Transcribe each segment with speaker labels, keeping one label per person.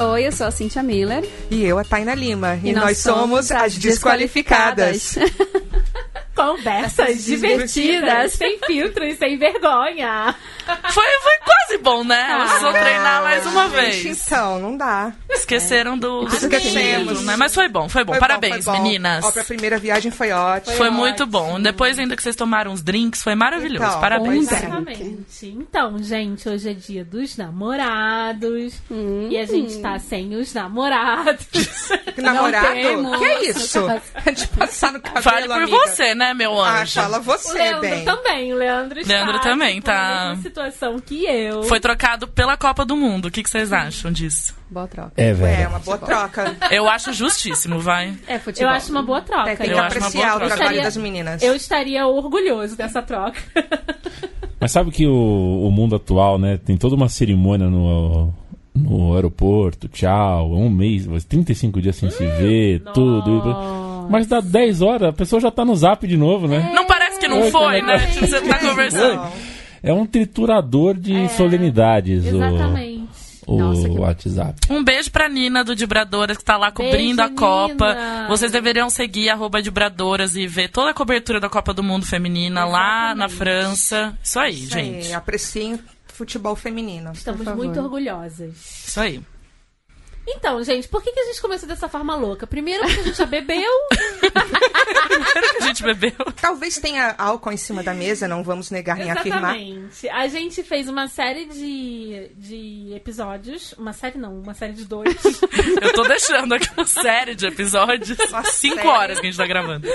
Speaker 1: Oi, eu sou a Cintia Miller.
Speaker 2: E eu, a Taina Lima. E, e nós, nós, somos as Desqualificadas.
Speaker 3: Conversas divertidas, divertidas, sem filtro e sem vergonha.
Speaker 4: Foi, foi quase bom, né? Ah, Precisou treinar mais uma gente, vez.
Speaker 2: Então, não dá.
Speaker 4: Esqueceram do. Esquecemos, né? Mas foi bom, foi bom.
Speaker 2: é Foi
Speaker 4: Parabéns,
Speaker 2: bom, foi bom.
Speaker 4: meninas.
Speaker 2: Ó, pra primeira viagem foi ótimo.
Speaker 4: Foi, muito bom. Depois, ainda que vocês tomaram uns drinks, foi maravilhoso.
Speaker 2: Então,
Speaker 4: Parabéns.
Speaker 3: Exatamente. Então, gente, hoje é dia dos namorados. Hum, e a gente hum. tá sem os namorados.
Speaker 2: Que namorado? Que é isso? De passar no cabelo,
Speaker 4: Fale por
Speaker 2: é. amiga.
Speaker 4: você, né, meu anjo?
Speaker 2: Ah, fala você,
Speaker 3: o Leandro
Speaker 2: bem.
Speaker 3: também. O Leandro está
Speaker 4: Leandro também
Speaker 3: tipo,
Speaker 4: tá-
Speaker 3: na mesma situação que eu.
Speaker 4: Foi trocado pela Copa do Mundo. O que, que vocês acham disso?
Speaker 1: Boa troca.
Speaker 5: É,
Speaker 2: É,
Speaker 5: velho.
Speaker 2: uma boa troca.
Speaker 4: Eu acho justíssimo, vai.
Speaker 1: É futebol.
Speaker 3: Eu acho uma boa troca.
Speaker 2: É, tem
Speaker 3: eu,
Speaker 2: que
Speaker 4: acho uma
Speaker 2: apreciar o
Speaker 4: boa troca.
Speaker 2: trabalho
Speaker 3: Estaria-
Speaker 2: das meninas.
Speaker 3: eu estaria orgulhoso dessa troca.
Speaker 5: Mas sabe que o, o mundo atual, né? Tem toda uma cerimônia no, no aeroporto, tchau, um mês, 35 dias sem se ver, tudo.
Speaker 3: Nossa.
Speaker 5: Mas dá 10 horas, a pessoa já tá no zap de novo, né?
Speaker 4: Não parece que não
Speaker 5: Oi,
Speaker 4: foi,
Speaker 5: como é
Speaker 4: né?
Speaker 5: que
Speaker 4: Tipo, Você tá
Speaker 2: Então,
Speaker 4: conversando.
Speaker 2: Não.
Speaker 5: É um triturador de solenidades o,
Speaker 3: Exatamente.
Speaker 5: o
Speaker 1: Nossa, que-
Speaker 5: WhatsApp.
Speaker 4: Um beijo pra Nina do Dibradoras, que tá lá cobrindo a
Speaker 3: Nina.
Speaker 4: Copa. Vocês deveriam seguir arroba Dibradoras e ver toda a cobertura da Copa do Mundo Feminina lá na França. Isso aí,
Speaker 2: Isso aí,
Speaker 4: gente.
Speaker 2: Apreciem futebol feminino.
Speaker 3: Estamos
Speaker 1: favor.
Speaker 3: muito orgulhosas.
Speaker 4: Isso aí.
Speaker 3: Então, gente, por que, que a gente começou dessa forma louca? Primeiro porque a gente já bebeu.
Speaker 4: A gente bebeu.
Speaker 2: Talvez tenha álcool em cima da mesa, não vamos negar nem afirmar.
Speaker 3: Exatamente. A gente fez uma série de, de episódios. Uma série não, uma série de dois.
Speaker 4: Eu tô deixando aqui uma série de episódios.
Speaker 2: Uma
Speaker 4: cinco
Speaker 2: série.
Speaker 4: horas que a gente tá gravando.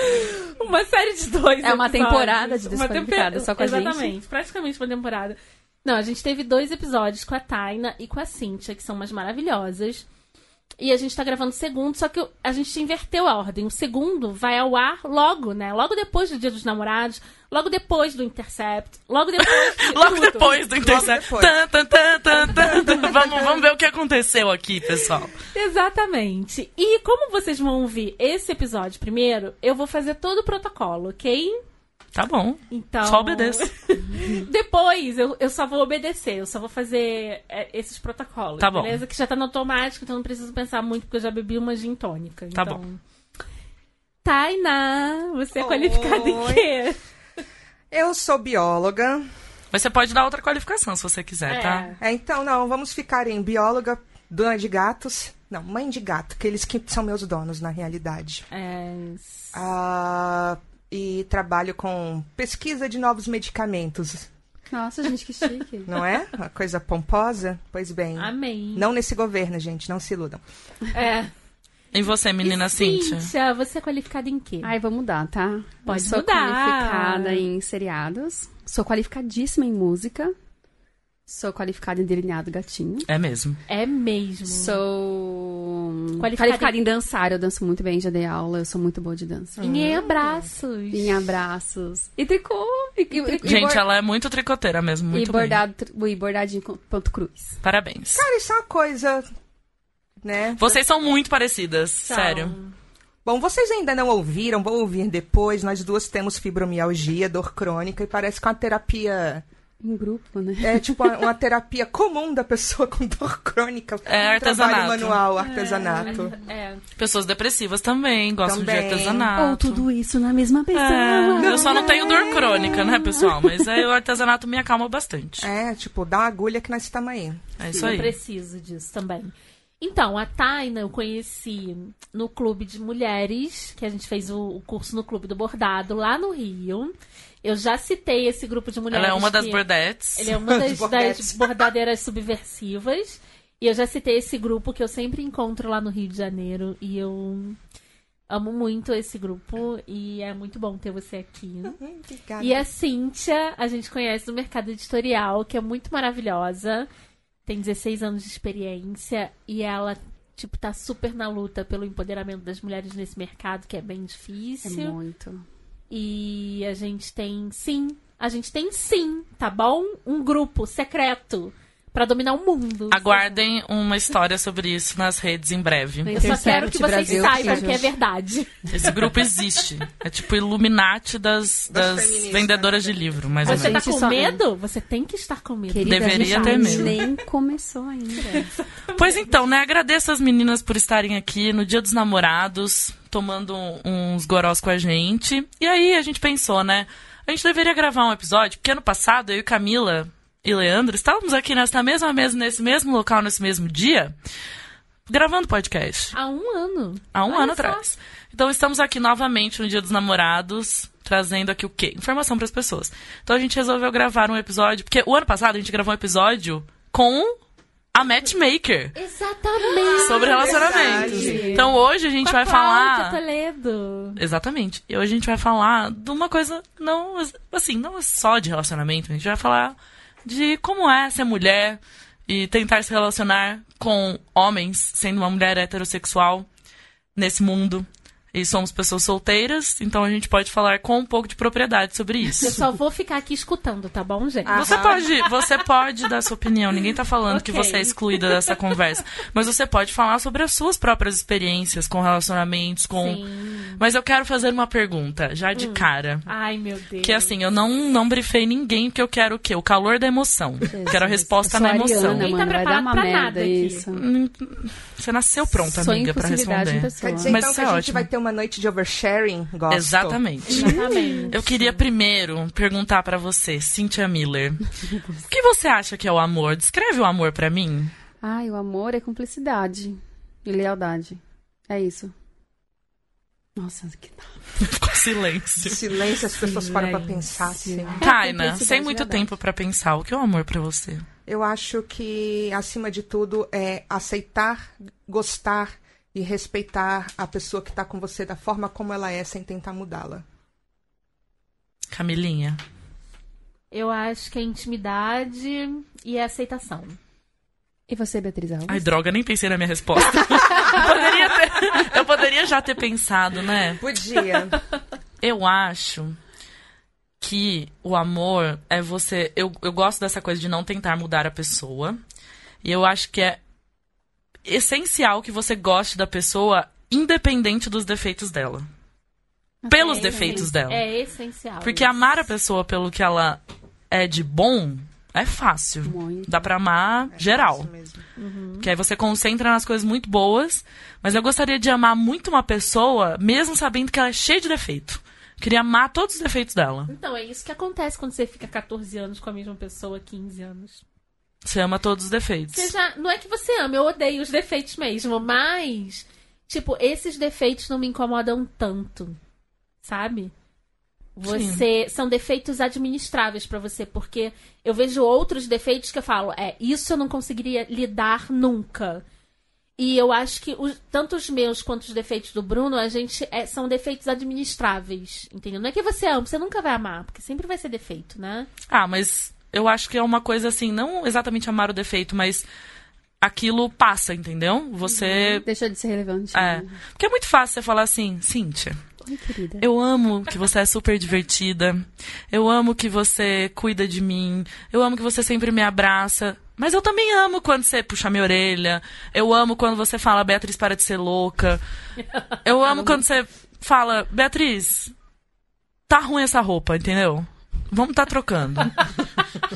Speaker 3: uma série de dois.
Speaker 1: É uma
Speaker 3: episódios.
Speaker 1: temporada de
Speaker 3: Uma tempe-
Speaker 1: Desqualificada, só com a gente.
Speaker 3: Exatamente, praticamente uma temporada. Não, a gente teve dois episódios com a Taina e com a Cíntia, que são umas maravilhosas. E a gente tá gravando o segundo, só que a gente inverteu a ordem. O segundo vai ao ar logo, né? Logo depois do Dia dos Namorados, logo depois do Intercept, logo depois. de
Speaker 4: Logo
Speaker 3: tudo.
Speaker 4: depois do Intercept.
Speaker 2: depois.
Speaker 4: Tan, tan, tan, tan, tan, tan. Vamos, vamos ver o que aconteceu aqui, pessoal.
Speaker 3: Exatamente. E como vocês vão ouvir esse episódio primeiro, eu vou fazer todo o protocolo, ok?
Speaker 4: Tá bom.
Speaker 3: Então.
Speaker 4: Só obedeça.
Speaker 3: Depois eu, eu só vou obedecer, eu só vou fazer é, esses protocolos,
Speaker 4: Tá bom.
Speaker 3: beleza? Que já tá no automático, então não preciso pensar muito, porque eu já bebi uma gin tônica.
Speaker 4: Tá
Speaker 3: então... Tainá, você é
Speaker 2: Oi.
Speaker 3: qualificada em quê?
Speaker 2: Eu sou bióloga,
Speaker 4: Mas você pode dar outra qualificação se você quiser,
Speaker 3: É.
Speaker 4: tá?
Speaker 2: É, então, não, vamos ficar em bióloga, dona de gatos. Não, mãe de gato, aqueles que são meus donos, na realidade.
Speaker 3: É,
Speaker 2: Ah, e trabalho com pesquisa de novos medicamentos,
Speaker 1: Nossa, gente, que chique.
Speaker 2: não é? Uma coisa pomposa? Pois bem.
Speaker 3: amém.
Speaker 2: Não nesse governo, gente, não se iludam.
Speaker 3: É.
Speaker 4: E você, menina
Speaker 3: E
Speaker 4: Cíntia?
Speaker 3: Cíntia, você é qualificada em quê?
Speaker 1: Ai, vou mudar, tá?
Speaker 3: Pode
Speaker 1: Eu sou
Speaker 3: mudar.
Speaker 1: qualificada em seriados. Sou qualificadíssima em música. Sou qualificada em delineado gatinho.
Speaker 4: É mesmo.
Speaker 3: É mesmo.
Speaker 1: Sou
Speaker 3: Qualificada
Speaker 1: qualificada, em... dançar. Eu danço muito bem, já dei aula. Eu sou muito boa de dança.
Speaker 3: Em abraços.
Speaker 1: Em abraços. E tricô. E, e- e
Speaker 4: Gente,
Speaker 1: bor-
Speaker 4: ela é muito tricoteira mesmo, muito
Speaker 1: e
Speaker 4: bem.
Speaker 1: bordado, e bordadinho com ponto cruz.
Speaker 4: Parabéns.
Speaker 3: Tá.
Speaker 2: Cara, isso é uma coisa, né?
Speaker 4: Vocês são muito parecidas,
Speaker 3: São.
Speaker 4: sério.
Speaker 2: Bom, vocês ainda não ouviram, vão ouvir depois. Nós duas temos fibromialgia, dor crônica e parece que é uma terapia.
Speaker 1: Em grupo, né?
Speaker 2: É tipo uma, uma terapia comum da pessoa com dor crônica.
Speaker 4: É,
Speaker 2: Um
Speaker 4: artesanato.
Speaker 2: Trabalho manual, artesanato.
Speaker 3: É.
Speaker 4: Pessoas depressivas também, gostam
Speaker 2: Também.
Speaker 4: de artesanato.
Speaker 1: Ou tudo isso na mesma pessoa.
Speaker 4: É, eu só não tenho dor crônica, né, pessoal? Mas aí o artesanato me acalma bastante.
Speaker 2: É, tipo, dá uma agulha que nós estamos aí.
Speaker 4: É
Speaker 3: Sim,
Speaker 4: isso
Speaker 3: Eu
Speaker 4: aí.
Speaker 3: preciso disso também. Então, a Taina eu conheci no Clube de Mulheres, que a gente fez o o curso no Clube do Bordado, lá no Rio. Eu já citei esse grupo de mulheres.
Speaker 4: Ela é uma das
Speaker 3: que-
Speaker 4: bordetes.
Speaker 3: Ele é uma das,
Speaker 2: Dos bordetes.
Speaker 3: das bordadeiras subversivas. E eu já citei esse grupo que eu sempre encontro lá no Rio de Janeiro. E eu amo muito esse grupo. E é muito bom ter você aqui.
Speaker 2: Hum,
Speaker 1: Ah,
Speaker 2: Obrigada.
Speaker 3: E a Cíntia, a gente conhece no mercado editorial, que é muito maravilhosa. Tem 16 anos de experiência e ela, tipo, tá super na luta pelo empoderamento das mulheres nesse mercado, que é bem
Speaker 1: É
Speaker 3: difícil.
Speaker 1: muito.
Speaker 3: e a gente tem, sim, a gente tem sim, tá bom? Um grupo secreto pra dominar o mundo.
Speaker 4: Aguardem uma história sobre isso nas redes em breve.
Speaker 3: Eu só quero que vocês
Speaker 2: Brasil,
Speaker 3: saibam
Speaker 2: que
Speaker 3: que é verdade.
Speaker 4: Esse grupo existe. É tipo Illuminati das,
Speaker 2: Das
Speaker 4: das
Speaker 2: feministas,
Speaker 4: vendedoras de
Speaker 2: né?
Speaker 4: livro, mais ou
Speaker 3: Você
Speaker 4: menos.
Speaker 3: tá
Speaker 1: gente
Speaker 3: com
Speaker 1: só-
Speaker 3: medo? Você tem que estar com medo.
Speaker 1: Querida,
Speaker 4: Deveria
Speaker 1: a gente
Speaker 4: ter mesmo.
Speaker 1: nem começou ainda.
Speaker 4: Pois então, né? Agradeço as meninas por estarem aqui no Dia dos Namorados, tomando uns gorós com a gente. E aí a gente pensou, né? A gente deveria gravar um episódio, porque ano passado eu e Camila e Leandro estávamos aqui nessa mesma mesa, nesse mesmo local, nesse mesmo dia, gravando podcast.
Speaker 3: Há um ano.
Speaker 4: Há um
Speaker 3: Olha
Speaker 4: ano
Speaker 3: só.
Speaker 4: atrás. Então estamos aqui novamente no Dia dos Namorados, trazendo aqui o quê? Informação para as pessoas. Então a gente resolveu gravar um episódio, porque o ano passado a gente gravou um episódio com a Matchmaker
Speaker 3: Exatamente.
Speaker 4: sobre relacionamentos.
Speaker 2: verdade.
Speaker 4: Então hoje a gente vai falar
Speaker 3: tá Toledo.
Speaker 4: Exatamente. E hoje a gente vai falar de uma coisa não assim, não é só de relacionamento, a gente vai falar de como é ser mulher e tentar se relacionar com homens sendo uma mulher heterossexual nesse mundo. E somos pessoas solteiras, então a gente pode falar com um pouco de propriedade sobre
Speaker 3: Eu
Speaker 4: isso.
Speaker 3: só vou ficar aqui escutando, tá bom, gente?
Speaker 2: Ah.
Speaker 4: Você pode, você pode dar sua opinião. Ninguém tá falando que
Speaker 3: Ok.
Speaker 4: você é excluída dessa conversa, mas você pode falar sobre as suas próprias experiências com relacionamentos, com
Speaker 3: Sim.
Speaker 4: mas eu quero fazer uma pergunta, já
Speaker 1: Hum.
Speaker 4: de cara.
Speaker 3: Ai, meu Deus.
Speaker 4: Que assim, eu não, não brifei ninguém, porque eu quero o quê? O calor da emoção. Quero a resposta
Speaker 1: Eu sou
Speaker 4: na emoção.
Speaker 1: Ariana,
Speaker 3: Ninguém tá
Speaker 1: mano, vai dar
Speaker 3: preparado
Speaker 1: uma
Speaker 3: pra
Speaker 1: merda
Speaker 3: nada aqui.
Speaker 1: isso.
Speaker 4: Hum, Você nasceu pronta,
Speaker 1: Sou
Speaker 4: amiga, pra
Speaker 1: impossibilidade em
Speaker 4: responder.
Speaker 1: pessoa.
Speaker 2: Quer dizer,
Speaker 4: Mas
Speaker 2: então, que
Speaker 4: isso é
Speaker 2: a gente
Speaker 4: ótimo.
Speaker 2: vai ter uma noite de oversharing? Gosto.
Speaker 4: Exatamente.
Speaker 3: Exatamente.
Speaker 4: Eu queria primeiro perguntar pra você, Cynthia Miller. o que você acha que é o amor? Descreve o amor pra mim.
Speaker 1: Ai, o amor é cumplicidade e lealdade. É isso. Nossa, que tá.
Speaker 4: Ficou silêncio.
Speaker 2: Silêncio, as pessoas param pra pensar assim.
Speaker 4: Kaina,
Speaker 1: cumplicidade
Speaker 4: sem muito
Speaker 1: lealdade.
Speaker 4: tempo pra pensar, o que é o amor pra você?
Speaker 2: Eu acho que, acima de tudo, é aceitar, gostar e respeitar a pessoa que tá com você da forma como ela é, sem tentar mudá-la.
Speaker 4: Camilinha.
Speaker 3: Eu acho que é intimidade e é aceitação.
Speaker 1: E você, Beatriz Alves?
Speaker 4: Ai, droga, nem pensei na minha resposta. eu, poderia ter- eu poderia já ter pensado, né?
Speaker 2: Podia.
Speaker 4: Eu acho que o amor é você. Eu, eu gosto dessa coisa de não tentar mudar a pessoa. E eu acho que é essencial que você goste da pessoa, independente dos defeitos dela. Pelos
Speaker 3: É
Speaker 4: defeitos
Speaker 3: essen-
Speaker 4: dela.
Speaker 3: É essencial.
Speaker 4: Porque amar a pessoa pelo que ela é de bom é fácil.
Speaker 1: Muito.
Speaker 4: Dá pra amar
Speaker 2: É
Speaker 4: geral.
Speaker 2: Isso mesmo.
Speaker 4: Que aí você concentra nas coisas muito boas, mas eu gostaria de amar muito uma pessoa, mesmo sabendo que ela é cheia de defeito. Queria amar todos os defeitos dela.
Speaker 3: Então, é isso que acontece quando você fica 14 anos com a mesma pessoa, 15 anos.
Speaker 4: Você ama todos os defeitos.
Speaker 3: Você já... Não é que você ama, eu odeio os defeitos mesmo, mas... Tipo, esses defeitos não me incomodam tanto, sabe? Você... São defeitos administráveis pra você, porque eu vejo outros defeitos que eu falo, é, isso eu não conseguiria lidar nunca. E eu acho que os, tanto os meus quanto os defeitos do Bruno, a gente é- são defeitos administráveis, entendeu? Não é que você ama, você nunca vai amar, porque sempre vai ser defeito, né?
Speaker 4: Ah, mas eu acho que é uma coisa assim, não exatamente amar o defeito, mas aquilo passa, entendeu? Você.
Speaker 1: Deixa de ser relevante.
Speaker 3: Uhum.
Speaker 4: É.
Speaker 1: né?
Speaker 4: Porque é muito fácil você falar assim, Cíntia,
Speaker 1: Ai, querida.
Speaker 4: eu amo que você é super divertida. Eu amo que você cuida de mim. Eu amo que você sempre me abraça. Mas eu também amo quando você puxa minha orelha. Eu amo quando você fala, Beatriz, para de ser louca. Eu amo quando você fala, Beatriz, tá ruim essa roupa, entendeu? Vamos tá trocando.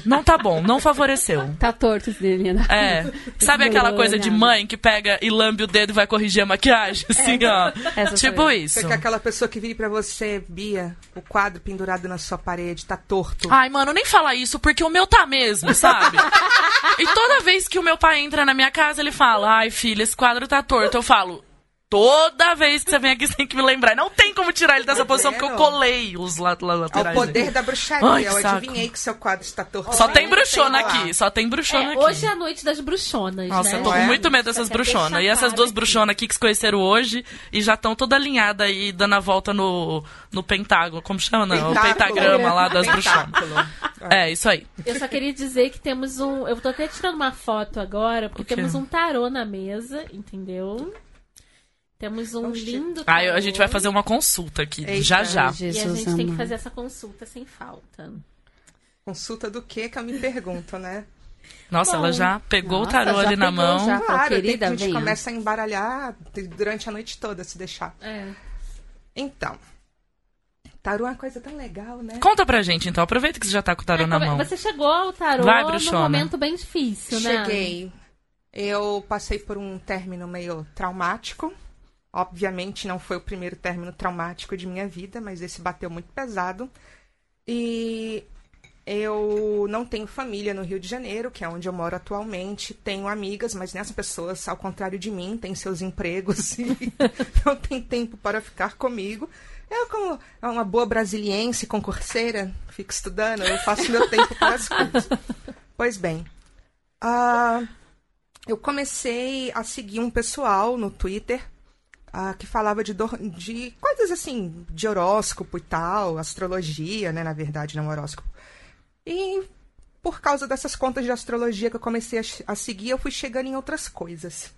Speaker 4: Não tá bom, não favoreceu.
Speaker 1: Tá torto esse dele, né?
Speaker 4: É. Sabe aquela coisa de mãe que pega e lambe o dedo e vai corrigir a maquiagem? Assim, ó.
Speaker 1: Essa sou
Speaker 4: Tipo
Speaker 1: eu.
Speaker 4: isso.
Speaker 2: Você quer aquela pessoa que vire pra você, Bia, o quadro pendurado na sua parede, tá torto.
Speaker 4: Ai, mano, nem fala isso, porque o meu tá mesmo, sabe? e toda vez que o meu pai entra na minha casa, ele fala: Ai, filha, esse quadro tá torto. Eu falo. Toda vez que você vem aqui, você tem que me lembrar. Não tem como tirar ele dessa posição, porque eu
Speaker 2: Tá vendo?
Speaker 4: colei os la- la-
Speaker 2: Ao
Speaker 4: laterais.
Speaker 2: É poder
Speaker 4: dele.
Speaker 2: da bruxaria,
Speaker 4: Ai, que
Speaker 2: eu
Speaker 4: saco.
Speaker 2: adivinhei que seu quadro está torto.
Speaker 4: Só tem bruxona
Speaker 2: bruxona
Speaker 4: aqui, só tem bruxona
Speaker 3: É,
Speaker 4: aqui.
Speaker 3: hoje é a noite das bruxonas,
Speaker 4: Nossa,
Speaker 3: né?
Speaker 4: eu tô com
Speaker 2: É.
Speaker 4: muito medo dessas
Speaker 3: Só quero
Speaker 4: bruxonas.
Speaker 3: deixar
Speaker 4: E essas
Speaker 3: claro
Speaker 4: duas
Speaker 3: aqui.
Speaker 4: bruxonas aqui que se conheceram hoje e já estão toda alinhada aí, dando a volta no, no pentágono. Como chama? Não, o pentagrama lá das bruxonas. É, isso aí.
Speaker 3: Eu só queria dizer que temos um. Eu tô até tirando uma foto agora, porque
Speaker 4: O quê?
Speaker 3: temos um tarô na mesa, entendeu? Temos um
Speaker 2: Oxi.
Speaker 3: lindo tarô.
Speaker 4: Aí Ah, a gente vai fazer uma consulta aqui,
Speaker 2: Eita.
Speaker 4: já
Speaker 3: E
Speaker 4: já.
Speaker 3: a
Speaker 1: Jesus
Speaker 3: gente tem que
Speaker 1: amado.
Speaker 3: fazer essa consulta sem falta.
Speaker 2: Consulta do que que eu me pergunto, né?
Speaker 4: Nossa,
Speaker 3: Bom,
Speaker 4: ela já pegou
Speaker 1: nossa,
Speaker 4: o tarô
Speaker 1: já
Speaker 4: ali na
Speaker 1: pegou,
Speaker 4: mão.
Speaker 1: já. Ah, tá,
Speaker 2: Claro,
Speaker 1: querida,
Speaker 2: tem, a gente
Speaker 1: venha.
Speaker 2: começa a embaralhar durante a noite toda, se deixar.
Speaker 3: É.
Speaker 2: Então, tarô é uma coisa tão legal, né?
Speaker 4: Conta pra gente, então. Aproveita que você já tá com o tarô
Speaker 3: É,
Speaker 4: na
Speaker 3: como-
Speaker 4: mão.
Speaker 3: Você chegou ao tarô
Speaker 4: Vai,
Speaker 3: num
Speaker 4: bruxona.
Speaker 3: momento bem difícil, né?
Speaker 2: Cheguei. Eu passei por um término meio traumático. Obviamente não foi o primeiro término traumático de minha vida, mas esse bateu muito pesado. E eu não tenho família no Rio de Janeiro, que é onde eu moro atualmente. Tenho amigas, mas né, as pessoas, ao contrário de mim, têm seus empregos e não têm tempo para ficar comigo. Eu, como uma boa brasiliense concurseira, fico estudando, eu faço meu tempo para as coisas. Pois bem, ah, eu comecei a seguir um pessoal no Twitter ah, que falava de, dor- de coisas assim, de horóscopo e tal, astrologia, né? Na verdade, não horóscopo. E por causa dessas contas de astrologia que eu comecei a, ch- a seguir, eu fui chegando em outras coisas.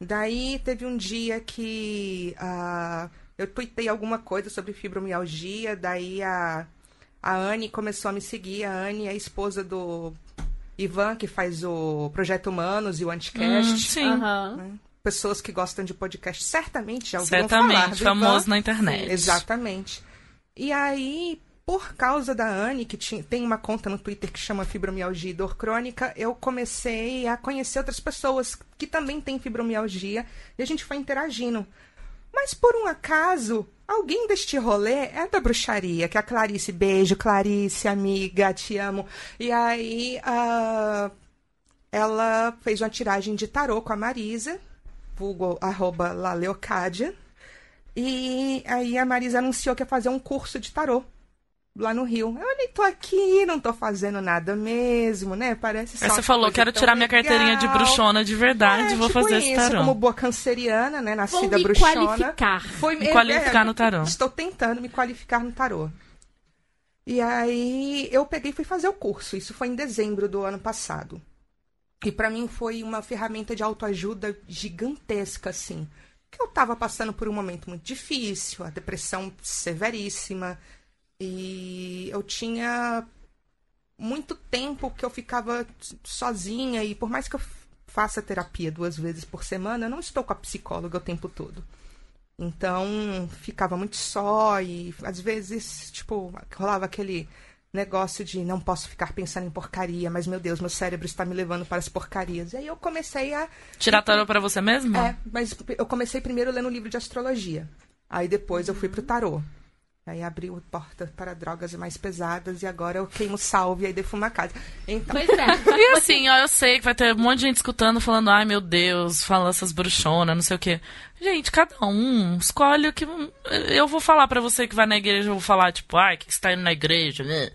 Speaker 2: Daí teve um dia que ah, eu tuitei alguma coisa sobre fibromialgia, daí a, a Anne começou a me seguir, a Anne é a esposa do Ivan, que faz o Projeto Humanos e o Anticast.
Speaker 4: Hum, sim,
Speaker 3: Aham.
Speaker 2: Pessoas que gostam de podcast certamente já ouviram falar. do
Speaker 4: certamente.
Speaker 2: Ivan.
Speaker 4: Famoso na internet.
Speaker 2: Exatamente. E aí, por causa da Anne, que ti- tem uma conta no Twitter que chama Fibromialgia e Dor Crônica, eu comecei a conhecer outras pessoas que também têm fibromialgia e a gente foi interagindo. Mas por um acaso, alguém deste rolê é da bruxaria, que é a Clarice. Beijo, Clarice, amiga, te amo. E aí, ah, ela fez uma tiragem de tarô com a Marisa, vulgo, arroba Laleocádia. E aí a Marisa anunciou que ia fazer um curso de tarô lá no Rio. Eu nem tô aqui, não tô fazendo nada mesmo, né? Parece só
Speaker 4: Aí você
Speaker 2: uma
Speaker 4: falou,
Speaker 2: coisa
Speaker 4: quero
Speaker 2: tão
Speaker 4: tirar minha carteirinha de
Speaker 2: legal."
Speaker 4: bruxona de verdade,
Speaker 2: É,
Speaker 4: vou
Speaker 2: tipo
Speaker 4: fazer
Speaker 2: isso,
Speaker 4: esse tarô.
Speaker 2: como boa canceriana, né?
Speaker 3: Vou
Speaker 2: Nascida
Speaker 3: me
Speaker 2: bruxona.
Speaker 3: qualificar.
Speaker 2: Foi é,
Speaker 4: Me qualificar no tarô.
Speaker 2: Estou tentando me qualificar no tarô. E aí eu peguei e fui fazer o curso. Isso foi em dezembro do ano passado. E pra mim foi uma ferramenta de autoajuda gigantesca, assim. Que eu tava passando por um momento muito difícil, a depressão severíssima. E eu tinha muito tempo que eu ficava sozinha e por mais que eu faça terapia duas vezes por semana, eu não estou com a psicóloga o tempo todo. Então, ficava muito só e às vezes, tipo, rolava aquele negócio de não posso ficar pensando em porcaria, mas meu Deus, meu cérebro está me levando para as porcarias. E aí eu comecei a
Speaker 4: Tirar tarô pra você mesmo?
Speaker 2: é, mas eu comecei primeiro lendo um livro de astrologia. Aí depois eu fui pro tarô. Aí abriu porta para drogas mais pesadas e agora eu queimo salve e defumo a casa. Então,
Speaker 3: Pois é.
Speaker 4: E assim, ó, eu sei que vai ter um monte de gente escutando, falando, ai meu Deus, falando essas bruxonas, não sei o quê. Gente, cada um escolhe o que. Eu vou falar pra você que vai na igreja, eu vou falar, tipo, ai, o que que você tá indo na igreja? né?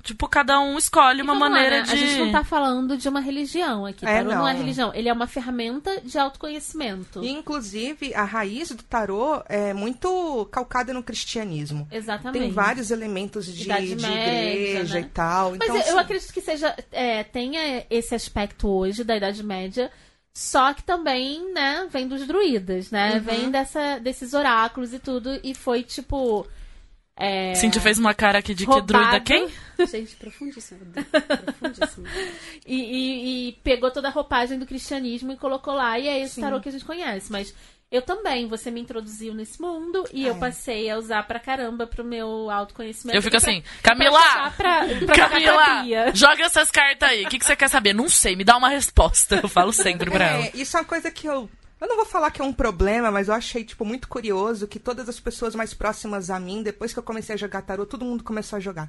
Speaker 4: Tipo, cada um escolhe uma
Speaker 3: Vamos lá,
Speaker 4: maneira
Speaker 3: né?
Speaker 4: de.
Speaker 3: A gente não tá falando de uma religião aqui.
Speaker 2: É,
Speaker 3: tarô não. é
Speaker 2: não.
Speaker 3: religião. Ele é uma ferramenta de autoconhecimento.
Speaker 2: e, inclusive, a raiz do tarô é muito calcada no cristianismo.
Speaker 3: Exatamente.
Speaker 2: Tem vários elementos de, de
Speaker 3: Idade média,
Speaker 2: igreja
Speaker 3: né?
Speaker 2: e tal.
Speaker 3: Mas
Speaker 2: Então,
Speaker 3: eu, eu
Speaker 2: assim,
Speaker 3: acredito que seja é, tenha esse aspecto hoje da Idade Média, só que também, né, vem dos druidas, né?
Speaker 2: Uhum.
Speaker 3: Vem dessa, desses oráculos e tudo, e foi tipo. É,
Speaker 4: Cintia fez uma cara aqui de que
Speaker 3: Roubado.
Speaker 4: druida quem?
Speaker 1: Gente, profundíssimo. profundíssimo.
Speaker 3: E, e- e pegou toda a roupagem do cristianismo e colocou lá, e é esse
Speaker 2: Sim.
Speaker 3: tarô que a gente conhece. Mas eu também, você me introduziu nesse mundo e eu
Speaker 2: É.
Speaker 3: passei a usar pra caramba pro meu autoconhecimento.
Speaker 4: Eu
Speaker 3: e
Speaker 4: fico
Speaker 3: né? pra-
Speaker 4: assim, Camila!
Speaker 3: Pra, pra, pra
Speaker 4: Camila,
Speaker 3: terapia.
Speaker 4: joga essas cartas aí. O que, que você quer saber? Não sei, me dá uma resposta. Eu falo sempre pra ela.
Speaker 2: É, isso é uma coisa que eu. Eu não vou falar que é um problema, mas eu achei, tipo, muito curioso que todas as pessoas mais próximas a mim, depois que eu comecei a jogar tarô, todo mundo começou a jogar.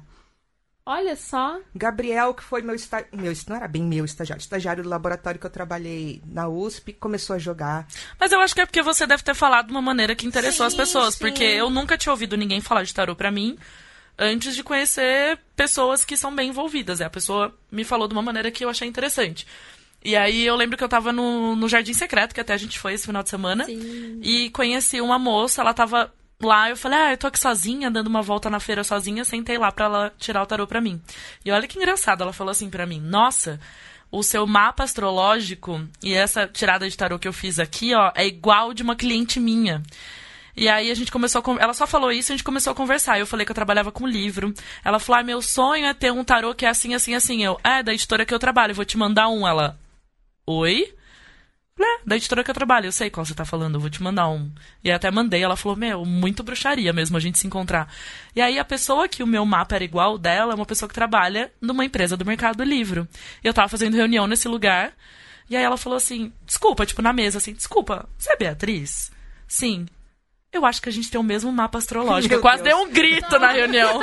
Speaker 3: Olha só.
Speaker 2: Gabriel, que foi meu estagiário. Meu, não era bem meu estagiário, estagiário do laboratório que eu trabalhei na USP, começou a jogar.
Speaker 4: Mas eu acho que é porque você deve ter falado de uma maneira que interessou
Speaker 2: Sim,
Speaker 4: as pessoas,
Speaker 2: sim.
Speaker 4: porque eu nunca tinha ouvido ninguém falar de tarô pra mim antes de conhecer pessoas que são bem envolvidas. É, a pessoa me falou de uma maneira que eu achei interessante. E aí eu lembro que eu tava no, no Jardim Secreto, que até a gente foi esse final de semana, e conheci uma moça, ela tava lá, eu falei, ah, eu tô aqui sozinha, dando uma volta na feira sozinha, sentei lá pra ela tirar o tarô pra mim. E olha que engraçado, ela falou assim pra mim, nossa, o seu mapa astrológico e essa tirada de tarô que eu fiz aqui, ó, é igual de uma cliente minha. E aí a gente começou a con- Ela só falou isso e a gente começou a conversar. Eu falei que eu trabalhava com livro. Ela falou: ah, meu sonho é ter um tarô que é assim, assim, assim. Eu, é, da editora que eu trabalho, eu vou te mandar um. Ela. Oi? Falei, "É, da editora que eu trabalho, eu sei qual você tá falando, eu vou te mandar um. E até mandei, ela falou, meu, muito bruxaria mesmo a gente se encontrar. E aí a pessoa que o meu mapa era igual ao dela é uma pessoa que trabalha numa empresa do mercado do livro. E eu tava fazendo reunião nesse lugar, e aí ela falou assim, desculpa, tipo, na mesa, assim, desculpa, você é Beatriz? Sim. Eu acho que a gente tem o mesmo mapa astrológico.
Speaker 2: Meu
Speaker 4: eu quase
Speaker 2: Deus.
Speaker 4: dei um grito na reunião.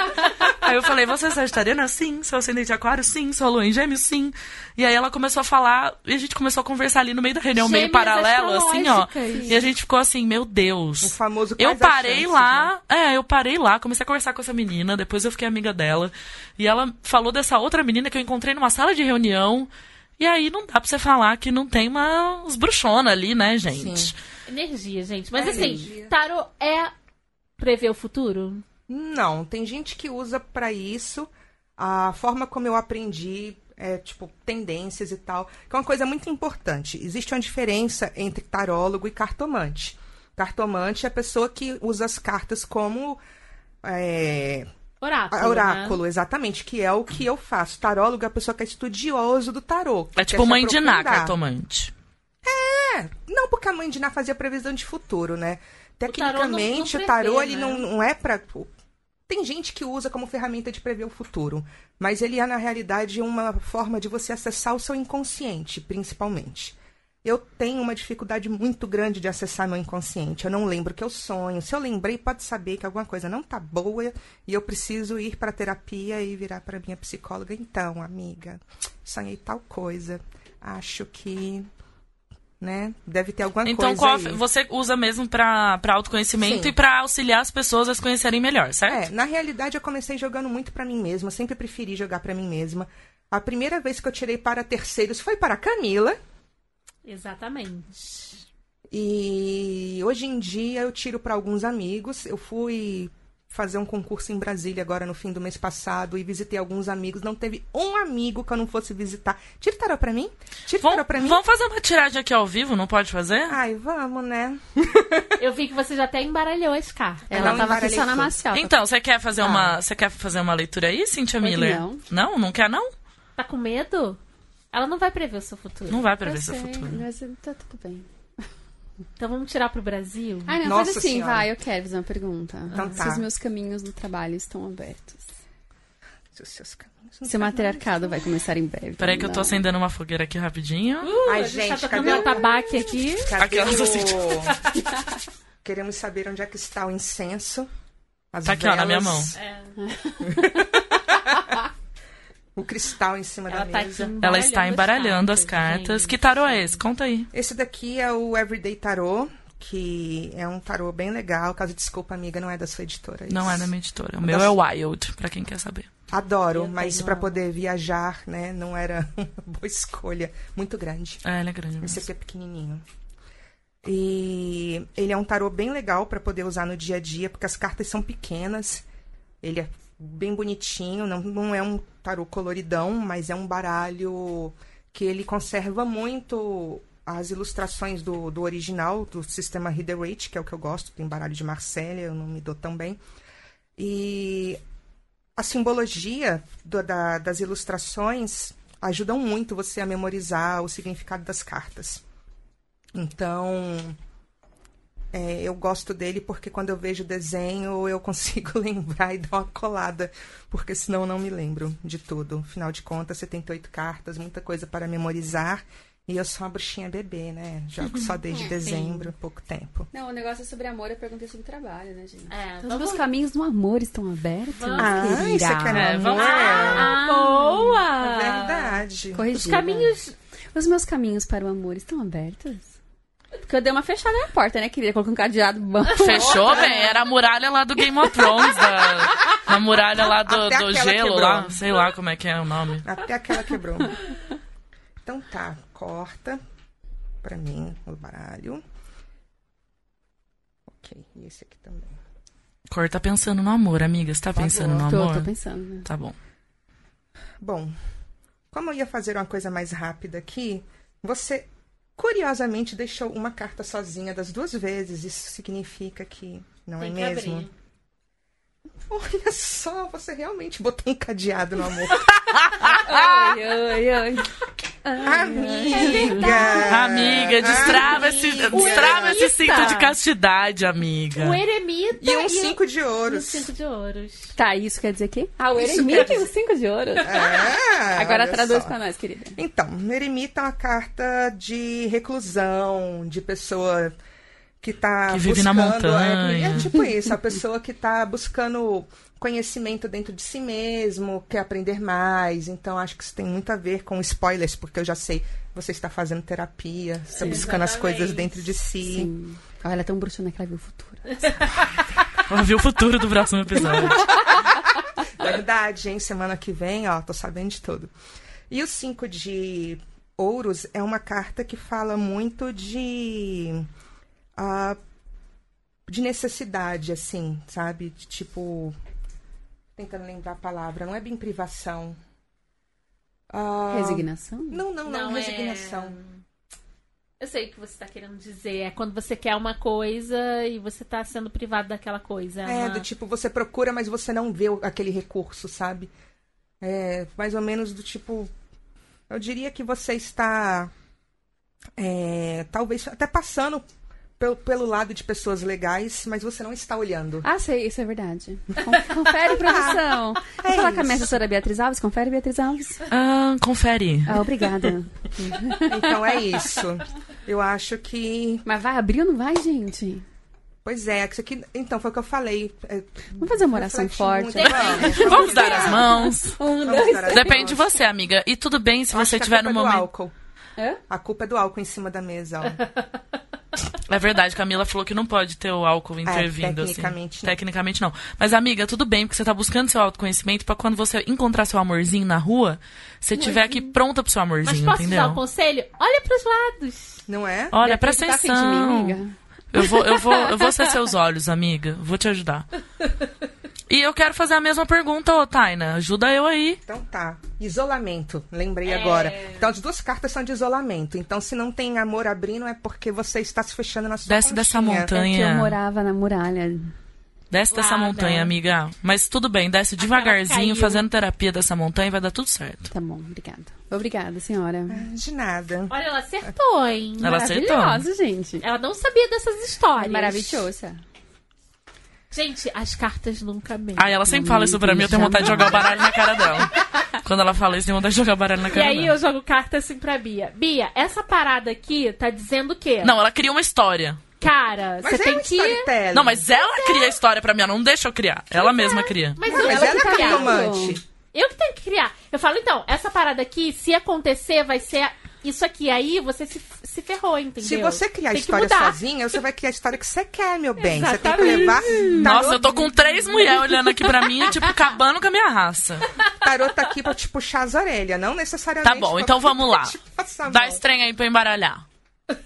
Speaker 4: Aí eu falei, você é sagitariana? Sim. Seu ascendente é aquário? Sim. Sua lua em gêmeos? Sim. E aí ela começou a falar, e a gente começou a conversar ali no meio da reunião, meio
Speaker 3: Gêmeas
Speaker 4: paralelo, assim, ó.
Speaker 3: astrológicas.
Speaker 4: E a gente ficou assim, meu Deus.
Speaker 2: é O Um famoso
Speaker 4: Eu
Speaker 2: quais as
Speaker 4: parei
Speaker 2: chances, né?
Speaker 4: lá, é, eu parei lá, comecei a conversar com essa menina, depois eu fiquei amiga dela. E ela falou dessa outra menina que eu encontrei numa sala de reunião. E aí não dá pra você falar que não tem umas bruxona ali, né, gente?
Speaker 3: Energia, gente. Mas
Speaker 2: É
Speaker 3: assim,
Speaker 2: energia.
Speaker 3: tarô é prever o futuro?
Speaker 2: Não, tem gente que usa pra isso. A forma como eu aprendi é tipo tendências e tal, que é uma coisa muito importante. Existe uma diferença entre tarólogo e cartomante. Cartomante é a pessoa que usa as cartas como é, a-
Speaker 3: Oráculo. Né?
Speaker 2: oráculo, exatamente, que é o que eu faço. Tarólogo é a pessoa que é estudioso do tarô. que
Speaker 4: É
Speaker 2: quer
Speaker 4: tipo
Speaker 2: se
Speaker 4: mãe de Ná,
Speaker 2: aprofundar.
Speaker 4: cartomante.
Speaker 2: É, não porque a mãe de Ná fazia previsão de futuro, né?
Speaker 3: tarô não- não
Speaker 2: Tecnicamente, o
Speaker 3: prevê,
Speaker 2: tarô, ele
Speaker 3: né?
Speaker 2: não, não é pra. Tem gente que usa como ferramenta de prever o futuro, mas ele é, na realidade, uma forma de você acessar o seu inconsciente, principalmente. Eu tenho uma dificuldade muito grande de acessar meu inconsciente. Eu não lembro o que eu sonho. Se eu lembrei, pode saber que alguma coisa não tá boa e eu preciso ir pra terapia e virar pra minha psicóloga. Então, amiga, sonhei tal coisa. Acho que, né, deve ter alguma
Speaker 4: Então
Speaker 2: coisa
Speaker 4: qual a-
Speaker 2: aí.
Speaker 4: você usa mesmo pra, pra autoconhecimento
Speaker 2: Sim.
Speaker 4: e pra auxiliar as pessoas a se conhecerem melhor, certo?
Speaker 2: É, na realidade eu comecei jogando muito pra mim mesma, sempre preferi jogar pra mim mesma. A primeira vez que eu tirei para terceiros foi para a Camila.
Speaker 3: Exatamente.
Speaker 2: E hoje em dia eu tiro para alguns amigos. Eu fui fazer um concurso em Brasília agora no fim do mês passado e visitei alguns amigos. Não teve um amigo que eu não fosse visitar. Tira o tarô pra mim? Tira o
Speaker 4: Vamos,
Speaker 2: tarô pra mim? Ah,
Speaker 4: vamos fazer uma tiragem aqui ao vivo, não pode fazer?
Speaker 2: Ai, vamos, né?
Speaker 3: Eu vi que você já até embaralhou as cartas.
Speaker 1: Ela
Speaker 2: não
Speaker 1: tava aqui
Speaker 2: embaralhei
Speaker 1: só na
Speaker 2: tudo.
Speaker 1: maciota.
Speaker 4: Então, você quer fazer uma. Você quer fazer uma leitura aí, Cintia
Speaker 1: Pode
Speaker 4: Miller?
Speaker 1: não.
Speaker 4: não, não quer, não?
Speaker 3: Tá com medo? Ela não vai prever o seu futuro.
Speaker 4: Não vai
Speaker 1: Eu
Speaker 4: prever seu
Speaker 1: sei,
Speaker 4: é futuro.
Speaker 1: Mas tá tudo bem.
Speaker 3: Então vamos tirar pro Brasil?
Speaker 1: Ah, não,
Speaker 2: Nossa
Speaker 1: faz assim,
Speaker 2: Senhora.
Speaker 1: vai, eu quero fazer uma pergunta.
Speaker 2: Então
Speaker 1: Se
Speaker 2: tá.
Speaker 1: os meus caminhos no trabalho estão abertos.
Speaker 2: Seus, seus caminhos.
Speaker 1: Seu matriarcado vai começar em breve.
Speaker 4: Peraí que eu tô
Speaker 1: Não.
Speaker 4: acendendo uma fogueira aqui rapidinho.
Speaker 2: Ai,
Speaker 3: a gente,
Speaker 2: gente,
Speaker 3: tá tocando
Speaker 2: cadê-
Speaker 3: o atabaque aqui.
Speaker 2: Cadê
Speaker 4: Aquelas
Speaker 2: o-
Speaker 4: assim,
Speaker 2: Queremos saber onde é que está o incenso. As
Speaker 4: Tá aqui, ó, na minha
Speaker 2: velas,
Speaker 4: mão.
Speaker 3: É,
Speaker 2: O cristal em cima
Speaker 3: ela
Speaker 2: da
Speaker 3: tá aqui
Speaker 2: mesa.
Speaker 4: Ela está embaralhando as cartas.
Speaker 3: gente.
Speaker 4: Que tarô é esse? Conta aí.
Speaker 2: Esse daqui é o Everyday Tarot, que é um tarô bem legal. Caso desculpa, amiga, não é da sua editora. isso.
Speaker 4: Não é da minha editora. O meu é Wild, pra quem quer saber.
Speaker 2: Adoro,
Speaker 3: Eu
Speaker 2: mas
Speaker 3: tenho
Speaker 2: pra
Speaker 3: uma.
Speaker 2: poder viajar, né, não era uma boa escolha. Muito grande.
Speaker 4: É, ele é grande.
Speaker 2: Esse
Speaker 4: mesmo.
Speaker 2: aqui é pequenininho. E ele é um tarô bem legal pra poder usar no dia a dia, porque as cartas são pequenas. Ele é bem bonitinho, não, não é um tarô coloridão, mas é um baralho que ele conserva muito as ilustrações do, do original, do sistema Riderate, que é o que eu gosto. Tem baralho de Marselha, eu não me dou tão bem. E a simbologia do- da- das ilustrações ajudam muito você a memorizar o significado das cartas. Então, é, eu gosto dele porque quando eu vejo o desenho eu consigo lembrar e dar uma colada, porque senão eu não me lembro de tudo. Afinal de contas, 78 cartas, muita coisa para memorizar. E eu sou uma bruxinha bebê, né? Jogo só desde dezembro, pouco tempo.
Speaker 1: Não, o negócio é sobre amor, eu perguntei sobre trabalho, né, gente?
Speaker 3: É,
Speaker 1: Então, os
Speaker 3: vamos-
Speaker 1: meus caminhos no amor estão abertos?
Speaker 3: Vamos.
Speaker 2: Ah, isso aqui
Speaker 1: querida?
Speaker 2: é
Speaker 4: É, vamos-
Speaker 2: amor.
Speaker 3: Ah, boa!
Speaker 2: É Verdade.
Speaker 1: Corrigida.
Speaker 3: Os caminhos.
Speaker 1: Os meus caminhos para o amor estão abertos? Porque eu dei uma fechada na porta, né, querida? Coloquei um cadeado bom.
Speaker 4: Fechou, bem? Era a muralha lá do Game of Thrones, da, a muralha lá do,
Speaker 2: Até
Speaker 4: do
Speaker 2: aquela
Speaker 4: gelo,
Speaker 2: quebrou.
Speaker 4: lá. Sei lá como é que é o nome.
Speaker 2: Até aquela quebrou. Então tá, corta pra mim o baralho. Ok, e esse aqui também.
Speaker 4: Cor tá pensando no amor, amiga. Você tá
Speaker 2: Tá
Speaker 4: pensando
Speaker 2: bom.
Speaker 4: no
Speaker 1: Tô,
Speaker 4: amor?
Speaker 1: tô pensando. né?
Speaker 4: Tá bom.
Speaker 2: Bom, como eu ia fazer uma coisa mais rápida aqui, você Curiosamente, deixou uma carta sozinha das duas vezes. Isso significa que não
Speaker 3: Tem
Speaker 2: é
Speaker 3: que
Speaker 2: mesmo?
Speaker 3: abrir.
Speaker 2: Olha só, você realmente botou um cadeado no amor.
Speaker 1: Oi, oi, oi.
Speaker 3: É
Speaker 2: Amiga!
Speaker 4: Amiga, destrava, esse, destrava esse cinto de castidade, amiga.
Speaker 3: O eremita
Speaker 2: E um
Speaker 3: o-
Speaker 2: cinco de
Speaker 3: e o
Speaker 2: ouros.
Speaker 1: um
Speaker 3: cinco de ouros.
Speaker 1: Tá, isso quer dizer que? Ah, o
Speaker 2: Isso
Speaker 1: eremita
Speaker 2: quer
Speaker 1: tem os cinco de ouro.
Speaker 2: Ah,
Speaker 1: Agora
Speaker 2: olha
Speaker 1: traduz
Speaker 2: só.
Speaker 1: pra nós, querida.
Speaker 2: Então, eremita é uma carta de reclusão, de pessoa que tá
Speaker 4: Que vive na
Speaker 2: buscando,
Speaker 4: montanha.
Speaker 2: É, é tipo isso, a pessoa que tá buscando conhecimento dentro de si mesmo, quer aprender mais. Então, acho que isso tem muito a ver com spoilers, porque eu já sei, você está fazendo terapia, está
Speaker 3: Sim,
Speaker 2: buscando as coisas
Speaker 3: exatamente.
Speaker 2: dentro de si.
Speaker 1: Sim. Ah, ela é tão bruxona que ela viu o futuro.
Speaker 4: Vamos ver o futuro do próximo episódio.
Speaker 2: Verdade, hein? Semana que vem, ó, tô sabendo de tudo. E o 5 de Ouros é uma carta que fala muito de. ah, de necessidade, assim, sabe? De tipo. Tentando lembrar a palavra, não é bem privação. Ah,
Speaker 1: Resignação?
Speaker 2: Não, não, não,
Speaker 3: Não, é-
Speaker 2: resignação.
Speaker 3: Eu sei o que você tá querendo dizer. É quando você quer uma coisa e você tá sendo privado daquela coisa.
Speaker 2: É,
Speaker 3: uma-
Speaker 2: do tipo, você procura, mas você não vê o- aquele recurso, sabe? É, mais ou menos do tipo. Eu diria que você está. é, talvez até passando pelo, pelo lado de pessoas legais, mas você não está olhando.
Speaker 1: Ah, sei, isso é verdade. Con- Confere, produção. Vou falar com a minha assessora Beatriz Alves. Confere, Beatriz Alves.
Speaker 4: Ah, confere.
Speaker 1: Ah, obrigada.
Speaker 2: Então é isso. Eu acho que.
Speaker 1: Mas vai abrir ou não vai, gente?
Speaker 2: Pois é, isso aqui. Então, foi o que eu falei. É,
Speaker 1: Vamos fazer uma oração
Speaker 2: reflete
Speaker 1: forte.
Speaker 2: muito, né? vamos. assim,
Speaker 4: Vamos dar as mãos.
Speaker 1: Um,
Speaker 2: Vamos dar as
Speaker 4: Depende de
Speaker 2: mãos.
Speaker 4: você, amiga. E tudo bem se
Speaker 2: Eu acho
Speaker 4: você
Speaker 2: que a
Speaker 4: tiver
Speaker 2: culpa
Speaker 4: no
Speaker 2: é do
Speaker 4: momento.
Speaker 2: álcool.
Speaker 1: Hã?
Speaker 2: A culpa é do álcool em cima da mesa, ó.
Speaker 4: É verdade, Camila falou que não pode ter o álcool intervindo. assim.
Speaker 2: É, tecnicamente não.
Speaker 4: Tecnicamente não. Mas, amiga, tudo bem, porque você tá buscando seu autoconhecimento pra quando você encontrar seu amorzinho na rua, você tiver aqui pronta pro seu
Speaker 3: Mas
Speaker 4: amorzinho,
Speaker 3: posso te dar um
Speaker 4: entendeu?
Speaker 3: conselho? Olha pros lados.
Speaker 2: Não é?
Speaker 4: Olha,
Speaker 1: Beatriz,
Speaker 4: presta
Speaker 1: tá afim de mim,
Speaker 4: atenção.
Speaker 1: amiga?
Speaker 4: Eu vou, eu vou, eu vou ser seus olhos, amiga. Vou te ajudar. E eu quero fazer a mesma pergunta, ô Taina. Ajuda eu aí.
Speaker 2: Então tá. Isolamento, lembrei
Speaker 3: É.
Speaker 2: agora. Então as duas cartas são de isolamento. Então se não tem amor abrindo é porque você está se fechando na sua
Speaker 4: Desce dessa
Speaker 2: conchinha.
Speaker 1: É que eu
Speaker 4: montanha.
Speaker 1: morava na muralha.
Speaker 4: Desce dessa
Speaker 3: Lá,
Speaker 4: montanha,
Speaker 3: né?
Speaker 4: amiga. Mas tudo bem, desce
Speaker 3: cara
Speaker 4: devagarzinho,
Speaker 3: caiu.
Speaker 4: fazendo terapia dessa montanha e vai dar tudo certo.
Speaker 1: Tá bom, obrigada. Obrigada, senhora.
Speaker 2: De nada.
Speaker 3: Olha, ela acertou, hein?
Speaker 4: Ela aceitou.
Speaker 1: Maravilhosa, gente.
Speaker 3: Ela não sabia dessas
Speaker 2: É
Speaker 3: histórias.
Speaker 1: É Maravilhosa.
Speaker 3: Gente, as cartas nunca mentem.
Speaker 4: Aí ela sempre fala isso pra mim, eu tenho vontade de jogar o baralho na cara dela. Quando ela fala isso, eu tenho vontade de jogar o baralho na
Speaker 3: E
Speaker 4: cara
Speaker 3: aí
Speaker 4: dela.
Speaker 3: eu jogo carta assim pra Bia. Bia, essa parada aqui tá dizendo o quê?
Speaker 4: Não, ela cria uma história.
Speaker 3: Cara,
Speaker 2: Mas
Speaker 3: você
Speaker 2: é
Speaker 3: tem
Speaker 2: um
Speaker 3: que.
Speaker 2: storytelling.
Speaker 4: Não, mas ela cria a história pra mim, ela não deixa eu criar. Ela mesma cria.
Speaker 3: Mas,
Speaker 2: Não,
Speaker 3: eu
Speaker 2: mas
Speaker 3: que
Speaker 2: ela é
Speaker 3: criar.
Speaker 2: cartomante.
Speaker 3: Eu que tenho que criar. Eu falo, então, essa parada aqui, se acontecer, vai ser isso aqui. Aí você se, se ferrou, entendeu?
Speaker 2: Se você criar a
Speaker 3: Tem que
Speaker 2: história
Speaker 3: mudar.
Speaker 2: sozinha, você vai criar a história que você quer, meu bem. Você tem
Speaker 3: Exatamente.
Speaker 2: que levar.
Speaker 3: Tá
Speaker 4: Nossa, eu tô com três mulheres olhando aqui pra mim, tipo, acabando com a minha raça.
Speaker 2: Tarô tá aqui pra te puxar as orelhas, não necessariamente.
Speaker 4: Tá bom,
Speaker 2: pra-
Speaker 4: então vamos lá.
Speaker 2: te passar a
Speaker 4: Dá
Speaker 2: mão.
Speaker 4: esse trem aí pra eu embaralhar.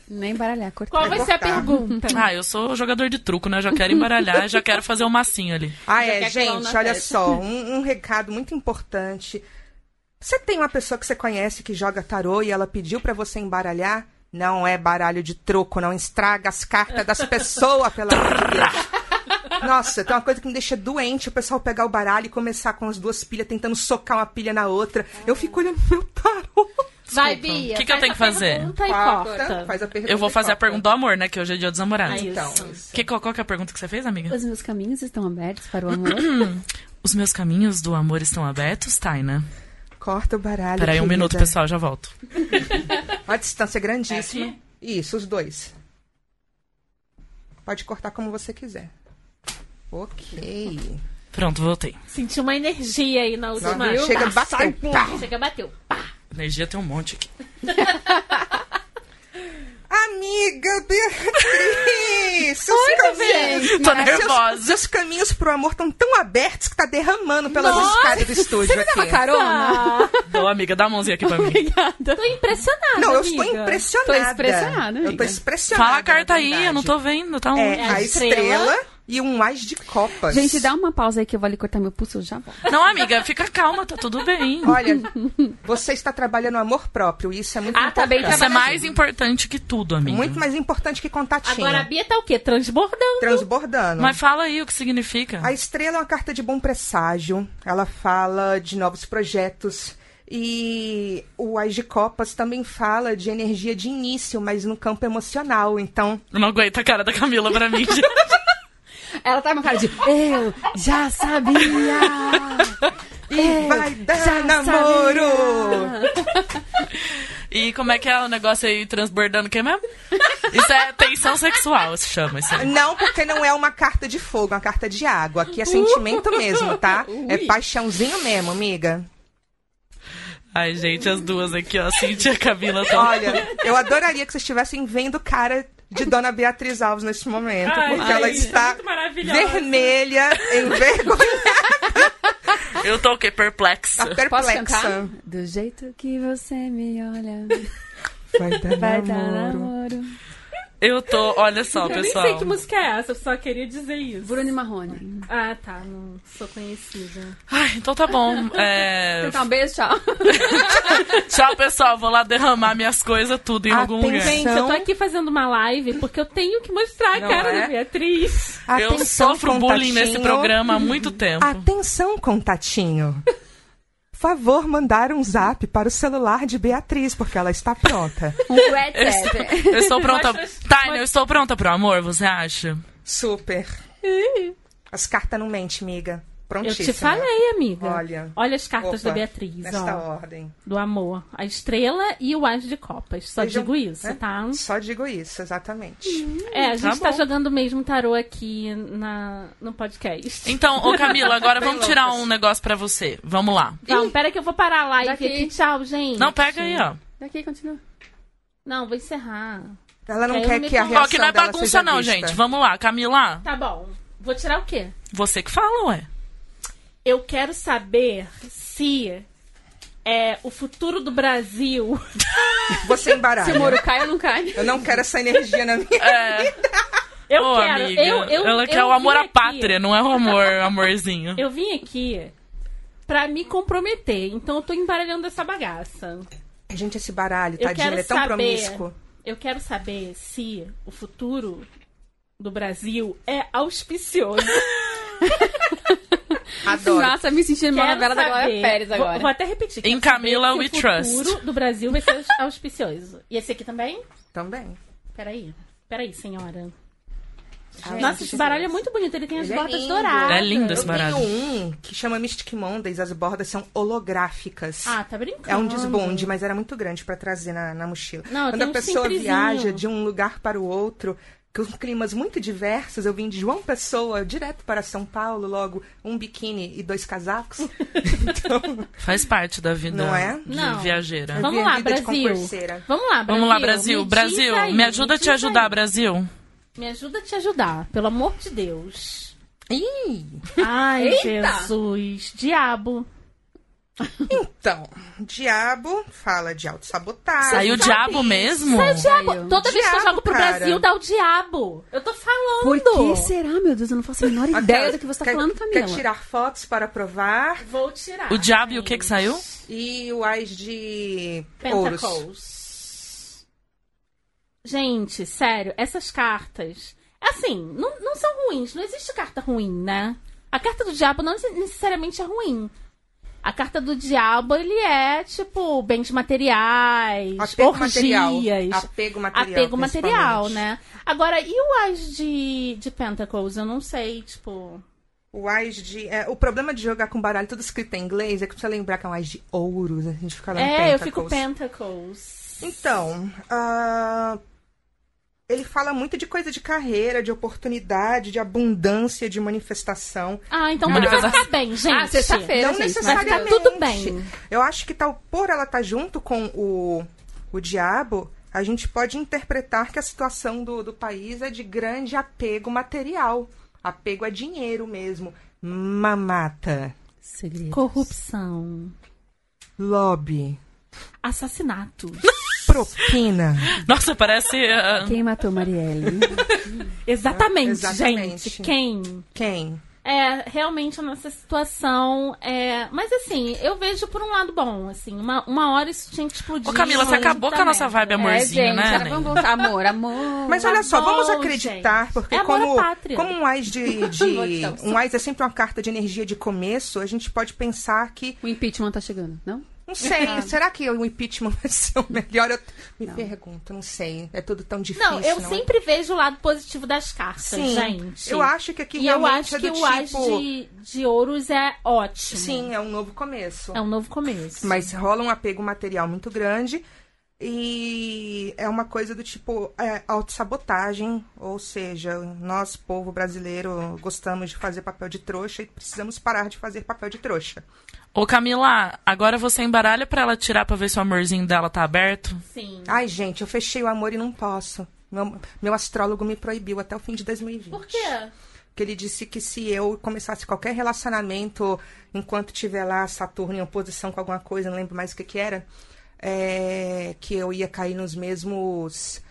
Speaker 1: Nem baralhar, cortar.
Speaker 2: é
Speaker 3: Qual vai ser a
Speaker 2: cortar.
Speaker 3: pergunta?
Speaker 4: Ah, eu sou jogador de truco, né? Já quero embaralhar, já quero fazer um massinho ali.
Speaker 2: Ah, é,
Speaker 3: Já quer colar um
Speaker 2: gente,
Speaker 3: na
Speaker 2: olha
Speaker 3: testa.
Speaker 2: só, um, um recado muito importante. Você tem uma pessoa que você conhece que joga tarô e ela pediu pra você embaralhar? Não é baralho de troco, não estraga as cartas das pessoas, pelo amor de Deus. Nossa, tem uma coisa que me deixa doente o pessoal pegar o baralho e começar com as duas pilhas, tentando socar uma pilha na outra. Eu fico olhando meu tarô.
Speaker 3: vai,
Speaker 4: Desculpa.
Speaker 3: Bia.
Speaker 4: O que que
Speaker 3: faz
Speaker 4: eu tenho
Speaker 3: a
Speaker 4: que fazer?
Speaker 3: Pergunta e
Speaker 2: Corta,
Speaker 3: corta.
Speaker 2: faz a pergunta
Speaker 4: Eu vou
Speaker 2: e
Speaker 4: fazer a
Speaker 2: corta.
Speaker 4: pergunta do amor, né? Que hoje é dia dos namorados.
Speaker 3: Aí.
Speaker 2: Então,
Speaker 4: Que, qual, qual que é a pergunta que você fez, amiga?
Speaker 1: Os meus caminhos estão abertos para o amor.
Speaker 4: Os meus caminhos do amor estão abertos, Taina?
Speaker 2: corta o baralho.
Speaker 4: Peraí um
Speaker 2: querida.
Speaker 4: minuto, pessoal, já volto.
Speaker 2: Olha a distância é grandíssima.
Speaker 4: É aqui?
Speaker 2: Isso, os dois. Pode cortar como você quiser. Ok.
Speaker 4: Pronto, voltei.
Speaker 3: Senti uma energia aí na última.
Speaker 2: Nossa, chega, bateu. Tá. Pá.
Speaker 3: Chega, bateu.
Speaker 4: Energia tem um monte aqui.
Speaker 2: Amiga Beatriz! Seus caminhos,
Speaker 4: Tô
Speaker 2: seus,
Speaker 4: nervosa.
Speaker 2: seus caminhos pro amor estão tão abertos que tá derramando pelas
Speaker 1: Nossa!
Speaker 2: escadas do estúdio aqui.
Speaker 1: carona?
Speaker 3: Ah,
Speaker 4: Ô, amiga, dá a mãozinha aqui pra mim.
Speaker 1: Obrigada.
Speaker 3: Tô impressionada.
Speaker 2: Não, eu
Speaker 3: amiga.
Speaker 2: estou impressionada.
Speaker 1: Tô impressionada,
Speaker 2: Eu tô
Speaker 1: amiga.
Speaker 2: impressionada.
Speaker 4: Fala a carta
Speaker 2: na
Speaker 4: aí, eu não tô
Speaker 2: verdade.
Speaker 4: vendo. Tá um...
Speaker 2: É,
Speaker 3: É
Speaker 2: a
Speaker 3: a estrela.
Speaker 2: estrela E um mais de copas.
Speaker 1: Gente, dá um uma pausa aí que eu vou ali cortar meu pulso, eu já volto.
Speaker 4: Não, amiga, fica calma, tá tudo bem.
Speaker 2: Olha, você está trabalhando amor próprio, e isso é muito
Speaker 3: Ah, tá bem
Speaker 2: importante.
Speaker 4: Isso é mais importante que tudo, amiga.
Speaker 2: Muito mais importante que contatinho.
Speaker 3: Agora a Bia tá o quê? Transbordando.
Speaker 2: Transbordando.
Speaker 4: Mas fala aí o que significa.
Speaker 2: A estrela é uma carta de bom presságio. Ela fala de novos projetos. E o As de Copas também fala de energia de início, mas no campo emocional. Então,
Speaker 4: Eu Não aguento a cara da Camila pra mim. gente.
Speaker 1: Ela tá com cara de eu já sabia!
Speaker 3: É,
Speaker 2: e vai dar namoro!
Speaker 4: e como é que é o negócio aí transbordando? Que é mesmo? Isso é tensão sexual, se chama isso aí.
Speaker 2: Não, porque não é uma carta de fogo, é uma carta de água.
Speaker 3: Uh!
Speaker 2: Aqui é sentimento mesmo, tá? É paixãozinho mesmo, amiga.
Speaker 4: Ai, gente, as duas aqui, ó, Cintia e a Camila
Speaker 3: É.
Speaker 4: tão...
Speaker 2: Olha, eu adoraria que vocês estivessem vendo cara de Dona Beatriz Alves neste momento,
Speaker 3: Ai,
Speaker 2: porque
Speaker 3: gente,
Speaker 2: ela
Speaker 3: é
Speaker 2: está
Speaker 3: muito maravilhosa.
Speaker 4: assim.
Speaker 2: vermelha, envergonhada,
Speaker 4: Eu tô o quê? Perplexa.
Speaker 1: Posso
Speaker 2: perplexa.
Speaker 1: cantar? Do jeito que você me olha,
Speaker 2: Vai dar
Speaker 1: vai dar
Speaker 3: né?
Speaker 2: namoro.
Speaker 1: namoro.
Speaker 4: Eu tô, olha só,
Speaker 3: Eu nem
Speaker 4: pessoal.
Speaker 3: sei que música é essa, eu só queria dizer isso.
Speaker 1: Bruno e Marrone.
Speaker 3: Ah, tá, não sou conhecida.
Speaker 4: Ai, então tá bom. É,
Speaker 1: Então, beijo, tchau.
Speaker 4: Tchau, pessoal. Vou lá derramar minhas coisas tudo em algum lugar.
Speaker 2: Atenção.
Speaker 3: Gente, eu tô aqui fazendo uma live porque eu tenho que mostrar a
Speaker 2: Não
Speaker 3: cara
Speaker 2: é?
Speaker 3: da Beatriz.
Speaker 4: Eu sofro bullying nesse
Speaker 2: contatinho. Ah,
Speaker 4: programa há muito tempo.
Speaker 2: Atenção, contatinho. Por favor, mandar um zap para o celular de Beatriz, porque ela está pronta.
Speaker 1: Um
Speaker 4: Eu estou,
Speaker 1: WhatsApp.
Speaker 4: eu estou pronta.
Speaker 3: Mostra-
Speaker 4: Taina, eu estou pronta pro amor, você acha?
Speaker 2: Super. As cartas não mentem, miga.
Speaker 3: Eu
Speaker 2: Prontíssima.
Speaker 3: te
Speaker 4: né?
Speaker 3: falei, amiga.
Speaker 2: Olha.
Speaker 3: Olha as cartas
Speaker 2: Opa,
Speaker 3: da Beatriz,
Speaker 2: Nesta
Speaker 3: ó.
Speaker 2: ordem.
Speaker 3: Do amor. A estrela e o as de copas. Só
Speaker 2: Vejam,
Speaker 3: digo isso,
Speaker 2: né?
Speaker 3: tá?
Speaker 2: Só digo isso, exatamente.
Speaker 3: É, a gente
Speaker 4: é? Tá
Speaker 3: tá,
Speaker 4: bom.
Speaker 3: jogando mesmo tarô aqui na, no podcast.
Speaker 4: Então, ô Camila, agora
Speaker 2: Bem
Speaker 4: vamos tirar
Speaker 2: loucas.
Speaker 4: um negócio pra você. Vamos lá.
Speaker 3: Então, pera que eu vou parar a live
Speaker 1: Daqui.
Speaker 3: aqui. Tchau, gente.
Speaker 4: Não, pega aí, ó.
Speaker 1: Daqui, continua.
Speaker 3: Não, vou encerrar.
Speaker 2: Ela não
Speaker 3: Eu
Speaker 2: quer
Speaker 3: me
Speaker 2: que a
Speaker 3: convoco,
Speaker 4: Ó,
Speaker 2: reação
Speaker 4: que não é
Speaker 2: dela seja
Speaker 4: bagunça não,
Speaker 2: vista.
Speaker 4: gente. Vamos lá, Camila.
Speaker 3: Tá bom. Vou tirar o quê?
Speaker 4: Você que fala, ué.
Speaker 3: Eu quero saber se é o futuro do Brasil.
Speaker 1: Se
Speaker 2: Você
Speaker 1: o
Speaker 2: embaralha.
Speaker 1: muro cai ou não cai?
Speaker 2: Eu não quero essa energia na minha...
Speaker 4: É,
Speaker 3: Eu
Speaker 4: ô,
Speaker 3: quero.
Speaker 4: amiga.
Speaker 3: eu, eu,
Speaker 4: Ela
Speaker 3: eu
Speaker 4: quer o amor
Speaker 3: vim
Speaker 4: à
Speaker 3: aqui-
Speaker 4: pátria, não é o amor, amorzinho.
Speaker 3: Eu vim aqui pra me comprometer. Então eu tô embaralhando essa bagaça.
Speaker 2: Gente, esse baralho,
Speaker 3: Eu
Speaker 2: tadinho,
Speaker 3: quero
Speaker 2: ele é tão
Speaker 3: saber.
Speaker 2: promíscuo.
Speaker 3: Eu quero saber se o futuro do Brasil é auspicioso.
Speaker 2: Adoro.
Speaker 1: Nossa, me sentindo mal na
Speaker 3: Quero
Speaker 1: vela da Glória
Speaker 3: saber.
Speaker 1: tá Pérez agora.
Speaker 3: Vou, vou até repetir.
Speaker 4: Em
Speaker 3: Quero saber
Speaker 4: Camila
Speaker 3: se
Speaker 4: we
Speaker 3: O
Speaker 4: trust.
Speaker 3: futuro do Brasil vai ser aus- auspicioso. E esse aqui também?
Speaker 2: Também.
Speaker 3: Peraí. Peraí, senhora.
Speaker 1: Gente,
Speaker 3: Nossa, esse baralho é muito bonito. Ele tem as
Speaker 2: Ele é
Speaker 3: bordas
Speaker 2: lindo.
Speaker 3: douradas.
Speaker 4: É lindo esse
Speaker 2: Eu
Speaker 4: baralho.
Speaker 2: tenho um que chama Mystic Mondays, as bordas são holográficas.
Speaker 3: Ah, tá brincando.
Speaker 2: É um desbonde, mas era muito grande pra trazer na, na mochila.
Speaker 3: Não, eu
Speaker 2: Quando a
Speaker 3: tenho um
Speaker 2: pessoa
Speaker 3: simplesinho.
Speaker 2: viaja de um lugar para o outro, com climas muito diversos, eu vim de João Pessoa direto para São Paulo, logo um biquíni e dois casacos. Então,
Speaker 4: Faz parte da vida
Speaker 2: Não é?
Speaker 4: de
Speaker 3: Não.
Speaker 4: viajeira.
Speaker 2: É
Speaker 3: Vamos
Speaker 2: minha
Speaker 3: lá,
Speaker 2: vida de
Speaker 3: Brasil.
Speaker 2: concurseira.
Speaker 3: Vamos lá, Brasil.
Speaker 4: Vamos lá, Brasil.
Speaker 3: Me
Speaker 4: Brasil,
Speaker 3: diz aí,
Speaker 4: me ajuda a
Speaker 3: diz
Speaker 4: te ajudar,
Speaker 3: aí.
Speaker 4: Brasil.
Speaker 3: Me ajuda a te ajudar, pelo amor de Deus.
Speaker 2: Ih,
Speaker 3: Ai,
Speaker 1: Eita!
Speaker 3: Jesus. Diabo.
Speaker 2: então, o diabo fala de
Speaker 3: Ah,
Speaker 2: autossabotagem.
Speaker 4: Saiu o diabo mesmo?
Speaker 3: Sai o diabo.
Speaker 1: Saiu.
Speaker 3: Toda vez que eu
Speaker 2: Diabo,
Speaker 3: jogo pro
Speaker 2: cara.
Speaker 3: Brasil, dá o diabo. Eu tô falando.
Speaker 1: Por que será, meu Deus? Eu não faço a menor
Speaker 2: Aquela-
Speaker 1: ideia do que você tá
Speaker 2: quer,
Speaker 1: falando, Camila.
Speaker 2: Quer tirar fotos para provar.
Speaker 3: Vou tirar.
Speaker 4: O diabo e o que que saiu?
Speaker 2: E o as de ouros.
Speaker 3: Pentacles. Gente, sério, essas cartas. Assim, não, não são ruins. Não existe carta ruim, né? A carta do diabo não necessariamente é ruim. A carta do diabo, ele é, tipo, bens materiais,
Speaker 2: Apego material.
Speaker 3: orgias.
Speaker 2: Apego material.
Speaker 3: apego material,
Speaker 2: principalmente.
Speaker 3: né? Agora, e o as de, de Pentacles? Eu não sei, tipo.
Speaker 2: O as de. é, o problema de jogar com baralho tudo escrito em inglês é que precisa lembrar que é um as de ouros. A gente fica lá no
Speaker 3: é, eu fico
Speaker 2: Pentacles.
Speaker 3: Pentacles.
Speaker 2: Então, ah, ele fala muito de coisa de carreira, de oportunidade, de abundância, de manifestação.
Speaker 3: Ah, então
Speaker 4: Olha,
Speaker 3: tudo vai
Speaker 4: mas-
Speaker 3: ficar bem, gente.
Speaker 1: Ah, sexta-feira,
Speaker 2: Não
Speaker 1: gente.
Speaker 2: necessariamente.
Speaker 1: Mas tá
Speaker 3: tudo bem.
Speaker 2: Eu acho que tal por ela tá junto com o, o diabo, a gente pode interpretar que a situação do, do país é de grande apego material. Apego a dinheiro mesmo. Mamata.
Speaker 1: tudo- Segredo.
Speaker 3: Corrupção.
Speaker 2: Lobby.
Speaker 3: Assassinato.
Speaker 2: propina.
Speaker 4: Nossa, parece. ah,
Speaker 1: Quem matou Marielle?
Speaker 3: Exatamente,
Speaker 2: Exatamente.
Speaker 3: gente. Quem?
Speaker 2: Quem?
Speaker 3: É, realmente a nossa situação é. Mas assim, eu vejo por um lado bom, assim, uma, uma hora isso tinha que explodir.
Speaker 4: Ô, Camila, você
Speaker 3: uma hora
Speaker 4: acabou
Speaker 3: isso
Speaker 4: com
Speaker 3: dá
Speaker 4: a nossa
Speaker 3: merda.
Speaker 4: vibe amorzinho,
Speaker 1: é, gente,
Speaker 4: né?
Speaker 1: agora vamos voltar. Amor, amor.
Speaker 2: Mas olha só, vamos
Speaker 3: bom,
Speaker 2: acreditar,
Speaker 3: gente.
Speaker 2: porque
Speaker 3: É amor à
Speaker 2: como,
Speaker 3: pátria.
Speaker 2: como um AIS de.
Speaker 1: Vou te
Speaker 2: de
Speaker 1: dar um
Speaker 2: um AIS é sempre uma carta de energia de começo, a gente pode pensar que.
Speaker 1: O impeachment tá chegando, não?
Speaker 2: Não sei,
Speaker 3: Ah.
Speaker 2: será que o impeachment vai ser o melhor? Eu me pergunto, não sei. É tudo tão difícil.
Speaker 3: Não, eu
Speaker 2: é?
Speaker 3: sempre vejo o lado positivo das cartas, gente.
Speaker 2: Eu acho que aqui
Speaker 3: E eu
Speaker 2: realmente
Speaker 3: acho
Speaker 2: é
Speaker 3: que
Speaker 2: do
Speaker 3: o As
Speaker 2: tipo.
Speaker 3: de, de Ouros é ótimo.
Speaker 2: Sim, é um novo começo.
Speaker 3: É um novo começo.
Speaker 2: Mas rola um apego material muito grande. E é uma coisa do tipo é, autossabotagem, ou seja, nós, povo brasileiro, gostamos de fazer papel de trouxa e precisamos parar de fazer papel de trouxa.
Speaker 4: Ô, Camila, agora você embaralha pra ela tirar pra ver se o amorzinho dela tá aberto?
Speaker 3: Sim.
Speaker 2: Ai, gente, eu fechei o amor e não posso. Meu, meu astrólogo me proibiu até o fim de 2020.
Speaker 3: Por quê?
Speaker 2: que ele disse que se eu começasse qualquer relacionamento enquanto tiver lá Saturno em oposição com alguma coisa, não lembro mais o que que era, é, que eu ia cair nos mesmos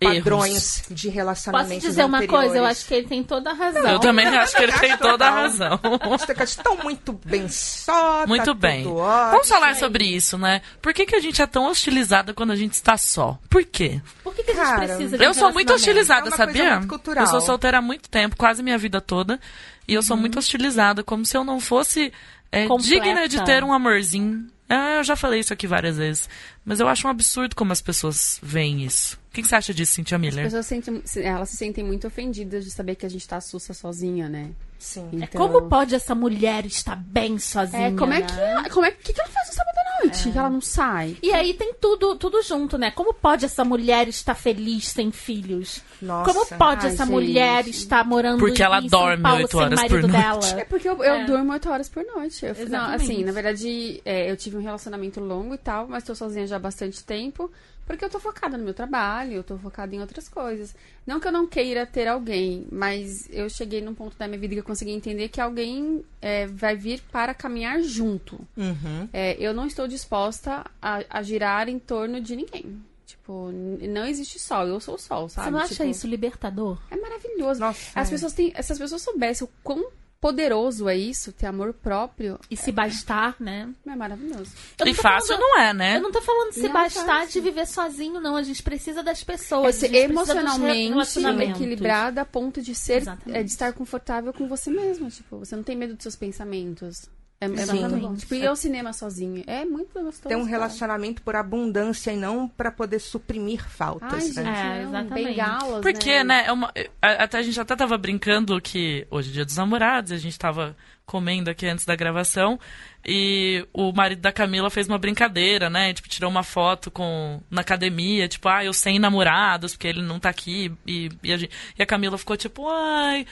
Speaker 4: Erros.
Speaker 2: padrões de
Speaker 3: Posso
Speaker 2: relacionamentos
Speaker 3: dizer uma
Speaker 2: anteriores.
Speaker 3: coisa? Eu acho que ele tem toda a razão.
Speaker 4: Eu também acho que ele tem toda a razão.
Speaker 2: Estão muito bem só, tá
Speaker 4: Muito
Speaker 2: tudo
Speaker 4: bem.
Speaker 2: ótimo.
Speaker 4: Vamos falar sobre isso, né? Por que, que a gente é tão hostilizada quando a gente está só? Por quê?
Speaker 3: Por que, que a gente
Speaker 2: Cara,
Speaker 3: precisa de um
Speaker 4: Eu sou muito
Speaker 3: relacionamento?
Speaker 4: hostilizada,
Speaker 2: É uma coisa
Speaker 4: sabia?
Speaker 2: muito cultural.
Speaker 4: Eu sou solteira há muito tempo, quase minha vida toda. E eu sou muito hostilizada, como se eu não fosse é,
Speaker 3: Uhum. Completa.
Speaker 4: digna de ter um amorzinho. É, eu já falei isso aqui várias vezes. Mas eu acho um absurdo como as pessoas veem isso. O que, que você acha disso, Cynthia
Speaker 1: As
Speaker 4: Miller?
Speaker 1: pessoas sentem, se- elas se sentem muito ofendidas de saber que a gente tá sussa sozinha, né?
Speaker 2: Sim.
Speaker 1: Então...
Speaker 3: Como pode essa mulher estar bem sozinha?
Speaker 1: É, como é
Speaker 3: né?
Speaker 1: que, como é que, que ela faz no sábado à noite? Que ela não sai.
Speaker 3: E aí tem tudo, tudo junto, né? Como pode essa mulher estar feliz sem filhos?
Speaker 2: Nossa.
Speaker 3: Como pode
Speaker 1: Ai,
Speaker 3: essa
Speaker 1: gente.
Speaker 3: mulher estar morando
Speaker 4: Porque
Speaker 3: em,
Speaker 4: ela
Speaker 3: em
Speaker 4: dorme
Speaker 3: São Paulo
Speaker 4: oito
Speaker 3: sem
Speaker 4: horas
Speaker 3: o
Speaker 4: por
Speaker 3: marido
Speaker 4: noite.
Speaker 1: É
Speaker 3: dela?
Speaker 1: porque eu, eu
Speaker 3: É.
Speaker 1: durmo 8 horas por noite. Eu, fui- não,
Speaker 3: Exatamente.
Speaker 1: assim, na verdade, é, eu tive um relacionamento longo e tal, mas tô sozinha já há bastante tempo, porque eu tô focada no meu trabalho, eu tô focada em outras coisas. Não que eu não queira ter alguém, mas eu cheguei num ponto da minha vida que eu consegui entender que alguém é, vai vir para caminhar junto.
Speaker 2: Uhum.
Speaker 1: É, eu não estou disposta a, a girar em torno de ninguém. Tipo, n- não existe sol, eu sou o sol, sabe?
Speaker 3: Você não acha
Speaker 1: Tipo,
Speaker 3: isso libertador?
Speaker 1: É maravilhoso.
Speaker 2: Nossa.
Speaker 1: As
Speaker 3: é.
Speaker 1: pessoas têm, se as pessoas soubessem o quão poderoso é isso, ter amor próprio,
Speaker 3: E se bastar, né?
Speaker 1: é maravilhoso.
Speaker 3: Eu
Speaker 4: E
Speaker 3: tô
Speaker 4: fácil
Speaker 3: falando-
Speaker 4: não é, né?
Speaker 3: Eu não tô falando se
Speaker 1: Não, tá
Speaker 3: bastar
Speaker 1: fácil.
Speaker 3: de viver sozinho, não. A gente precisa das
Speaker 1: É
Speaker 3: pessoas. a
Speaker 1: ser
Speaker 3: gente precisa um dos
Speaker 1: emocionalmente
Speaker 3: relacionamentos.
Speaker 1: equilibrada a ponto de ser,
Speaker 3: Exatamente.
Speaker 1: é, de estar confortável com você mesma. Tipo, você não tem medo dos seus pensamentos. É, é muito
Speaker 3: Exatamente.
Speaker 1: bom. Tipo, ir ao cinema sozinho. É muito gostoso.
Speaker 2: Ter um
Speaker 1: cara.
Speaker 2: relacionamento por abundância e não pra poder suprimir
Speaker 1: Ai,
Speaker 2: faltas,
Speaker 1: gente, um
Speaker 2: né?
Speaker 3: É,
Speaker 1: não,
Speaker 3: exatamente.
Speaker 1: bengalas,
Speaker 4: Porque, né, é uma- a- até a gente até tava brincando que hoje é dia dos namorados, a gente tava comendo aqui antes da gravação, e o marido da Camila fez uma brincadeira, né? Tipo, tirou uma foto com na academia, tipo, ah, eu sem namorados, porque ele não tá aqui. E, e a, gente- e a Camila ficou tipo, ai.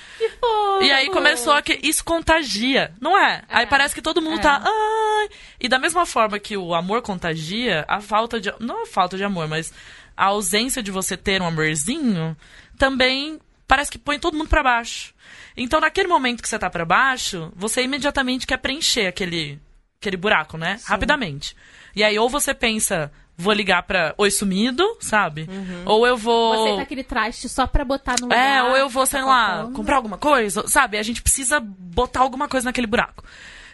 Speaker 4: E aí começou a que isso contagia, não é? Aí parece que todo
Speaker 3: É.
Speaker 4: mundo tá, ai. E da mesma forma que o amor contagia, a falta de. Não a falta de amor, mas a ausência de você ter um amorzinho também parece que põe todo mundo pra baixo. Então, naquele momento que você tá pra baixo, você imediatamente quer preencher aquele, aquele buraco, né? Rapidamente. E aí, ou você pensa, vou ligar pra Oi Sumido, sabe? Ou eu
Speaker 3: Uhum. Você
Speaker 4: vou.
Speaker 3: tá aquele traste só pra botar no lugar.
Speaker 4: É, ou eu vou, sei
Speaker 3: tá
Speaker 4: lá,
Speaker 3: faltando.
Speaker 4: comprar um alguma coisa, sabe? A gente precisa botar alguma coisa naquele buraco.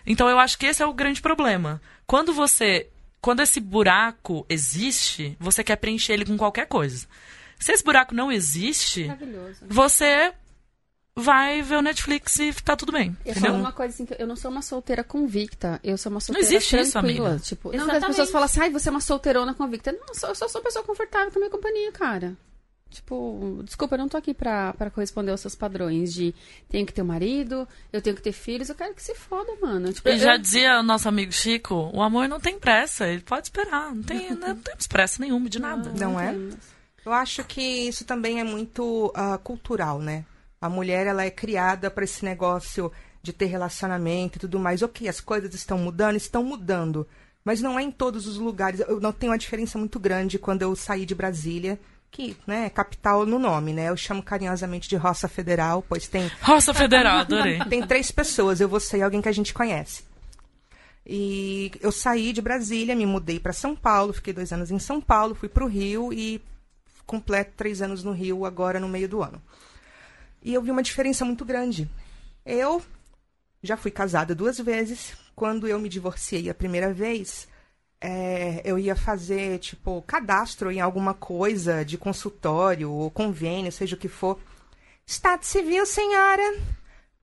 Speaker 4: Então eu acho que esse é o grande problema. Quando você. Quando esse buraco existe, você quer preencher ele com qualquer coisa. Se esse buraco não existe,
Speaker 1: Maravilhoso.
Speaker 4: você vai ver o Netflix e tá tudo bem.
Speaker 1: Eu
Speaker 4: entendeu?
Speaker 1: falo uma coisa assim, que eu não sou uma solteira convicta, eu sou uma solteira
Speaker 4: existe isso,
Speaker 1: tranquila.
Speaker 4: amiga.
Speaker 1: Tipo, não,
Speaker 3: Exatamente.
Speaker 1: as pessoas falam assim, ai, você é uma solteirona convicta. Não, eu sou- eu só sou uma pessoa confortável com a minha companhia, cara. Tipo, desculpa, eu não tô aqui pra, pra corresponder aos seus padrões de tenho que ter um marido, eu tenho que ter filhos, eu quero que se foda, mano. Tipo,
Speaker 4: E
Speaker 1: eu-
Speaker 4: já dizia o nosso amigo Chico, o amor não tem pressa, ele pode esperar. Não tem, não tem pressa nenhuma de nada.
Speaker 2: Não é?
Speaker 1: entendo.
Speaker 2: Eu acho que isso também é muito ah, cultural, né? A mulher ela é criada para esse negócio de ter relacionamento e tudo mais. Ok, as coisas estão mudando, estão mudando, mas não é em todos os lugares. Eu não tenho uma diferença muito grande quando eu saí de Brasília, que né, é capital no nome, né? Eu chamo carinhosamente de roça federal, pois tem
Speaker 4: Roça Federal, adorei.
Speaker 2: tem três pessoas, eu, você e alguém que a gente conhece. E eu saí de Brasília, me mudei para São Paulo, fiquei dois anos em São Paulo, fui para o Rio e completo três anos no Rio agora no meio do ano. E eu vi uma diferença muito grande. Eu já fui casada duas vezes. Quando eu me divorciei a primeira vez, é, eu ia fazer, tipo, cadastro em alguma coisa de consultório ou convênio, seja o que for. Estado civil, senhora.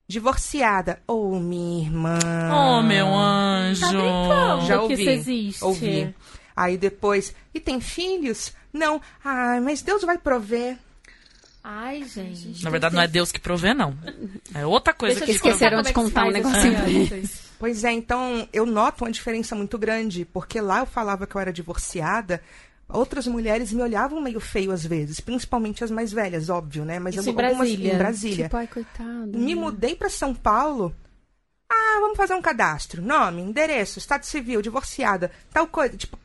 Speaker 2: Divorciada. Ô, minha irmã.
Speaker 4: Oh, meu anjo.
Speaker 3: Tá brincando
Speaker 2: Já
Speaker 3: que
Speaker 2: ouvi.
Speaker 3: isso existe.
Speaker 2: Ouvi. Aí depois, e tem filhos? Não. Ai, mas Deus vai prover.
Speaker 3: Ai, gente.
Speaker 4: Na verdade, não é Deus que provê, não. É outra coisa
Speaker 3: Deixa eu
Speaker 4: que
Speaker 3: te
Speaker 4: provê.
Speaker 1: esqueceram
Speaker 3: contar
Speaker 1: de
Speaker 3: como é que
Speaker 1: contar um
Speaker 3: faz as
Speaker 1: negocinho.
Speaker 3: crianças.
Speaker 2: Pois é, então eu noto uma diferença muito grande, porque lá eu falava que eu era divorciada, outras mulheres me olhavam meio feio às vezes, principalmente as mais velhas, óbvio, né? Mas
Speaker 3: Isso
Speaker 2: eu-
Speaker 3: em Brasília. hum.
Speaker 2: em Brasília.
Speaker 1: Tipo, ai, coitado.
Speaker 2: Me mudei para São Paulo. Ah, vamos fazer um cadastro. Nome, endereço, estado civil, divorciada, tal coisa. Tipo,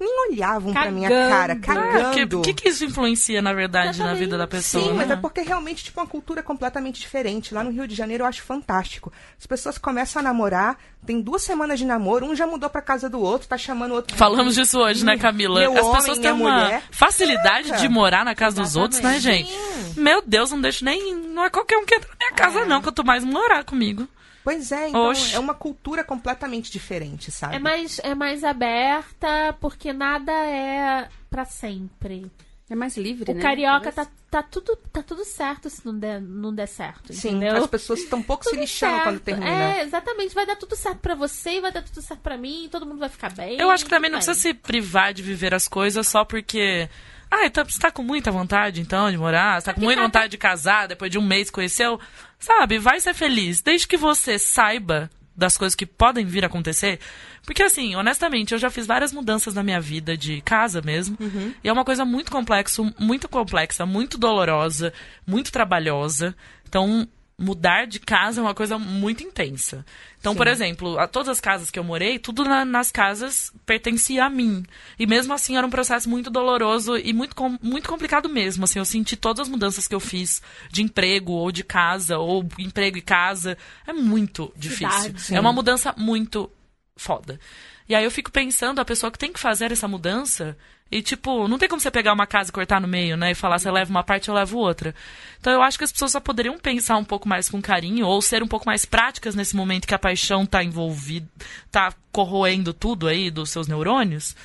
Speaker 2: nem olhavam pra minha
Speaker 3: Cagando. É,
Speaker 2: cara,
Speaker 4: O Ah, que,
Speaker 2: cagando.
Speaker 4: que que isso influencia, na verdade, na vida da pessoa?
Speaker 2: Sim, mas
Speaker 4: né?
Speaker 2: é porque realmente, tipo, uma cultura completamente diferente. Lá no Rio de Janeiro eu acho fantástico. As pessoas começam a namorar, tem duas semanas de namoro, um já mudou pra casa do outro, tá chamando o outro.
Speaker 4: Falamos disso hoje, né,
Speaker 2: Meu
Speaker 4: Camila?
Speaker 2: homem,
Speaker 4: As pessoas têm
Speaker 2: minha
Speaker 4: uma
Speaker 2: mulher.
Speaker 4: facilidade
Speaker 2: Caraca.
Speaker 4: de morar na casa dos outros, né, gente? Meu Deus, não deixo nem. Não é qualquer um que entra na minha casa, não, quanto mais morar comigo.
Speaker 2: Pois é, então
Speaker 4: Oxe.
Speaker 2: é uma cultura completamente diferente, sabe?
Speaker 3: É mais, é mais aberta, porque nada é pra sempre.
Speaker 1: É mais livre,
Speaker 3: o
Speaker 1: né?
Speaker 3: carioca tá, tá, tudo, tá tudo certo se não der, não der certo,
Speaker 2: Sim,
Speaker 3: entendeu?
Speaker 2: as pessoas estão um pouco se
Speaker 3: Tudo
Speaker 2: lixando
Speaker 3: certo.
Speaker 2: quando termina.
Speaker 3: É, exatamente. Vai dar tudo certo pra você, vai dar tudo certo pra mim, todo mundo vai ficar bem.
Speaker 4: Eu acho que também
Speaker 3: tudo bem.
Speaker 4: não precisa se privar de viver as coisas só porque. Ah, então você tá com muita vontade, então, de morar? Você tá com
Speaker 3: Porque
Speaker 4: muita
Speaker 3: cada-
Speaker 4: vontade de casar, depois de um mês conheceu? Sabe, vai ser feliz. Desde que você saiba das coisas que podem vir a acontecer. Porque, assim, honestamente, eu já fiz várias mudanças na minha vida, de casa mesmo. E é uma coisa muito complexa, muito complexa, muito dolorosa, muito trabalhosa. Então, mudar de casa é uma coisa muito intensa. Então, por exemplo, a todas as casas que eu morei, tudo na- nas casas pertencia a mim. E mesmo assim era um processo muito doloroso e muito, com- muito complicado mesmo. Assim, eu senti todas as mudanças que eu fiz de emprego ou de casa, ou emprego e casa. É muito difícil.
Speaker 3: Cidade,
Speaker 4: é uma mudança muito foda. E aí eu fico pensando, a pessoa que tem que fazer essa mudança, e tipo, não tem como você pegar uma casa e cortar no meio, né? E falar, você leva uma parte, eu levo outra. Então eu acho que as pessoas só poderiam pensar um pouco mais com carinho, ou ser um pouco mais práticas nesse momento que a paixão tá envolvida, tá corroendo tudo aí dos seus neurônios.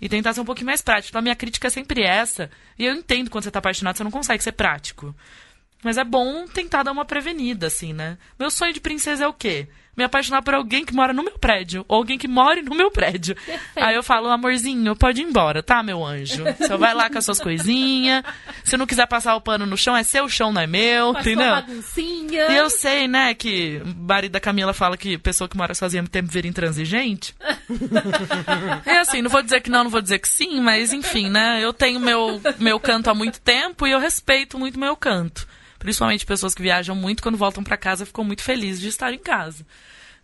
Speaker 4: E tentar ser um pouquinho mais prático. Então, a minha crítica é sempre essa. E eu entendo quando você tá apaixonado, você não consegue ser prático. Mas é bom tentar dar uma prevenida, assim, né? Meu sonho de princesa é o quê? Me apaixonar por alguém que mora no meu prédio. Ou alguém que more no meu prédio. Aí eu falo, amorzinho, pode ir embora, tá, meu anjo? Você vai lá com as suas coisinhas. Se não quiser passar o pano no chão, é seu chão, não é meu,
Speaker 3: Com a sua
Speaker 4: entendeu?
Speaker 3: baguncinha.
Speaker 4: E eu sei, né, que o marido da Camila fala que pessoa que mora sozinha tem que vir intransigente. é assim, não vou dizer que não, não vou dizer que sim, mas enfim, né? Eu tenho meu, meu canto há muito tempo e eu respeito muito meu canto. Principalmente pessoas que viajam muito, quando voltam pra casa, ficam muito felizes de estar em casa.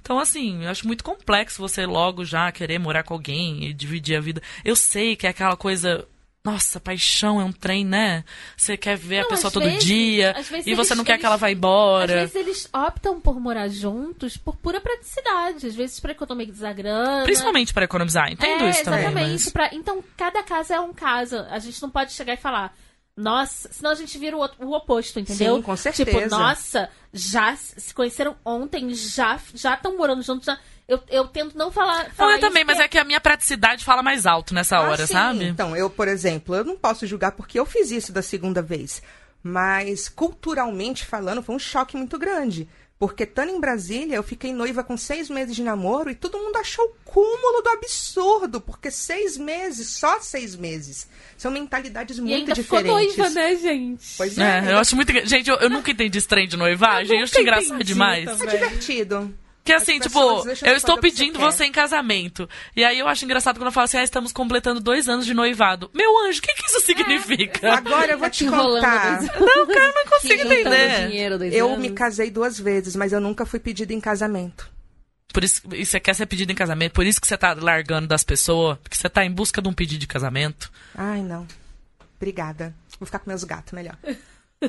Speaker 4: Então, assim, eu acho muito complexo você logo já querer morar com alguém e dividir a vida. Eu sei que é aquela coisa. Nossa, paixão é um trem, né? Você quer ver a
Speaker 3: Não,
Speaker 4: pessoa
Speaker 3: às
Speaker 4: todo
Speaker 3: vezes-
Speaker 4: dia
Speaker 3: às vezes
Speaker 4: e você
Speaker 3: eles-
Speaker 4: não quer que ela
Speaker 3: eles-
Speaker 4: vá embora.
Speaker 3: Às vezes eles optam por morar juntos por pura praticidade, às vezes pra economizar
Speaker 2: né?
Speaker 3: grana.
Speaker 4: Principalmente para economizar, entendo
Speaker 3: é,
Speaker 4: isso também.
Speaker 3: Exatamente.
Speaker 4: mas-
Speaker 3: pra- Então, cada caso é um caso. A gente não pode chegar e falar. Nossa, senão a gente vira o, outro- o oposto, entendeu?
Speaker 2: Sim, com certeza.
Speaker 3: Tipo, nossa, já s- se conheceram ontem, já já estão morando juntos. Já... Eu, eu tento não falar.
Speaker 4: Não,
Speaker 3: falar
Speaker 4: eu também,
Speaker 3: isso,
Speaker 4: mas é que a minha praticidade fala mais alto nessa
Speaker 2: Ah,
Speaker 4: hora,
Speaker 2: sim.
Speaker 4: sabe?
Speaker 2: Então, eu, por exemplo, eu não posso julgar porque eu fiz isso da segunda vez. Mas, culturalmente falando, foi um choque muito grande. Porque, estando em Brasília, eu fiquei noiva com seis meses de namoro e todo mundo achou o cúmulo do absurdo. Porque seis meses, só seis meses. São mentalidades
Speaker 3: E
Speaker 2: é muito
Speaker 3: ainda ficou
Speaker 2: diferentes.
Speaker 3: noiva, né, gente?
Speaker 2: Pois é,
Speaker 4: É, eu acho muito. engra- Gente, eu, eu nunca entendi esse trem de noivagem. Eu, acho engraçado
Speaker 3: entendi
Speaker 4: demais.
Speaker 3: também.
Speaker 2: é divertido.
Speaker 4: Que assim,
Speaker 2: As
Speaker 4: tipo,
Speaker 2: pessoas deixam
Speaker 4: eu
Speaker 2: de
Speaker 4: estou
Speaker 2: fazer o que
Speaker 4: pedindo
Speaker 2: você quer.
Speaker 4: você em casamento. E aí eu acho engraçado quando eu falo assim, ah, estamos completando dois anos de noivado. Meu anjo, o que,
Speaker 2: É,
Speaker 4: que isso significa?
Speaker 2: Agora
Speaker 3: Tá
Speaker 2: eu vou te contar.
Speaker 1: Não, cara, não
Speaker 4: consigo entender.
Speaker 1: Dinheiro, dois
Speaker 2: Eu
Speaker 1: anos.
Speaker 2: me casei duas vezes, mas eu nunca fui pedida em casamento.
Speaker 4: Por isso, e você quer ser pedido em casamento, por isso que você tá largando das pessoas, porque você tá em busca de um pedido de casamento.
Speaker 2: Ai, não. Obrigada. Vou ficar com meus gatos melhor.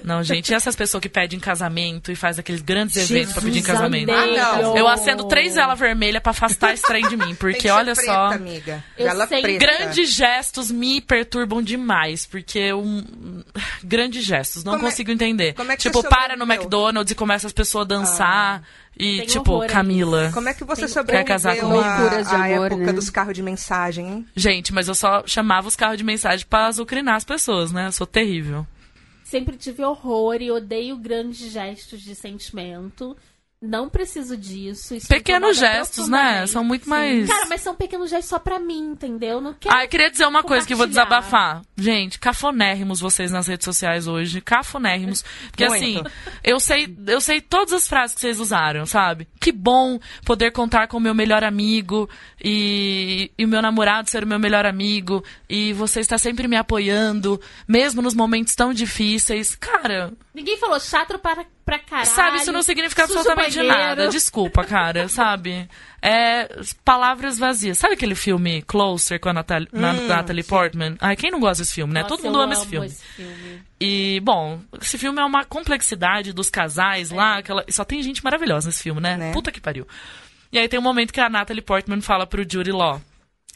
Speaker 4: Não, gente, e essas pessoas que pedem casamento e faz aqueles grandes eventos pra pedir em
Speaker 3: Jesus
Speaker 4: casamento.
Speaker 3: amado.
Speaker 2: Ah, não.
Speaker 4: Eu acendo três velas vermelhas pra afastar esse trem de mim,
Speaker 2: Tem
Speaker 4: porque
Speaker 2: que ser
Speaker 4: olha
Speaker 2: preta,
Speaker 4: só.
Speaker 2: Amiga.
Speaker 3: Eu
Speaker 2: Vela
Speaker 3: sei.
Speaker 2: preta.
Speaker 4: Grandes gestos me perturbam demais, porque eu. hum, Grandes gestos, não
Speaker 2: Como é-
Speaker 4: consigo entender.
Speaker 2: como é que
Speaker 4: tipo,
Speaker 2: você
Speaker 4: para no
Speaker 2: sobreviveu?
Speaker 4: McDonald's e começa as pessoas a dançar. E,
Speaker 3: Tem
Speaker 4: tipo,
Speaker 3: horror a isso.
Speaker 4: Camila.
Speaker 2: Ah. Como é que você
Speaker 3: Tem-
Speaker 2: sobreviveu
Speaker 4: Quer casar com
Speaker 1: loucuras de
Speaker 2: à à
Speaker 1: amor,
Speaker 2: época
Speaker 1: né?
Speaker 2: dos carros de mensagem, hein?
Speaker 4: Gente, mas eu só chamava os carros de mensagem pra azucrinar as pessoas, né? Eu sou terrível.
Speaker 3: Sempre tive horror e odeio grandes gestos de sentimento. Não preciso disso. isso me
Speaker 4: Pequenos
Speaker 3: incomoda
Speaker 4: gestos, né?
Speaker 3: profundamente.
Speaker 4: São muito mais.
Speaker 3: Cara, mas são pequenos gestos só pra mim, entendeu? Não quero.
Speaker 4: Ah, eu queria dizer uma coisa que eu vou
Speaker 3: compartilhar.
Speaker 4: desabafar. Gente, cafonérrimos vocês nas redes sociais hoje. Cafonérrimos. Porque
Speaker 2: Muito.
Speaker 4: assim, eu sei, eu sei todas as frases que vocês usaram, sabe? Que bom poder contar com o meu melhor amigo e, e o meu namorado ser o meu melhor amigo. E você está sempre me apoiando, mesmo nos momentos tão difíceis. Cara,
Speaker 3: Ninguém falou chato para, pra caralho.
Speaker 4: Sabe, isso não significa
Speaker 3: sujo
Speaker 4: absolutamente
Speaker 3: banheiro.
Speaker 4: nada. Desculpa, cara, sabe? É palavras vazias. Sabe aquele filme Closer com a Natalie, na- Natalie Portman? Ai, quem não gosta desse filme, né?
Speaker 3: Hum, Nossa,
Speaker 4: Todo mundo
Speaker 3: eu
Speaker 4: ama esse
Speaker 3: amo
Speaker 4: filme.
Speaker 3: filme.
Speaker 4: E, bom, esse filme é uma complexidade dos casais lá. Aquela... Só tem gente maravilhosa nesse filme, né?
Speaker 2: Né?
Speaker 4: Puta que pariu. E aí tem um momento que a Natalie Portman fala pro Judy Law.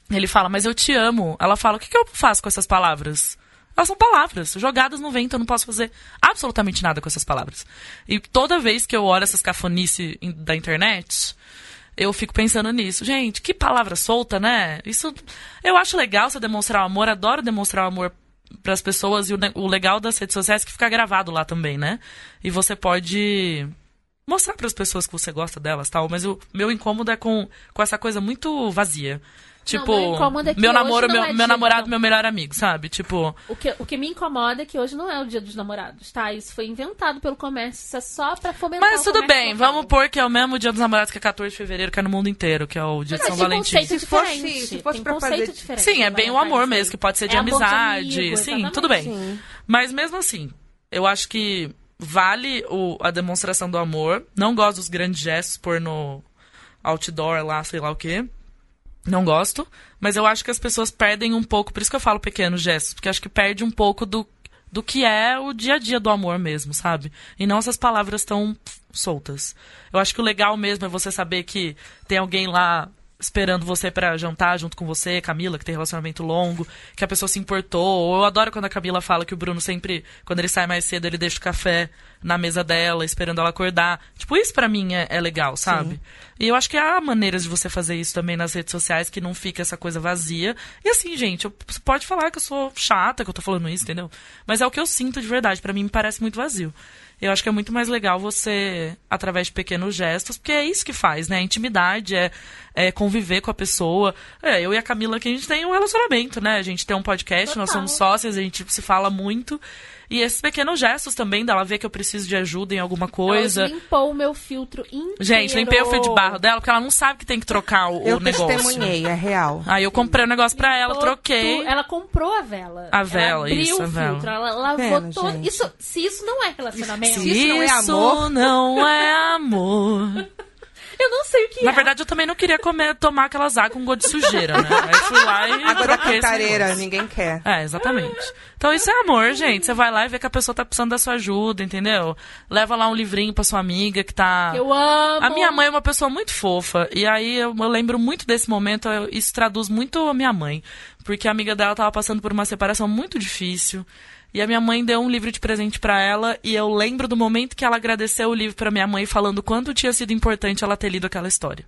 Speaker 4: Ele fala, mas eu te amo. Ela fala, o que, que eu faço com essas palavras? Elas são palavras, jogadas no vento, eu não posso fazer absolutamente nada com essas palavras. E toda vez que eu olho essas cafonice in- da internet, eu fico pensando nisso. Gente, que palavra solta, né? Isso eu acho legal você demonstrar o amor, adoro demonstrar o amor para as pessoas e o, ne- o legal das redes sociais é que fica gravado lá também, né? E você pode mostrar para as pessoas que você gosta delas, tal, mas o meu incômodo é com, com essa coisa muito vazia. Tipo,
Speaker 3: meu incômodo é que
Speaker 4: meu
Speaker 3: hoje
Speaker 4: namoro,
Speaker 3: não
Speaker 4: meu,
Speaker 3: é
Speaker 4: meu
Speaker 3: dia,
Speaker 4: namorado,
Speaker 3: não.
Speaker 4: meu melhor amigo, sabe? Tipo,
Speaker 3: O que, o que me incomoda é que hoje não é o dia dos namorados, tá? Isso foi inventado pelo comércio, isso é só pra fomentar
Speaker 4: mas
Speaker 3: o
Speaker 4: tudo
Speaker 3: comércio
Speaker 4: bem,
Speaker 3: local.
Speaker 4: vamos pôr que é o mesmo dia dos namorados que é 14 de fevereiro, que é no mundo inteiro, que é o dia
Speaker 3: Mas tipo,
Speaker 4: de São
Speaker 3: tem
Speaker 4: Valentim.
Speaker 3: conceito
Speaker 2: Se fosse-
Speaker 3: diferente,
Speaker 2: se fosse
Speaker 3: tem
Speaker 2: pra
Speaker 3: conceito
Speaker 2: fazer-
Speaker 3: diferente,
Speaker 4: Sim, é
Speaker 3: né,
Speaker 4: bem o
Speaker 3: vai
Speaker 4: amor
Speaker 3: dizer.
Speaker 4: mesmo, que pode ser de
Speaker 3: É amor de
Speaker 4: amizade.
Speaker 3: amigo,
Speaker 4: Sim,
Speaker 3: exatamente.
Speaker 4: tudo bem.
Speaker 2: Sim.
Speaker 4: Mas mesmo assim, eu acho que vale o- a demonstração do amor. Não gosto dos grandes gestos por no outdoor lá, sei lá o quê. Não gosto. Mas eu acho que as pessoas perdem um pouco. Por isso que eu falo pequenos gestos, porque acho que perde um pouco do, do que é o dia a dia do amor mesmo, sabe? E não essas palavras tão pff, soltas. Eu acho que o legal mesmo é você saber que tem alguém lá esperando você pra jantar junto com você, Camila, que tem relacionamento longo, que a pessoa se importou. Eu adoro quando a Camila fala que o Bruno sempre, quando ele sai mais cedo, ele deixa o café na mesa dela, esperando ela acordar. Tipo, isso pra mim é, é legal, sabe? E eu acho que há maneiras de você fazer isso também nas redes sociais, que não fica essa coisa vazia. E assim, gente, eu- você pode falar que eu sou chata, que eu tô falando isso, entendeu? Mas é o que eu sinto de verdade. Pra mim, me parece muito vazio. Eu acho que é muito mais legal você, através de pequenos gestos, porque é isso que faz, né? A intimidade é, é conviver com a pessoa. É, eu e a Camila aqui, a gente tem um relacionamento, né? A gente tem um podcast, nós
Speaker 3: Total.
Speaker 4: somos sócias, a gente tipo, se fala muito. E esses pequenos gestos também, dela ver que eu preciso de ajuda em alguma coisa.
Speaker 3: Ela limpou o meu filtro inteiro.
Speaker 4: Gente, limpei o fio de barro dela, porque ela não sabe que tem que trocar o,
Speaker 2: Eu
Speaker 4: o negócio. Ah,
Speaker 2: testemunhei, é real.
Speaker 4: Aí eu comprei o negócio pra ela,
Speaker 3: Limpou
Speaker 4: troquei.
Speaker 3: tu- Ela comprou a vela.
Speaker 4: A
Speaker 3: Ela
Speaker 4: vela,
Speaker 3: abriu
Speaker 4: isso,
Speaker 3: o
Speaker 4: a vela.
Speaker 3: filtro, ela lavou
Speaker 2: Vendo,
Speaker 3: todo.
Speaker 2: gente?
Speaker 3: Isso, se isso não é relacionamento,
Speaker 4: Se
Speaker 2: Isso não é amor.
Speaker 4: não é amor.
Speaker 3: eu não sei o que
Speaker 4: Na
Speaker 3: é.
Speaker 4: verdade, eu também não queria comer, tomar aquelas águas com gosto de sujeira, né? Aí fui lá e
Speaker 2: Água da
Speaker 4: troquei esse
Speaker 2: cantareira, né?
Speaker 4: negócio.
Speaker 2: ninguém quer.
Speaker 4: É, exatamente. Então isso é amor, gente. Você vai lá e vê que a pessoa tá precisando da sua ajuda, entendeu? Leva lá um livrinho pra sua amiga que tá.
Speaker 3: Eu amo.
Speaker 4: A minha mãe é uma pessoa muito fofa. E aí eu, eu lembro muito desse momento, eu- isso traduz muito a minha mãe. Porque a amiga dela tava passando por uma separação muito difícil. E a minha mãe deu um livro de presente pra ela. E eu lembro do momento que ela agradeceu o livro pra minha mãe, falando quanto tinha sido importante ela ter lido aquela história.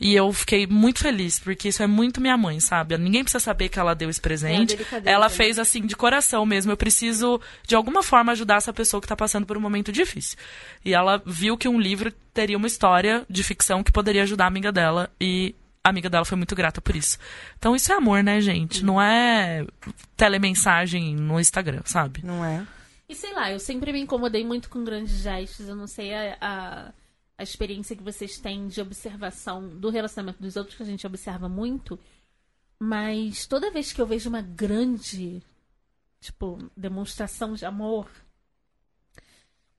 Speaker 4: E eu fiquei muito feliz, porque isso é muito minha mãe, sabe? Ninguém precisa saber que ela deu esse presente.
Speaker 3: delicadeza.
Speaker 4: ela fez assim, de coração mesmo. Eu preciso, de alguma forma, ajudar essa pessoa que tá passando por um momento difícil. E ela viu que um livro teria uma história de ficção que poderia ajudar a amiga dela. E a amiga dela foi muito grata por isso. Então isso é amor, né, gente? Não é telemensagem no Instagram, sabe?
Speaker 2: Não é?
Speaker 3: E sei lá, eu sempre me incomodei muito com grandes gestos. Eu não sei a, a, a experiência que vocês têm de observação do relacionamento dos outros, que a gente observa muito. Mas toda vez que eu vejo uma grande, tipo, demonstração de amor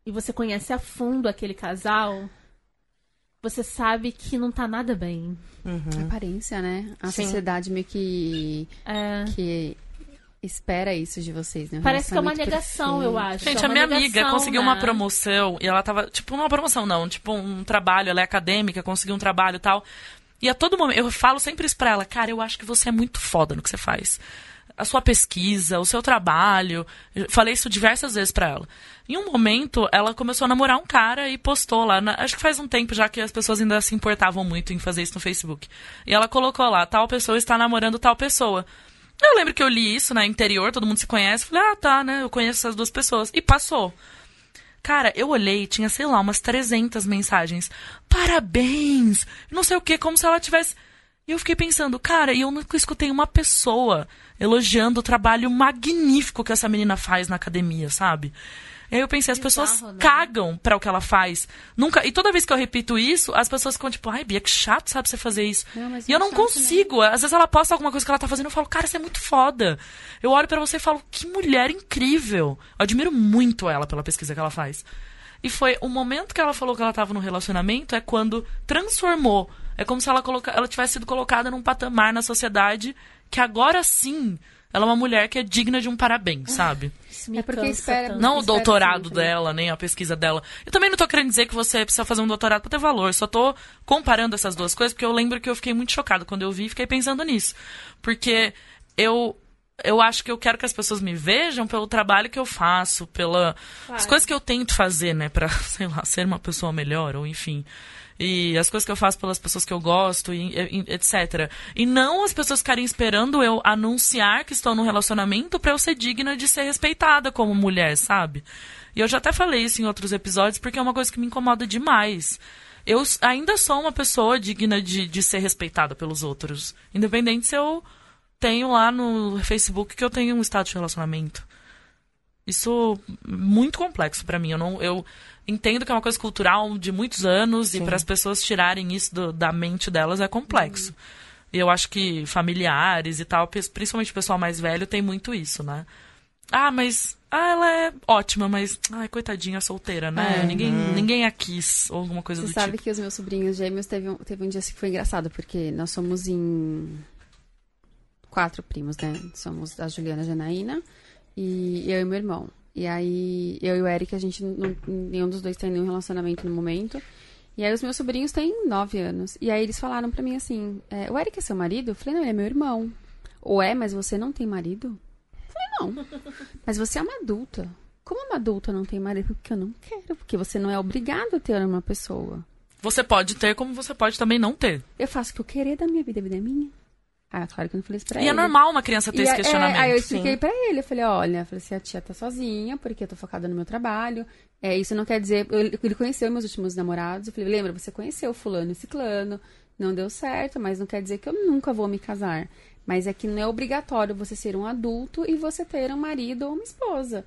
Speaker 3: e você conhece a fundo aquele casal, você sabe que não tá nada bem.
Speaker 1: Aparência, né? A
Speaker 2: Sim.
Speaker 1: sociedade meio que,
Speaker 3: É,
Speaker 1: que espera isso de vocês, né? Um
Speaker 3: Parece que é uma
Speaker 1: relacionamento
Speaker 3: negação,
Speaker 1: perfeito.
Speaker 3: eu acho.
Speaker 4: Gente,
Speaker 3: É
Speaker 4: a minha amiga
Speaker 3: negação,
Speaker 4: conseguiu
Speaker 3: né?
Speaker 4: uma promoção e ela tava. Tipo, não uma promoção, não. Tipo, um trabalho. Ela é acadêmica, conseguiu um trabalho e tal. E a todo momento, eu falo sempre isso pra ela, cara, eu acho que você é muito foda no que você faz. A sua pesquisa, o seu trabalho. Eu falei isso diversas vezes pra ela. Em um momento, ela começou a namorar um cara e postou lá. na- acho que faz um tempo já que as pessoas ainda se importavam muito em fazer isso no Facebook. E ela colocou lá, tal pessoa está namorando tal pessoa. Eu lembro que eu li isso, né? Interior, todo mundo se conhece. Falei, ah, tá, né? Eu conheço essas duas pessoas. E passou. Cara, eu olhei, tinha, sei lá, umas 300 mensagens. Parabéns! Não sei o quê, como se ela tivesse. E eu fiquei pensando, cara, e eu nunca escutei uma pessoa elogiando o trabalho magnífico que essa menina faz na academia, sabe? E aí eu pensei, as pessoas
Speaker 3: Bizarro, né?
Speaker 4: cagam pra o que ela faz. Nunca. E toda vez que eu repito isso, as pessoas ficam tipo, ai, Bia, que chato, sabe, você fazer isso.
Speaker 1: Não, mas
Speaker 4: e eu
Speaker 1: não é
Speaker 4: não
Speaker 1: chato, né?
Speaker 4: consigo. Às vezes ela posta alguma coisa que ela tá fazendo, eu falo, cara, você é muito foda. Eu olho pra você e falo, que mulher incrível. Eu admiro muito ela pela pesquisa que ela faz. E foi o momento que ela falou que ela tava num relacionamento é quando transformou. É como se ela, coloca... ela tivesse sido colocada num patamar na sociedade que agora sim ela é uma mulher que é digna de um parabéns, sabe?
Speaker 3: Isso me
Speaker 1: É porque
Speaker 3: cansa
Speaker 1: espera-
Speaker 3: tanto.
Speaker 4: Não o
Speaker 1: Espero que
Speaker 4: doutorado
Speaker 1: sim, né?
Speaker 4: dela, nem a pesquisa dela. Eu também não tô querendo dizer que você precisa fazer um doutorado pra ter valor. Só tô comparando essas duas coisas, porque eu lembro que eu fiquei muito chocada quando eu vi e fiquei pensando nisso. Porque eu. Eu acho que eu quero que as pessoas me vejam pelo trabalho que eu faço, pelas
Speaker 3: Claro.
Speaker 4: coisas que eu tento fazer, né, pra, sei lá, ser uma pessoa melhor, ou enfim. E as coisas que eu faço pelas pessoas que eu gosto, e- e- etc. E não as pessoas ficarem esperando eu anunciar que estou num relacionamento pra eu ser digna de ser respeitada como mulher, sabe? E eu já até falei isso em outros episódios, porque é uma coisa que me incomoda demais. Eu s- ainda sou uma pessoa digna de, de ser respeitada pelos outros. Independente se eu tenho lá no Facebook que eu tenho um status de relacionamento. Isso é muito complexo pra mim. Eu não, eu entendo que é uma coisa cultural de muitos anos e para as pessoas tirarem isso do- da mente delas é complexo. E eu acho que familiares e tal, pes- principalmente o pessoal mais velho, tem muito isso, né? Ah, mas ah, ela é ótima, mas ai, coitadinha solteira, né? Ninguém, ninguém a quis ou alguma
Speaker 1: É.
Speaker 4: coisa
Speaker 1: Uhum. Você
Speaker 4: do
Speaker 1: sabe
Speaker 4: tipo.
Speaker 1: que os meus sobrinhos gêmeos teve um, teve um dia assim que foi engraçado, porque nós somos em quatro primos, né? Somos a Juliana a Janaína e eu e meu irmão. E aí, eu e o Eric, a gente não, nenhum dos dois tem nenhum relacionamento no momento. E aí os meus sobrinhos têm nove anos. E aí eles falaram pra mim assim, é, o Eric é seu marido? Eu falei, não, ele é meu irmão. Ou é, mas você não tem marido? Eu falei, não. Mas você é uma adulta. Como uma adulta não tem marido? Porque eu não quero. Porque você não é obrigado a ter uma pessoa.
Speaker 4: Você pode ter, como você pode também não ter.
Speaker 1: Eu faço o que eu querer da minha vida, a vida é minha. Ah, claro que eu não falei isso pra
Speaker 4: e
Speaker 1: ele.
Speaker 4: é normal uma criança
Speaker 1: E
Speaker 4: ter esse
Speaker 1: aí- é,
Speaker 4: questionamento.
Speaker 1: aí eu expliquei pra ele, eu falei, olha, eu falei assim, a tia tá sozinha, porque eu tô focada no meu trabalho. É, isso não quer dizer. eu- ele conheceu meus últimos namorados. Eu falei, lembra, você conheceu fulano e ciclano, não deu certo, mas não quer dizer que eu nunca vou me casar. Mas é que não é obrigatório você ser um adulto e você ter um marido ou uma esposa.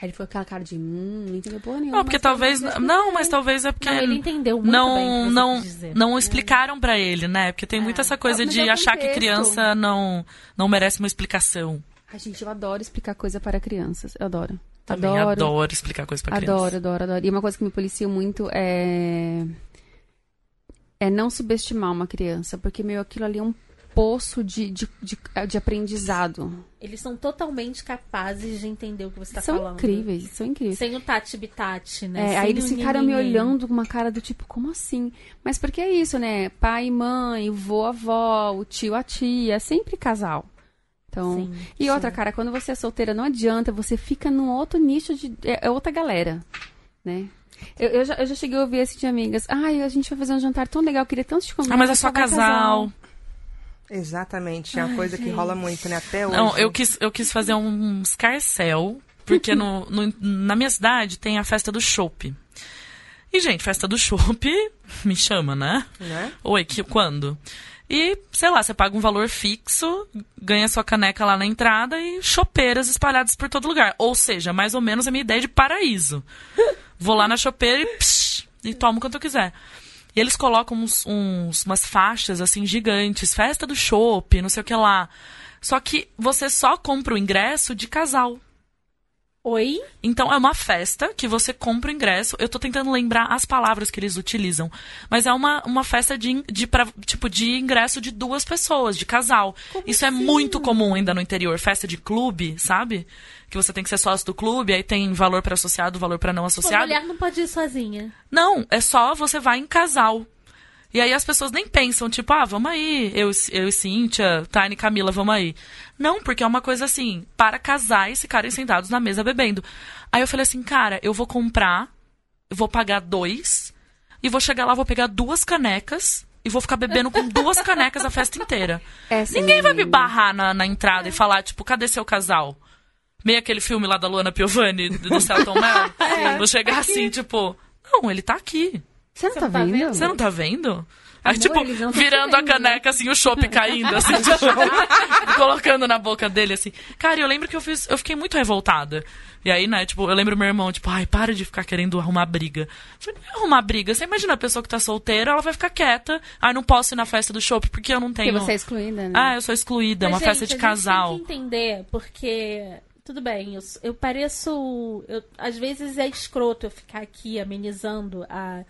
Speaker 1: Aí ele foi com aquela cara de, hum, não entendeu porra nenhuma.
Speaker 4: Não, porque
Speaker 1: mas tá
Speaker 4: talvez.
Speaker 1: eu
Speaker 4: Não, mas talvez é porque.
Speaker 3: Não, ele entendeu muito bem o que
Speaker 4: não
Speaker 3: você
Speaker 4: não
Speaker 3: quis dizer.
Speaker 4: não explicaram pra ele, né? Porque tem muito essa coisa
Speaker 1: Mas
Speaker 4: de
Speaker 1: é o
Speaker 4: achar que
Speaker 1: contexto.
Speaker 4: criança não não merece uma explicação.
Speaker 1: Ai, gente, eu adoro explicar coisa para crianças. Eu adoro.
Speaker 4: Também adoro, explicar coisa pra criança.
Speaker 1: Adoro, adoro, adoro. E uma coisa que me policio muito é. É não subestimar uma criança, porque, meu, aquilo ali é um poço de, de, de, de aprendizado.
Speaker 3: Eles são totalmente capazes de entender o que você tá
Speaker 1: são
Speaker 3: falando.
Speaker 1: incríveis, são incríveis.
Speaker 3: Sem o Tati Bitati, né?
Speaker 1: É,
Speaker 3: Sem
Speaker 1: aí eles
Speaker 3: o
Speaker 1: ficaram me
Speaker 3: ninguém.
Speaker 1: olhando com uma cara do tipo, como assim? Mas porque é isso, né? Pai, mãe, o vô, a avó, o tio, a tia, é sempre casal. Então,
Speaker 3: Sim,
Speaker 1: e outra, cara, quando você é solteira, não adianta, você fica num outro nicho de. É, é outra galera, né? Eu, eu já, eu já cheguei a ouvir esse de amigas. Ai, a gente vai fazer um jantar tão legal, eu queria tanto te convidar. um
Speaker 4: Ah, mas é
Speaker 1: só
Speaker 4: só
Speaker 1: vai
Speaker 4: casal.
Speaker 2: Exatamente, é uma coisa que rola muito, né? Até hoje.
Speaker 4: Não, eu quis, eu quis fazer um escarcel, porque no, no- na minha cidade tem a festa do chopp. E, gente, festa do chopp me chama, né?
Speaker 2: Né?
Speaker 4: Oi, que, quando? E, sei lá, você paga um valor fixo, ganha sua caneca lá na entrada e chopeiras espalhadas por todo lugar. Ou seja, mais ou menos a minha ideia de paraíso. Vou lá na chopeira e, psh, e tomo quanto eu quiser. E eles colocam uns, uns- umas faixas, assim, gigantes. Festa do chopp, não sei o que lá. Só que você só compra o ingresso de casal.
Speaker 3: Oi?
Speaker 4: Então é uma festa que você compra o ingresso. Eu tô tentando lembrar as palavras que eles utilizam. Mas é uma, uma festa de, in- de pra- tipo de ingresso de duas pessoas, de casal. Isso é muito comum ainda no interior. Festa de clube, sabe? Que você tem que ser sócio do clube, aí tem valor pra associado, valor pra não
Speaker 3: Pô,
Speaker 4: associado.
Speaker 3: mulher não pode ir sozinha.
Speaker 4: Não, é só você vai em casal. E aí as pessoas nem pensam, tipo, ah, vamos aí, eu, e- eu e Cíntia, Tiny e Camila, vamos aí. Não, porque é uma coisa assim, para casais ficarem sentados na mesa bebendo. Aí eu falei assim, cara, eu vou comprar, eu vou pagar dois, e vou chegar lá, vou pegar duas canecas, e vou ficar bebendo com duas canecas a festa inteira. Ninguém vai me barrar na, na entrada e falar, tipo, cadê seu casal? Meio aquele filme lá da Luana Piovani, do do Celton Mello.
Speaker 3: É.
Speaker 4: Vou chegar assim, tipo, não, ele tá aqui.
Speaker 1: Você não tá
Speaker 3: tá
Speaker 1: vendo?
Speaker 3: vendo?
Speaker 4: Você não tá vendo? Aí,
Speaker 3: Amor, eles
Speaker 4: tipo,
Speaker 3: não tão te
Speaker 4: virando a
Speaker 3: vendo, né?
Speaker 4: caneca, assim, o chopp caindo, assim, tipo, colocando na boca dele, assim. Cara, eu lembro que eu fiz, eu fiquei muito revoltada. E aí, né, tipo, eu lembro meu irmão, tipo, ai, para de ficar querendo arrumar briga. Eu falei, não é arrumar briga, você imagina a pessoa que tá solteira, ela vai ficar quieta, ai, não posso ir na festa do chopp porque eu não
Speaker 1: Porque
Speaker 4: tenho...
Speaker 1: você é excluída, né?
Speaker 4: Ah, eu sou excluída, é uma
Speaker 3: Mas,
Speaker 4: festa
Speaker 3: gente,
Speaker 4: de
Speaker 3: a gente
Speaker 4: casal.
Speaker 3: tem que entender, porque. Tudo bem, eu, s- eu pareço. eu- às vezes é escroto eu ficar aqui amenizando a,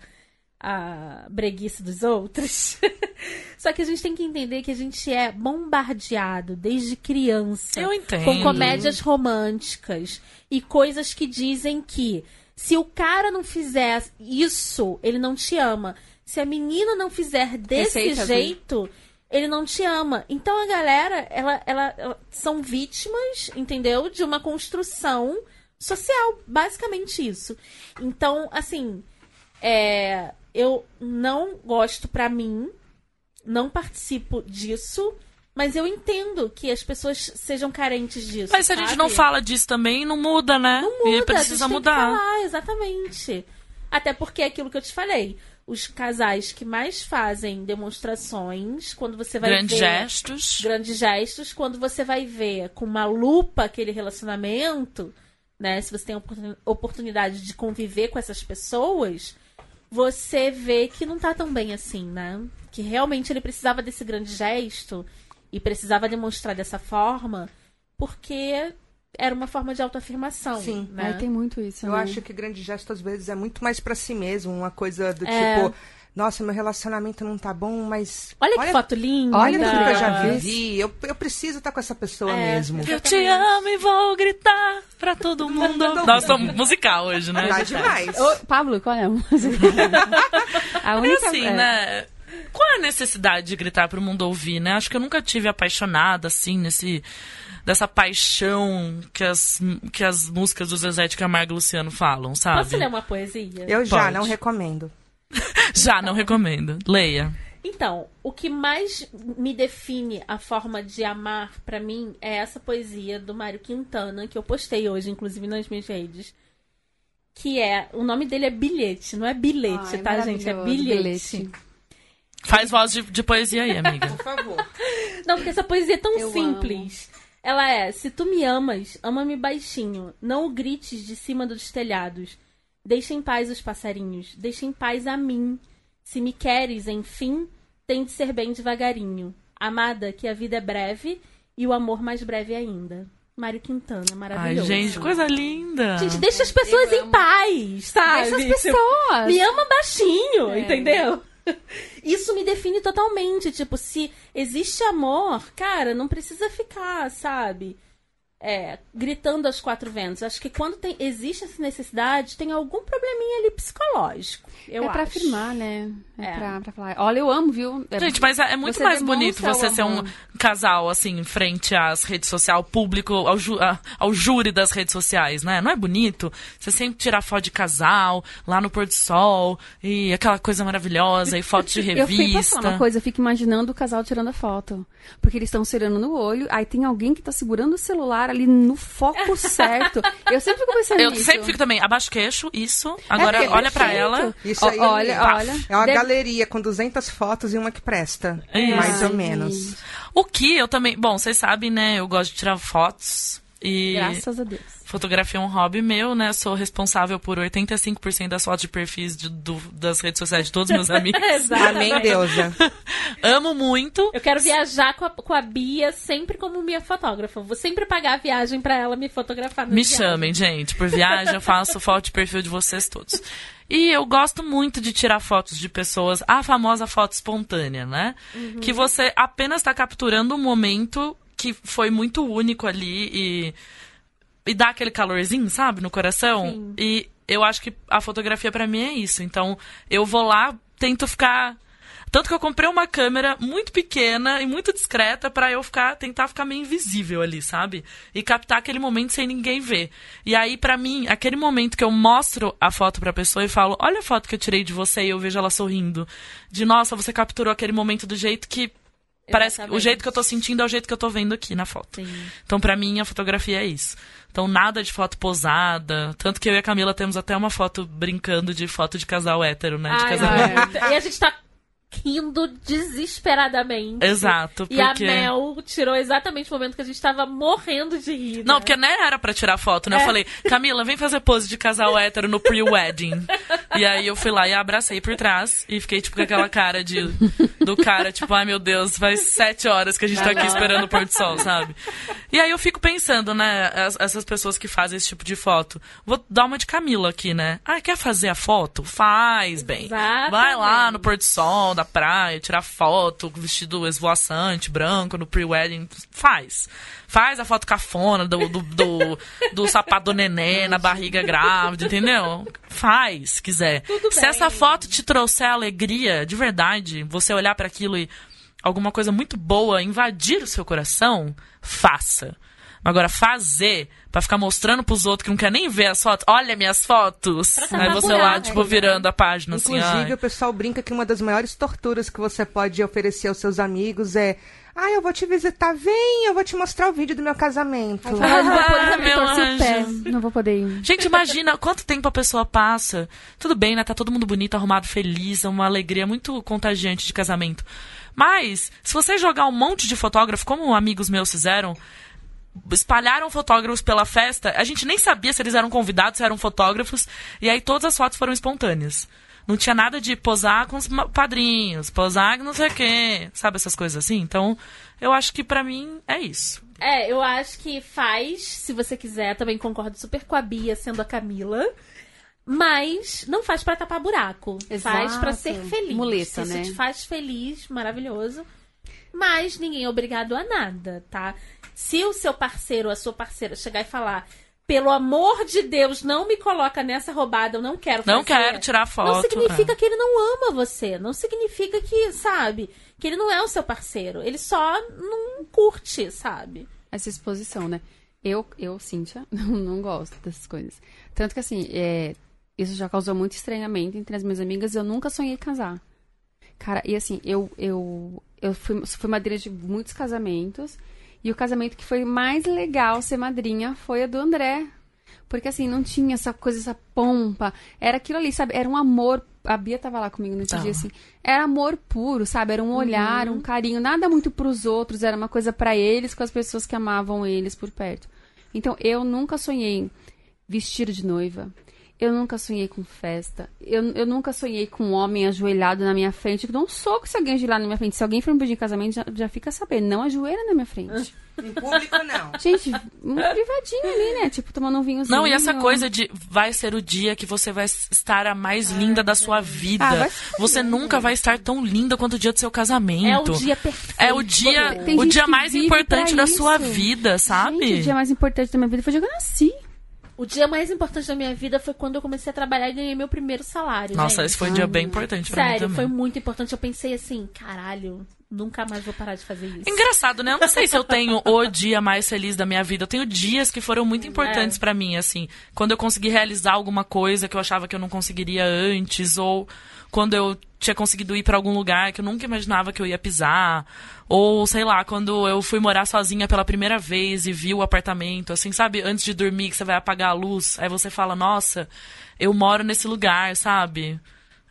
Speaker 3: a breguice dos outros. Só que a gente tem que entender que a gente é bombardeado desde criança.
Speaker 4: Eu entendo.
Speaker 3: Com comédias românticas e coisas que dizem que se o cara não fizer isso, ele não te ama. Se a menina não fizer desse
Speaker 1: Receitas, né?
Speaker 3: jeito, ele não te ama. Então a galera, ela, ela, ela- são vítimas, entendeu? De uma construção social, basicamente isso. Então, assim, é, eu não gosto pra mim, não participo disso, mas eu entendo que as pessoas sejam carentes disso.
Speaker 4: Mas se a gente
Speaker 3: sabe?
Speaker 4: não fala disso também, não muda, né?
Speaker 3: Não muda,
Speaker 4: e precisa
Speaker 3: a gente
Speaker 4: mudar.
Speaker 3: Tem que falar, exatamente. Até porque é aquilo que eu te falei. Os casais que mais fazem demonstrações, quando você vai
Speaker 4: Grandes
Speaker 3: ver
Speaker 4: gestos.
Speaker 3: grandes gestos, quando você vai ver com uma lupa aquele relacionamento, né? Se você tem a oportun- oportunidade de conviver com essas pessoas, você vê que não tá tão bem assim, né? Que realmente ele precisava desse grande gesto e precisava demonstrar dessa forma, porque era uma forma de autoafirmação.
Speaker 2: Sim.
Speaker 3: né?
Speaker 1: Ai, tem muito isso,
Speaker 2: Eu
Speaker 1: né?
Speaker 2: acho que grande gesto às vezes é muito mais pra si mesmo, uma coisa do
Speaker 3: É.
Speaker 2: tipo, nossa, meu relacionamento não tá bom, mas
Speaker 3: Olha, que foto linda.
Speaker 2: olha tudo que eu já
Speaker 1: linda.
Speaker 2: vivi, eu, eu preciso estar com essa pessoa
Speaker 3: É,
Speaker 2: mesmo.
Speaker 4: Eu te amo e vou gritar pra todo mundo. Nós estamos musical hoje, né?
Speaker 2: Tá
Speaker 4: gente?
Speaker 2: demais.
Speaker 1: Ô, Pablo, qual é a música? a
Speaker 4: É
Speaker 3: tá
Speaker 1: única...
Speaker 4: assim,
Speaker 1: é.
Speaker 4: né? Qual é a necessidade de gritar pro mundo ouvir, né? Acho que eu nunca tive apaixonada, assim, nesse... Dessa paixão que as, que as músicas do Zezé de Camargo e Luciano falam, sabe?
Speaker 3: Posso ler um uma poesia?
Speaker 2: Eu já
Speaker 4: Pode.
Speaker 2: não recomendo.
Speaker 4: Já, não recomendo. Leia.
Speaker 3: Então, o que mais me define a forma de amar pra mim é essa poesia do Mário Quintana, que eu postei hoje, inclusive nas minhas redes. Que é. O nome dele é Bilhete, não é bilhete,
Speaker 1: Ai,
Speaker 3: tá, gente? É
Speaker 1: maravilhoso,
Speaker 3: bilhete.
Speaker 4: Faz voz de, de poesia aí, amiga.
Speaker 2: Por favor.
Speaker 3: Não, porque essa poesia é tão
Speaker 1: Eu
Speaker 3: simples. Ela é: Se tu me amas, ama-me baixinho. Não o grites de cima dos telhados. Deixa em paz os passarinhos. Deixa em paz a mim. Se me queres, enfim, tem de ser bem devagarinho. Amada, que a vida é breve e o amor mais breve ainda. Mário Quintana,
Speaker 4: Ai,
Speaker 3: maravilhoso.
Speaker 4: gente, coisa linda.
Speaker 3: Gente, deixa as pessoas
Speaker 1: Eu
Speaker 3: em
Speaker 1: amo.
Speaker 3: paz, sabe?
Speaker 1: Essas
Speaker 3: Tipo,
Speaker 1: pessoas...
Speaker 3: me ama baixinho,
Speaker 1: É.
Speaker 3: entendeu? Isso me define totalmente. Tipo, se existe amor, cara, não precisa ficar, sabe? É, gritando aos quatro ventos. Acho que quando tem- existe essa necessidade, tem algum probleminha ali psicológico. Eu
Speaker 1: é pra
Speaker 3: acho.
Speaker 1: afirmar, né? É,
Speaker 3: É.
Speaker 1: Pra, pra falar. Olha, eu amo, viu? É-
Speaker 4: Gente, mas é é muito
Speaker 1: Você
Speaker 4: mais
Speaker 1: demonstra
Speaker 4: bonito
Speaker 1: o
Speaker 4: você ser um
Speaker 1: amor.
Speaker 4: casal, assim, em frente às redes sociais, público, ao, ju- a- ao júri das redes sociais, né? Não é bonito? Você sempre tirar foto de casal, lá no pôr do sol, e aquela coisa maravilhosa, e foto de
Speaker 1: Eu fico, posso falar uma
Speaker 4: revista.
Speaker 1: coisa? Eu fico imaginando o casal tirando a foto. Porque eles estão se olhando no olho, aí tem alguém que tá segurando o celular ali no foco certo. Eu sempre fico pensando
Speaker 4: Eu
Speaker 1: nisso.
Speaker 4: sempre fico também, abaixo o queixo, isso. Agora
Speaker 1: porque é
Speaker 4: olha pra
Speaker 1: perfeito.
Speaker 4: ela.
Speaker 2: Isso
Speaker 1: Ó,
Speaker 2: aí
Speaker 1: olha,
Speaker 2: é,
Speaker 1: olha.
Speaker 2: é uma
Speaker 1: Deve-
Speaker 2: galeria com 200 fotos e uma que presta.
Speaker 4: É.
Speaker 2: Mais ou
Speaker 1: Ai,
Speaker 2: menos.
Speaker 1: gente.
Speaker 4: O que eu também. Bom, vocês sabem, né? Eu gosto de tirar fotos. E
Speaker 1: Graças a Deus.
Speaker 4: fotografia é um hobby meu, né? Sou responsável por 85% das fotos de perfis de- do- das redes sociais de todos os meus amigos.
Speaker 1: tá.
Speaker 2: Amém, deusa.
Speaker 4: Amo muito.
Speaker 3: Eu quero viajar com a, com a Bia sempre como minha fotógrafa. Vou sempre pagar a viagem pra ela me fotografar. nas
Speaker 4: Me
Speaker 3: viagens.
Speaker 4: chamem, gente, por viagem, eu faço foto de perfil de vocês todos. E eu gosto muito de tirar fotos de pessoas, a famosa foto espontânea, né? Que você apenas está capturando um momento que foi muito único ali e, e dá aquele calorzinho, sabe, no coração.
Speaker 3: Sim.
Speaker 4: E eu acho que a fotografia pra mim é isso. Então, eu vou lá, tento ficar tanto que eu comprei uma câmera muito pequena e muito discreta pra eu ficar tentar ficar meio invisível ali, sabe? E captar aquele momento sem ninguém ver. E aí pra mim, aquele momento que eu mostro a foto pra pessoa e falo: "Olha a foto que eu tirei de você" e eu vejo ela sorrindo. De nossa, você capturou aquele momento do jeito que parece que o
Speaker 3: Exatamente.
Speaker 4: jeito que eu tô sentindo é o jeito que eu tô vendo aqui na foto.
Speaker 3: Sim.
Speaker 4: Então, pra mim, a fotografia é isso. Então, nada de foto posada. Tanto que eu e a Camila temos até uma foto brincando de foto de casal hétero, né? De
Speaker 3: Ai,
Speaker 4: casal
Speaker 1: casamento.
Speaker 3: ai. E a gente tá rindo desesperadamente.
Speaker 4: Exato,
Speaker 3: E a
Speaker 4: porque-
Speaker 3: Mel tirou exatamente o momento que a gente tava morrendo de rir.
Speaker 4: Não,
Speaker 3: né?
Speaker 4: porque não era pra tirar foto, né?
Speaker 3: É.
Speaker 4: Eu falei, Camila, vem fazer pose de casal hétero no pre-wedding. e aí eu fui lá e abracei por trás e fiquei, tipo, com aquela cara de do cara, tipo, ai meu Deus, faz sete horas que a gente tá aqui esperando o pôr do sol, sabe? E aí eu fico pensando, né, as- essas pessoas que fazem esse tipo de foto. Vou dar uma de Camila aqui, né? Ah, quer fazer a foto? Faz, bem. Vai lá no
Speaker 3: Exatamente.
Speaker 4: pôr do sol, da praia, tirar foto, com vestido esvoaçante, branco, no pre-wedding. Faz. Faz a foto cafona do, do, do, do sapato do neném na barriga grávida, entendeu? Faz, se quiser. se
Speaker 3: bem.
Speaker 4: essa foto te trouxer alegria, de verdade, você olhar pra aquilo e alguma coisa muito boa invadir o seu coração, faça. Agora, fazer pra ficar mostrando pros outros que não quer nem ver as fotos, olha minhas fotos.
Speaker 3: tapar
Speaker 4: Aí você lá,
Speaker 3: buraco,
Speaker 4: tipo,
Speaker 3: né?
Speaker 4: virando a página assim.
Speaker 2: Inclusive,
Speaker 4: ai.
Speaker 2: o pessoal brinca que uma das maiores torturas que você pode oferecer aos seus amigos é. Ah, eu vou te visitar, vem, eu vou te mostrar o vídeo do meu casamento.
Speaker 1: Ah, não vou poder,
Speaker 4: meu
Speaker 1: torci o
Speaker 4: anjo.
Speaker 1: pé. Não vou poder ir.
Speaker 4: Gente, imagina quanto tempo a pessoa passa. Tudo bem, né? Tá todo mundo bonito, arrumado, feliz, é uma alegria muito contagiante de casamento. Mas, se você jogar um monte de fotógrafo, como amigos meus fizeram, espalharam fotógrafos pela festa, a gente nem sabia se eles eram convidados, se eram fotógrafos, e aí todas as fotos foram espontâneas. Não tinha nada de posar com os ma- padrinhos, posar com não sei o quê, sabe essas coisas assim? Então, eu acho que pra mim é isso.
Speaker 3: É, eu acho que faz, se você quiser. Também concordo super com a Bia, sendo a Camila. Mas não faz pra tapar buraco. Faz
Speaker 1: Exato.
Speaker 3: pra ser feliz.
Speaker 1: Muleta,
Speaker 3: Isso
Speaker 1: né?
Speaker 3: te faz feliz, maravilhoso. Mas ninguém é obrigado a nada, tá? Se o seu parceiro ou a sua parceira chegar e falar, pelo amor de Deus, não me coloca nessa roubada, eu não quero
Speaker 4: Não
Speaker 3: fazer",
Speaker 4: quero tirar foto.
Speaker 3: é. Não significa
Speaker 4: é.
Speaker 3: que ele não ama você. Não significa que, sabe, que ele não é o seu parceiro. Ele só não curte, sabe?
Speaker 1: essa exposição, né? Eu, eu Cíntia, não, não gosto dessas coisas. Tanto que, assim, é, isso já causou muito estranhamento entre as minhas amigas. Eu nunca sonhei casar. Cara, e assim, eu, eu, eu fui, fui madrinha de muitos casamentos. E o casamento que foi mais legal ser madrinha foi a do André. Porque, assim, não tinha essa coisa, essa pompa. Era aquilo ali, sabe? Era um amor. A Bia tava lá comigo nesse
Speaker 4: Tava.
Speaker 1: dia, assim. Era amor puro, sabe? Era um olhar, um carinho. Nada muito pros outros. Era uma coisa pra eles, com as pessoas que amavam eles por perto. Então, eu nunca sonhei vestir de noiva. Eu nunca sonhei com festa. Eu, eu nunca sonhei com um homem ajoelhado na minha frente. Eu dou um soco se alguém ajoelhar na minha frente. Se alguém for me pedir em casamento, já, já fica sabendo. Não ajoelha na minha frente.
Speaker 2: Em público, não.
Speaker 1: Gente, um privadinho ali, né? Tipo, tomando um vinhozinho.
Speaker 4: Não, e essa coisa de vai ser o dia que você vai estar a mais linda da sua vida.
Speaker 2: Ah, vai se
Speaker 4: você nunca vai estar tão linda quanto o dia do seu
Speaker 3: É
Speaker 4: casamento.
Speaker 3: o dia perfeito.
Speaker 4: É o dia,
Speaker 1: Tem
Speaker 4: o
Speaker 1: gente
Speaker 4: dia
Speaker 1: que
Speaker 4: mais
Speaker 1: vive
Speaker 4: importante
Speaker 1: pra
Speaker 4: da sua
Speaker 1: isso.
Speaker 4: vida, sabe?
Speaker 1: Gente, o dia mais importante da minha vida foi quando eu nasci.
Speaker 3: O dia mais importante da minha vida foi quando eu comecei a trabalhar e ganhei meu primeiro salário.
Speaker 4: Nossa,
Speaker 3: gente.
Speaker 4: esse foi um dia bem importante pra
Speaker 3: Sério,
Speaker 4: mim
Speaker 3: foi
Speaker 4: também.
Speaker 3: muito importante. Eu pensei assim, caralho, nunca mais vou parar de fazer isso.
Speaker 4: Engraçado, né? Eu não sei se eu tenho o dia mais feliz da minha vida. Eu tenho dias que foram muito importantes pra mim, assim. Quando eu consegui realizar alguma coisa que eu achava que eu não conseguiria antes, ou quando eu tinha conseguido ir pra algum lugar que eu nunca imaginava que eu ia pisar, ou sei lá, quando eu fui morar sozinha pela primeira vez e vi o apartamento, assim, sabe? Antes de dormir que você vai apagar a luz, aí você fala: "Nossa, eu moro nesse lugar", sabe?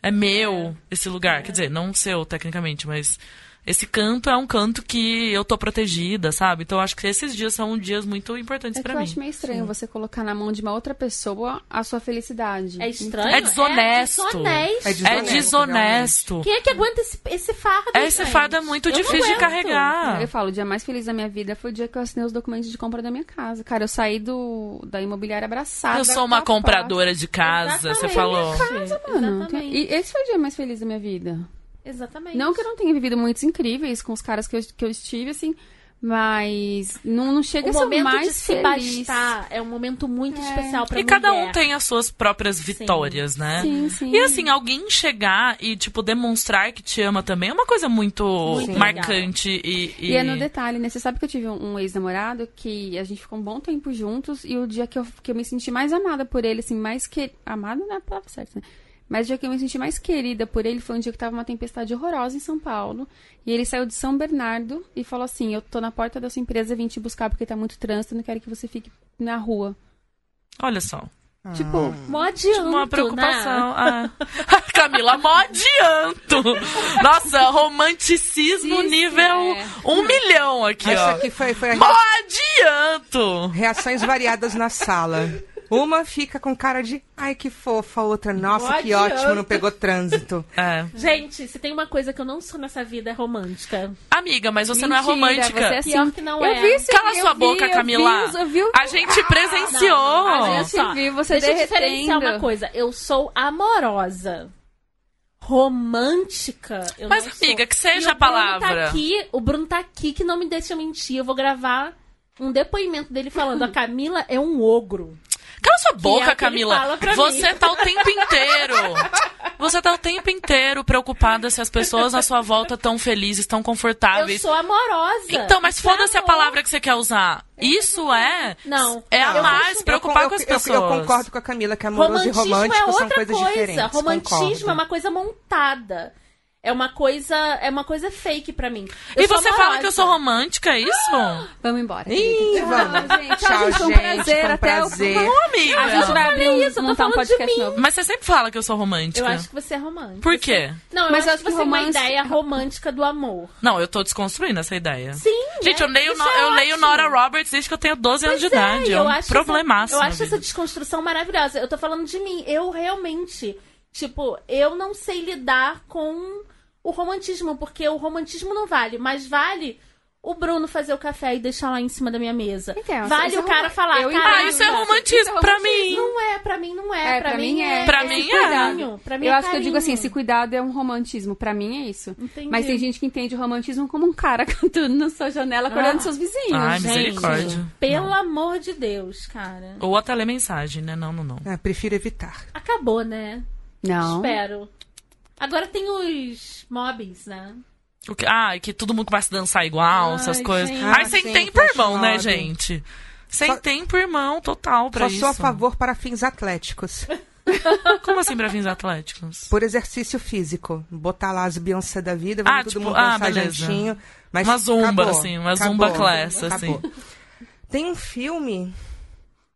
Speaker 4: É meu esse lugar. Quer dizer, não seu, tecnicamente, mas Esse canto é um canto que eu tô protegida, sabe? Então eu acho que esses dias são dias muito importantes
Speaker 1: É que
Speaker 4: pra
Speaker 1: eu
Speaker 4: mim.
Speaker 1: acho meio estranho você colocar na mão de uma outra pessoa a sua felicidade.
Speaker 3: É estranho?
Speaker 4: É desonesto.
Speaker 3: É desonesto.
Speaker 2: É
Speaker 4: É
Speaker 2: desonesto,
Speaker 4: desonesto.
Speaker 3: Quem é que aguenta esse, esse fardo?
Speaker 4: Esse
Speaker 3: gente?
Speaker 4: fardo é muito
Speaker 3: Eu não
Speaker 4: difícil de
Speaker 3: aguento.
Speaker 1: Então, Eu
Speaker 4: carregar.
Speaker 1: falo, o dia mais feliz da minha vida foi o dia que eu assinei os documentos de compra da minha casa. Cara, eu saí do, da imobiliária abraçada.
Speaker 4: Eu sou
Speaker 1: com
Speaker 4: uma
Speaker 1: a porta.
Speaker 4: compradora de casa, você
Speaker 3: Exatamente. É
Speaker 4: falou.
Speaker 1: Mano,
Speaker 3: Exatamente.
Speaker 1: e esse foi o dia mais feliz da minha vida.
Speaker 3: Exatamente.
Speaker 1: Não que eu não tenha vivido muitos incríveis com os caras que eu, que eu estive, assim, mas não, não chega
Speaker 3: o
Speaker 1: a ser o
Speaker 3: momento
Speaker 1: mais
Speaker 3: de se
Speaker 1: feliz.
Speaker 3: bastar é um momento muito especial pra
Speaker 4: E
Speaker 3: mulher.
Speaker 4: cada um tem as suas próprias vitórias, né?
Speaker 1: Sim, sim.
Speaker 4: E assim, alguém chegar e, tipo, demonstrar que te ama também é uma coisa muito,
Speaker 3: Muito
Speaker 4: marcante e.
Speaker 1: E é no detalhe, né? Você sabe que eu tive um, um ex-namorado que a gente ficou um bom tempo juntos e o dia que eu, que eu me senti mais amada por ele, assim, mais que... Amada não é a palavra certa, né? Mas o dia que eu me senti mais querida por ele foi um dia que tava uma tempestade horrorosa em São Paulo. E ele saiu de São Bernardo e falou assim, eu tô na porta da sua empresa, vim te buscar porque tá muito trânsito, não quero que você fique na rua.
Speaker 4: Olha só.
Speaker 2: Ah.
Speaker 1: Tipo,
Speaker 3: Mó adianto,
Speaker 4: Uma
Speaker 3: né?
Speaker 4: preocupação. Ah. Camila, mó adianto. Nossa, romanticismo
Speaker 1: Sim, sim,
Speaker 4: nível
Speaker 1: é.
Speaker 4: um milhão aqui,
Speaker 2: Essa
Speaker 4: ó.
Speaker 2: aqui foi, foi a
Speaker 4: Mó adianto.
Speaker 2: Reações variadas na sala. Uma fica com cara de ai que fofa, a outra, nossa,
Speaker 3: Não
Speaker 2: que
Speaker 3: adianta.
Speaker 2: ótimo, não pegou trânsito.
Speaker 4: É.
Speaker 3: Gente, se tem uma coisa que eu não sou nessa vida é romântica.
Speaker 4: Amiga, mas você não é
Speaker 1: Mentira,
Speaker 4: romântica.
Speaker 1: Você é assim,
Speaker 3: Pior que
Speaker 1: eu
Speaker 3: não é.
Speaker 1: Vi isso,
Speaker 4: Cala
Speaker 1: eu
Speaker 4: sua
Speaker 1: vi,
Speaker 4: boca,
Speaker 1: eu
Speaker 4: Camila.
Speaker 1: Vi, eu vi, o- Ah,
Speaker 4: a gente presenciou.
Speaker 1: não,
Speaker 3: Olha
Speaker 1: Eu te vi, você
Speaker 3: assim, Deixa
Speaker 1: derretendo.
Speaker 3: eu diferenciar uma coisa. Eu sou amorosa. Romântica. eu
Speaker 4: Mas,
Speaker 3: não sou.
Speaker 4: amiga, que seja
Speaker 3: E o
Speaker 4: a palavra.
Speaker 3: Bruno tá aqui, o Bruno tá aqui que não me deixa mentir. Eu vou gravar um depoimento dele falando: a Camila é um ogro.
Speaker 4: Cala sua
Speaker 3: é o que
Speaker 4: boca,
Speaker 3: ele fala
Speaker 4: Camila.
Speaker 3: pra mim.
Speaker 4: Você tá o tempo inteiro. Você tá o tempo inteiro preocupada se as pessoas na sua volta estão felizes, estão
Speaker 3: Eu
Speaker 4: confortáveis.
Speaker 3: sou amorosa.
Speaker 4: Então, mas
Speaker 3: Isso é
Speaker 4: foda-se a
Speaker 3: amor.
Speaker 4: palavra que você quer usar. Isso é.
Speaker 3: Não.
Speaker 4: É
Speaker 3: Eu
Speaker 4: a mais
Speaker 3: acho-
Speaker 4: preocupar
Speaker 2: eu,
Speaker 4: com as
Speaker 2: eu- eu-
Speaker 4: pessoas.
Speaker 2: Eu, concordo com a Camila que amoroso
Speaker 3: Romantismo
Speaker 2: e romântico
Speaker 3: é outra
Speaker 2: são coisas
Speaker 3: coisa.
Speaker 2: diferentes.
Speaker 3: Romantismo
Speaker 2: concordo.
Speaker 3: é uma coisa montada. É uma coisa, é uma coisa fake pra mim. Eu
Speaker 4: E
Speaker 3: sou
Speaker 4: você fala que eu
Speaker 3: amorosa.
Speaker 4: sou romântica, é isso?
Speaker 1: Vamos embora.
Speaker 2: Ih,
Speaker 1: querida.
Speaker 2: vamos.
Speaker 1: Tchau, gente.
Speaker 2: Tchau,
Speaker 1: Foi um
Speaker 2: gente,
Speaker 1: prazer.
Speaker 2: foi um
Speaker 1: Até o-
Speaker 2: prazer.
Speaker 4: Não,
Speaker 1: A gente
Speaker 4: amiga.
Speaker 1: vai abrir um,
Speaker 3: isso, eu tô
Speaker 1: montar um
Speaker 3: falando de
Speaker 1: podcast
Speaker 3: mim.
Speaker 1: novo.
Speaker 4: Mas você sempre fala que eu sou romântica.
Speaker 3: Eu acho que você é romântica.
Speaker 4: Por quê?
Speaker 3: Não, eu
Speaker 1: Mas
Speaker 3: acho que você é uma
Speaker 1: romance-
Speaker 3: ideia romântica do amor.
Speaker 4: Não, eu tô desconstruindo essa ideia.
Speaker 3: Sim.
Speaker 4: Gente,
Speaker 3: é-
Speaker 4: eu leio,
Speaker 3: isso
Speaker 4: no-
Speaker 3: é
Speaker 4: eu leio
Speaker 3: ótimo.
Speaker 4: Nora Roberts desde que eu tenho 12 anos
Speaker 3: Pois
Speaker 4: de idade. É um
Speaker 3: acho Essa,
Speaker 4: problemaço.
Speaker 3: eu
Speaker 4: na
Speaker 3: acho
Speaker 4: vida.
Speaker 3: essa desconstrução maravilhosa. Eu tô falando de mim. Eu realmente, tipo, eu não sei lidar com o romantismo, porque o romantismo não vale, mas vale o Bruno fazer o café e deixar lá em cima da minha mesa.
Speaker 1: Então,
Speaker 3: vale
Speaker 1: isso é
Speaker 3: o cara
Speaker 1: roman-
Speaker 3: falar,
Speaker 1: eu
Speaker 3: cara,
Speaker 4: Ah, isso é romantismo pra mim.
Speaker 3: Não é, pra mim não é.
Speaker 1: É,
Speaker 3: pra,
Speaker 1: pra
Speaker 3: mim,
Speaker 1: mim
Speaker 3: é.
Speaker 1: é.
Speaker 4: Pra
Speaker 3: esse
Speaker 4: mim é.
Speaker 3: carinho, Pra mim
Speaker 1: eu
Speaker 3: é
Speaker 1: acho que eu digo assim,
Speaker 3: carinho.
Speaker 1: esse cuidado é um romantismo. Pra mim é isso.
Speaker 3: Entendi.
Speaker 1: Mas tem gente que entende o romantismo como um cara cantando na sua janela,
Speaker 3: Ah.
Speaker 1: acordando seus vizinhos.
Speaker 4: Ai,
Speaker 3: Gente,
Speaker 4: misericórdia.
Speaker 3: Pelo amor de Deus, cara.
Speaker 4: Ou até ler mensagem, né? Não, não, não.
Speaker 2: É, prefiro evitar.
Speaker 3: Acabou, né?
Speaker 1: Não.
Speaker 3: Espero. Agora tem os mobs, né?
Speaker 4: O que, ah, que todo mundo começa a dançar igual,
Speaker 3: Ai,
Speaker 4: essas coisas.
Speaker 3: gente.
Speaker 4: Ai,
Speaker 2: Ah,
Speaker 4: sem
Speaker 2: sim,
Speaker 4: tempo, irmão, né,
Speaker 2: continuado.
Speaker 4: gente? Sem
Speaker 2: Só-
Speaker 4: tempo, irmão, total pra
Speaker 2: Só
Speaker 4: isso.
Speaker 2: sou a favor para fins atléticos.
Speaker 4: Como assim pra fins atléticos?
Speaker 2: Por exercício físico. Botar lá as Beyoncé da vida,
Speaker 4: Ah,
Speaker 2: vamos todo
Speaker 4: tipo,
Speaker 2: mundo
Speaker 4: ah,
Speaker 2: dançar
Speaker 4: beleza.
Speaker 2: juntinho. Mas
Speaker 4: Uma zumba,
Speaker 2: acabou,
Speaker 4: assim, uma
Speaker 2: acabou,
Speaker 4: zumba class, assim.
Speaker 2: acabou. Tem um filme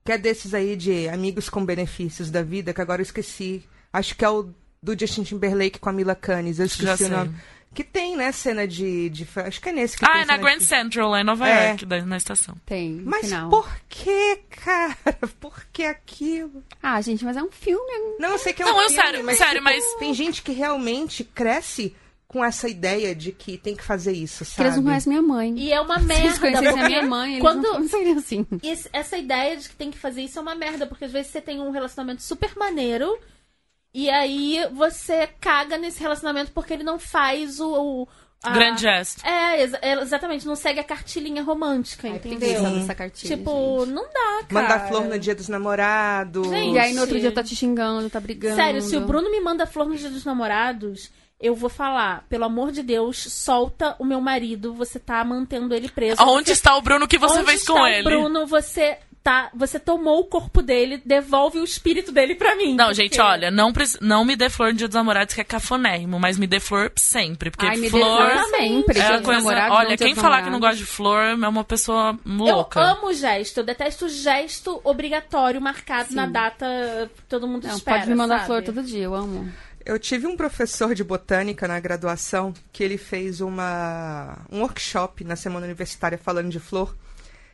Speaker 2: que é desses aí de Amigos com Benefícios da Vida, que agora eu esqueci. Acho que é o do Justin Timberlake com a Mila Kunis, eu
Speaker 4: Já
Speaker 2: esqueci
Speaker 4: sei.
Speaker 2: o nome. Que tem, né, cena de... de fa- acho que é nesse que tem
Speaker 4: Ah, é na
Speaker 2: cena
Speaker 4: Grand
Speaker 2: de...
Speaker 4: Central, lá em Nova
Speaker 2: É.
Speaker 4: York, da- na estação.
Speaker 1: Tem. no
Speaker 2: Mas
Speaker 1: final.
Speaker 2: por que, cara? Por que aquilo?
Speaker 1: Ah, gente, mas é um filme. é um-
Speaker 2: Não, eu sei que é um
Speaker 4: Não, eu
Speaker 2: filme,
Speaker 4: sério,
Speaker 2: mas,
Speaker 4: sério,
Speaker 2: tipo,
Speaker 4: mas-
Speaker 2: Tem gente que realmente cresce com essa ideia de que tem que fazer isso,
Speaker 1: Que eles
Speaker 2: sabe?
Speaker 1: não conhecem minha mãe.
Speaker 3: E é uma
Speaker 1: Se eles
Speaker 3: merda.
Speaker 1: conhecessem a
Speaker 3: porque
Speaker 1: minha mãe, eles
Speaker 3: quando
Speaker 1: não, não seriam assim.
Speaker 3: esse- essa ideia de que tem que fazer isso é uma merda, porque às vezes você tem um relacionamento super maneiro e aí você caga nesse relacionamento porque ele não faz o, o- a-
Speaker 4: Grand gesto.
Speaker 3: É, exa- é, exatamente, não segue a cartilinha romântica,
Speaker 1: Ai, tem
Speaker 3: entendeu?
Speaker 1: preguiça dessa cartilha,
Speaker 3: Tipo,
Speaker 1: gente.
Speaker 3: não dá, cara.
Speaker 2: Mandar flor no dia dos namorados.
Speaker 3: Gente,
Speaker 1: E aí no outro dia tá te xingando, tá brigando.
Speaker 3: Sério, se o Bruno me manda flor no dia dos namorados, eu vou falar, pelo amor de Deus, solta o meu marido, você tá mantendo ele preso.
Speaker 4: Onde está o Bruno que você
Speaker 3: Onde
Speaker 4: fez
Speaker 3: está
Speaker 4: com
Speaker 3: o
Speaker 4: ele?
Speaker 3: Bruno, você tá, você tomou o corpo dele, devolve o espírito dele pra mim.
Speaker 4: Não,
Speaker 3: porque-
Speaker 4: gente, olha, não, preci- não me dê flor no Dia dos Namorados, que é cafonérrimo, mas me dê flor sempre. Porque
Speaker 1: Ai, me dê
Speaker 4: flor.
Speaker 1: flor sempre.
Speaker 4: é
Speaker 1: dia
Speaker 4: a
Speaker 1: dos
Speaker 4: coisa-
Speaker 1: namorados, não
Speaker 4: olha,
Speaker 1: dia
Speaker 4: quem
Speaker 1: dos
Speaker 4: falar que não
Speaker 1: namorados.
Speaker 4: gosta de flor é uma pessoa louca.
Speaker 3: Eu amo o gesto, eu detesto o gesto obrigatório marcado na data que todo mundo
Speaker 1: Não,
Speaker 3: espera.
Speaker 1: pode me mandar
Speaker 3: sabe?
Speaker 1: flor todo dia, eu amo.
Speaker 2: Eu tive um professor de botânica na graduação que ele fez uma, um workshop na semana universitária falando de flor.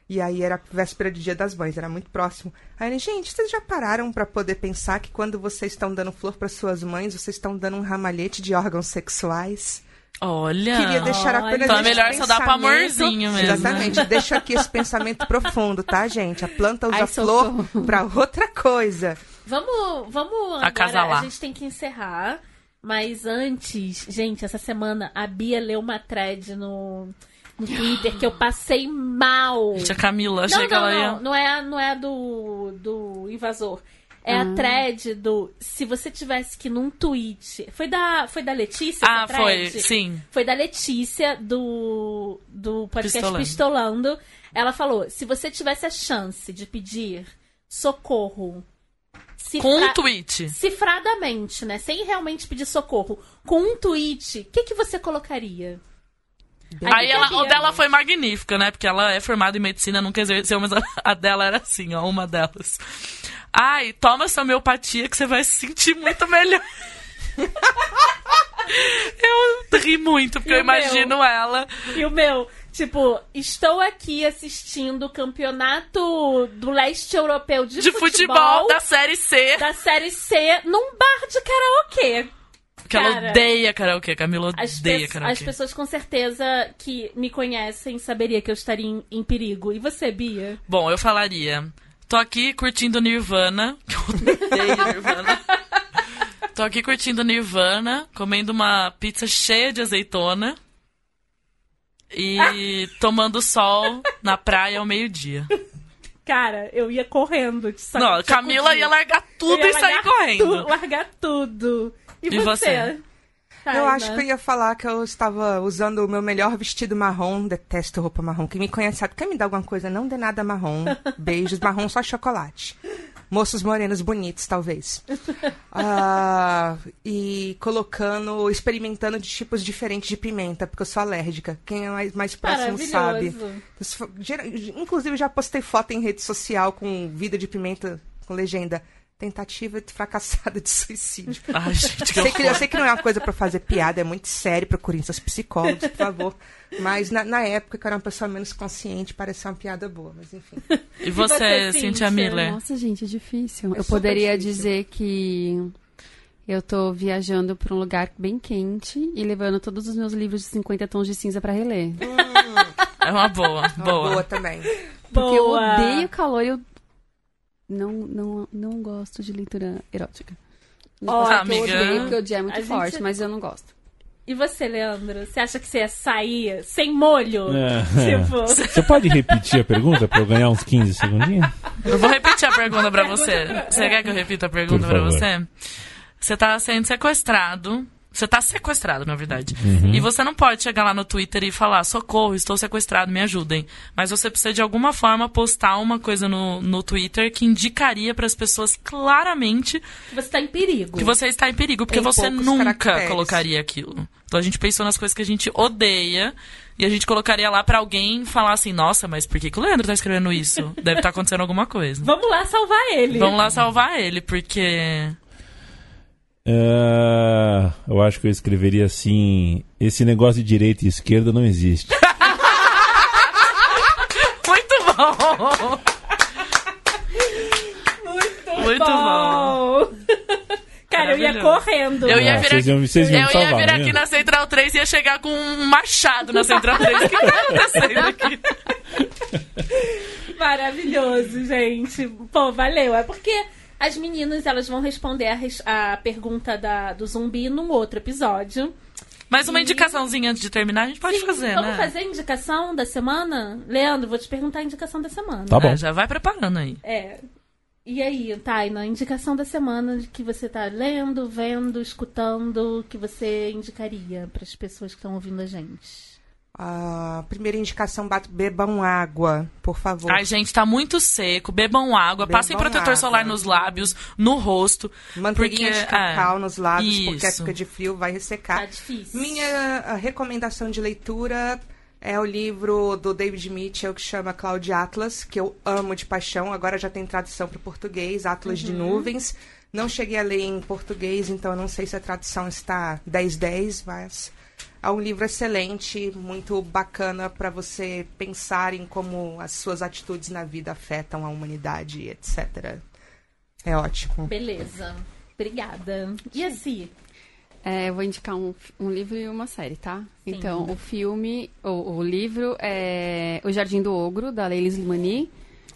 Speaker 2: E aí era véspera de Dia das Mães, era muito próximo. Aí ele, gente, vocês já pararam pra poder pensar que quando vocês estão dando flor para suas mães, vocês estão dando um ramalhete de órgãos sexuais?
Speaker 4: Olha.
Speaker 2: Queria deixar apenas
Speaker 4: Então é
Speaker 2: esse
Speaker 4: melhor só dar pro
Speaker 2: pensamento-
Speaker 4: amorzinho mesmo. né?
Speaker 2: Exatamente. Deixo aqui esse pensamento profundo, tá, gente? A planta usa
Speaker 1: Ai,
Speaker 2: flor
Speaker 1: socorro.
Speaker 2: pra outra coisa.
Speaker 3: Vamos, vamos agora.
Speaker 4: Acasalar.
Speaker 3: A gente tem que encerrar. Mas antes, gente, essa semana a Bia leu uma thread no, no Twitter que eu passei mal.
Speaker 4: Gente, a Camila,
Speaker 3: Não,
Speaker 4: achei que
Speaker 3: não,
Speaker 4: ela
Speaker 3: não.
Speaker 4: ia.
Speaker 3: Não é, a- não é a do, do invasor. É
Speaker 4: Ah.
Speaker 3: a thread do. Se você tivesse que num tweet. Foi da, foi da Letícia?
Speaker 4: Ah,
Speaker 3: essa
Speaker 4: foi,
Speaker 3: thread?
Speaker 4: sim.
Speaker 3: Foi da Letícia, do, do podcast
Speaker 4: Pistolando.
Speaker 3: Pistolando. Ela falou: se você tivesse a chance de pedir socorro.
Speaker 4: Com um
Speaker 3: cifra-
Speaker 4: tweet.
Speaker 3: Cifradamente, né? Sem realmente pedir socorro. Com um tweet, o que, que você colocaria?
Speaker 4: Aí ela,
Speaker 3: Bia-
Speaker 4: o dela foi magnífica, né? Porque ela é formada em medicina, nunca exerceu, mas a, a dela era assim, ó, uma delas. Ai, toma essa homeopatia que você vai se sentir muito melhor. eu ri muito,
Speaker 3: E
Speaker 4: porque eu
Speaker 3: o meu?
Speaker 4: imagino ela.
Speaker 3: E o meu, tipo, estou aqui assistindo o campeonato do leste europeu de,
Speaker 4: De futebol, tá?
Speaker 3: futebol,
Speaker 4: da série C.
Speaker 3: da série C num bar de karaokê.
Speaker 4: que ela
Speaker 3: cara.
Speaker 4: odeia karaokê, Camila
Speaker 3: As,
Speaker 4: odeia
Speaker 3: pe- as
Speaker 4: karaokê.
Speaker 3: pessoas com certeza que me conhecem saberia que eu estaria em, em perigo. E você, Bia?
Speaker 4: Bom, eu falaria. Tô aqui curtindo Nirvana. que Eu odeio Nirvana. Tô aqui curtindo Nirvana, comendo uma pizza cheia de azeitona. E tomando sol na praia ao meio-dia.
Speaker 3: Cara, eu ia correndo. te sac-
Speaker 4: Não,
Speaker 3: te
Speaker 4: Camila
Speaker 3: sacudir.
Speaker 4: ia largar tudo
Speaker 3: Eu ia
Speaker 4: e sair
Speaker 3: largar
Speaker 4: correndo.
Speaker 3: tu- largar tudo. E,
Speaker 4: E você?
Speaker 2: Eu
Speaker 3: Taina?
Speaker 2: acho que é eu ia falar que eu estava usando o meu melhor vestido marrom. Detesto roupa marrom. Quem me conhece sabe quer me dar alguma coisa, não dê nada marrom. Beijos, marrom só chocolate. Moços morenos bonitos, talvez. Ah, e colocando, experimentando de tipos diferentes de pimenta, porque eu sou alérgica. Quem é mais, mais próximo sabe.
Speaker 3: Maravilhoso.
Speaker 2: Isso foi- gera- Inclusive, já postei foto em rede social com vida de pimenta, com legenda. Tentativa fracassada de suicídio.
Speaker 4: Ai, gente, que
Speaker 2: Sei que, eu
Speaker 4: horror.
Speaker 2: sei que não é uma coisa pra fazer piada, é muito sério, procurem seus psicólogos, por favor. Mas na, na época que eu era uma pessoa menos consciente, parecia uma piada boa, mas enfim.
Speaker 4: E
Speaker 3: você,
Speaker 4: você,
Speaker 3: Cíntia?
Speaker 4: Cynthia Miller?
Speaker 1: Nossa, gente, é difícil.
Speaker 2: É
Speaker 1: eu
Speaker 2: super
Speaker 1: poderia
Speaker 2: difícil.
Speaker 1: dizer que eu tô viajando pra um lugar bem quente e levando todos os meus livros de 50 tons de cinza pra reler.
Speaker 4: É uma boa,
Speaker 2: Uma
Speaker 4: boa.
Speaker 2: boa também.
Speaker 1: Porque eu
Speaker 3: Boa.
Speaker 1: odeio calor e eu não, não, não gosto de leitura erótica. Não
Speaker 3: Ó,
Speaker 1: gosto,
Speaker 4: amiga.
Speaker 1: Eu odeio, porque o dia é
Speaker 3: A
Speaker 1: muito
Speaker 3: gente-
Speaker 1: forte, mas eu não gosto.
Speaker 3: E você, Leandro? Você acha que você ia sair sem molho?
Speaker 5: É.
Speaker 3: Tipo,
Speaker 5: Você pode repetir a pergunta pra eu ganhar uns 15 segundinhos?
Speaker 4: Eu vou repetir a pergunta pra você. Você quer que eu repita a pergunta
Speaker 5: Por
Speaker 4: pra
Speaker 5: favor.
Speaker 4: você? Você tá sendo sequestrado. Você tá sequestrado, na verdade.
Speaker 5: Uhum.
Speaker 4: E você não pode chegar lá no Twitter e falar: socorro, estou sequestrado, me ajudem. Mas você precisa de alguma forma postar uma coisa no, no Twitter que indicaria pras pessoas claramente
Speaker 3: você tá em perigo.
Speaker 4: que você está em perigo, porque
Speaker 2: Em
Speaker 4: você
Speaker 2: poucos
Speaker 4: nunca
Speaker 2: caracteres.
Speaker 4: colocaria aquilo. Então a gente pensou nas coisas que a gente odeia e a gente colocaria lá pra alguém falar assim: nossa, mas por que, que o Leandro tá escrevendo isso? Deve estar acontecendo alguma coisa.
Speaker 3: Vamos lá salvar ele.
Speaker 4: Vamos lá salvar ele, porque.
Speaker 5: Ah, eu acho que eu escreveria assim: esse negócio de direita e esquerda não existe.
Speaker 4: Muito bom! Muito, bom.
Speaker 3: Cara, eu ia
Speaker 4: Maravilhoso.
Speaker 3: correndo.
Speaker 4: Eu ia
Speaker 5: Ah,
Speaker 4: virar-
Speaker 5: vocês iam- vocês
Speaker 4: Eu
Speaker 5: iam
Speaker 4: ia
Speaker 5: salvar,
Speaker 4: vir
Speaker 5: né?
Speaker 4: aqui na Central 3 e ia chegar com um machado na Central 3. O que tá acontecendo aqui?
Speaker 3: Maravilhoso, gente. Pô, valeu. É porque as meninas, elas vão responder a, res- a pergunta da- do zumbi num outro episódio.
Speaker 4: Mais uma indicaçãozinha antes de terminar, a gente pode
Speaker 3: Sim,
Speaker 4: fazer,
Speaker 3: Vamos
Speaker 4: né?
Speaker 3: fazer a indicação da semana? Leandro, vou te perguntar a indicação da semana.
Speaker 5: Tá bom.
Speaker 4: É, já vai preparando aí.
Speaker 3: É. E aí, Taina, indicação da semana de que você tá lendo, vendo, escutando, que você indicaria para as pessoas que estão ouvindo a gente?
Speaker 2: A primeira indicação, bato- bebam água, por favor.
Speaker 4: Ai, gente, tá muito seco. Bebam água,
Speaker 2: Bebam
Speaker 4: passem protetor
Speaker 2: água.
Speaker 4: solar nos lábios, no rosto.
Speaker 2: Manteiguinha
Speaker 4: porque,
Speaker 2: de cacau
Speaker 4: é,
Speaker 2: nos lábios, porque a
Speaker 4: isso.
Speaker 2: época de frio vai
Speaker 3: Tá
Speaker 1: Ah,
Speaker 2: ressecar.
Speaker 3: difícil.
Speaker 2: Minha ah, recomendação de leitura é o livro do David Mitchell que chama Cloud Atlas, que eu amo de paixão. Agora já tem tradução para português, Atlas de Nuvens. Não cheguei a ler em português, então eu não sei se a tradução está 10-10, mas é um livro excelente, muito bacana para você pensar em como as suas atitudes na vida afetam a humanidade, etc. É ótimo.
Speaker 3: Beleza. Obrigada. E assim?
Speaker 1: É, eu vou indicar um, um livro e uma série, tá? Então, o filme, o, o livro é O Jardim do Ogro, da Leilis Limani.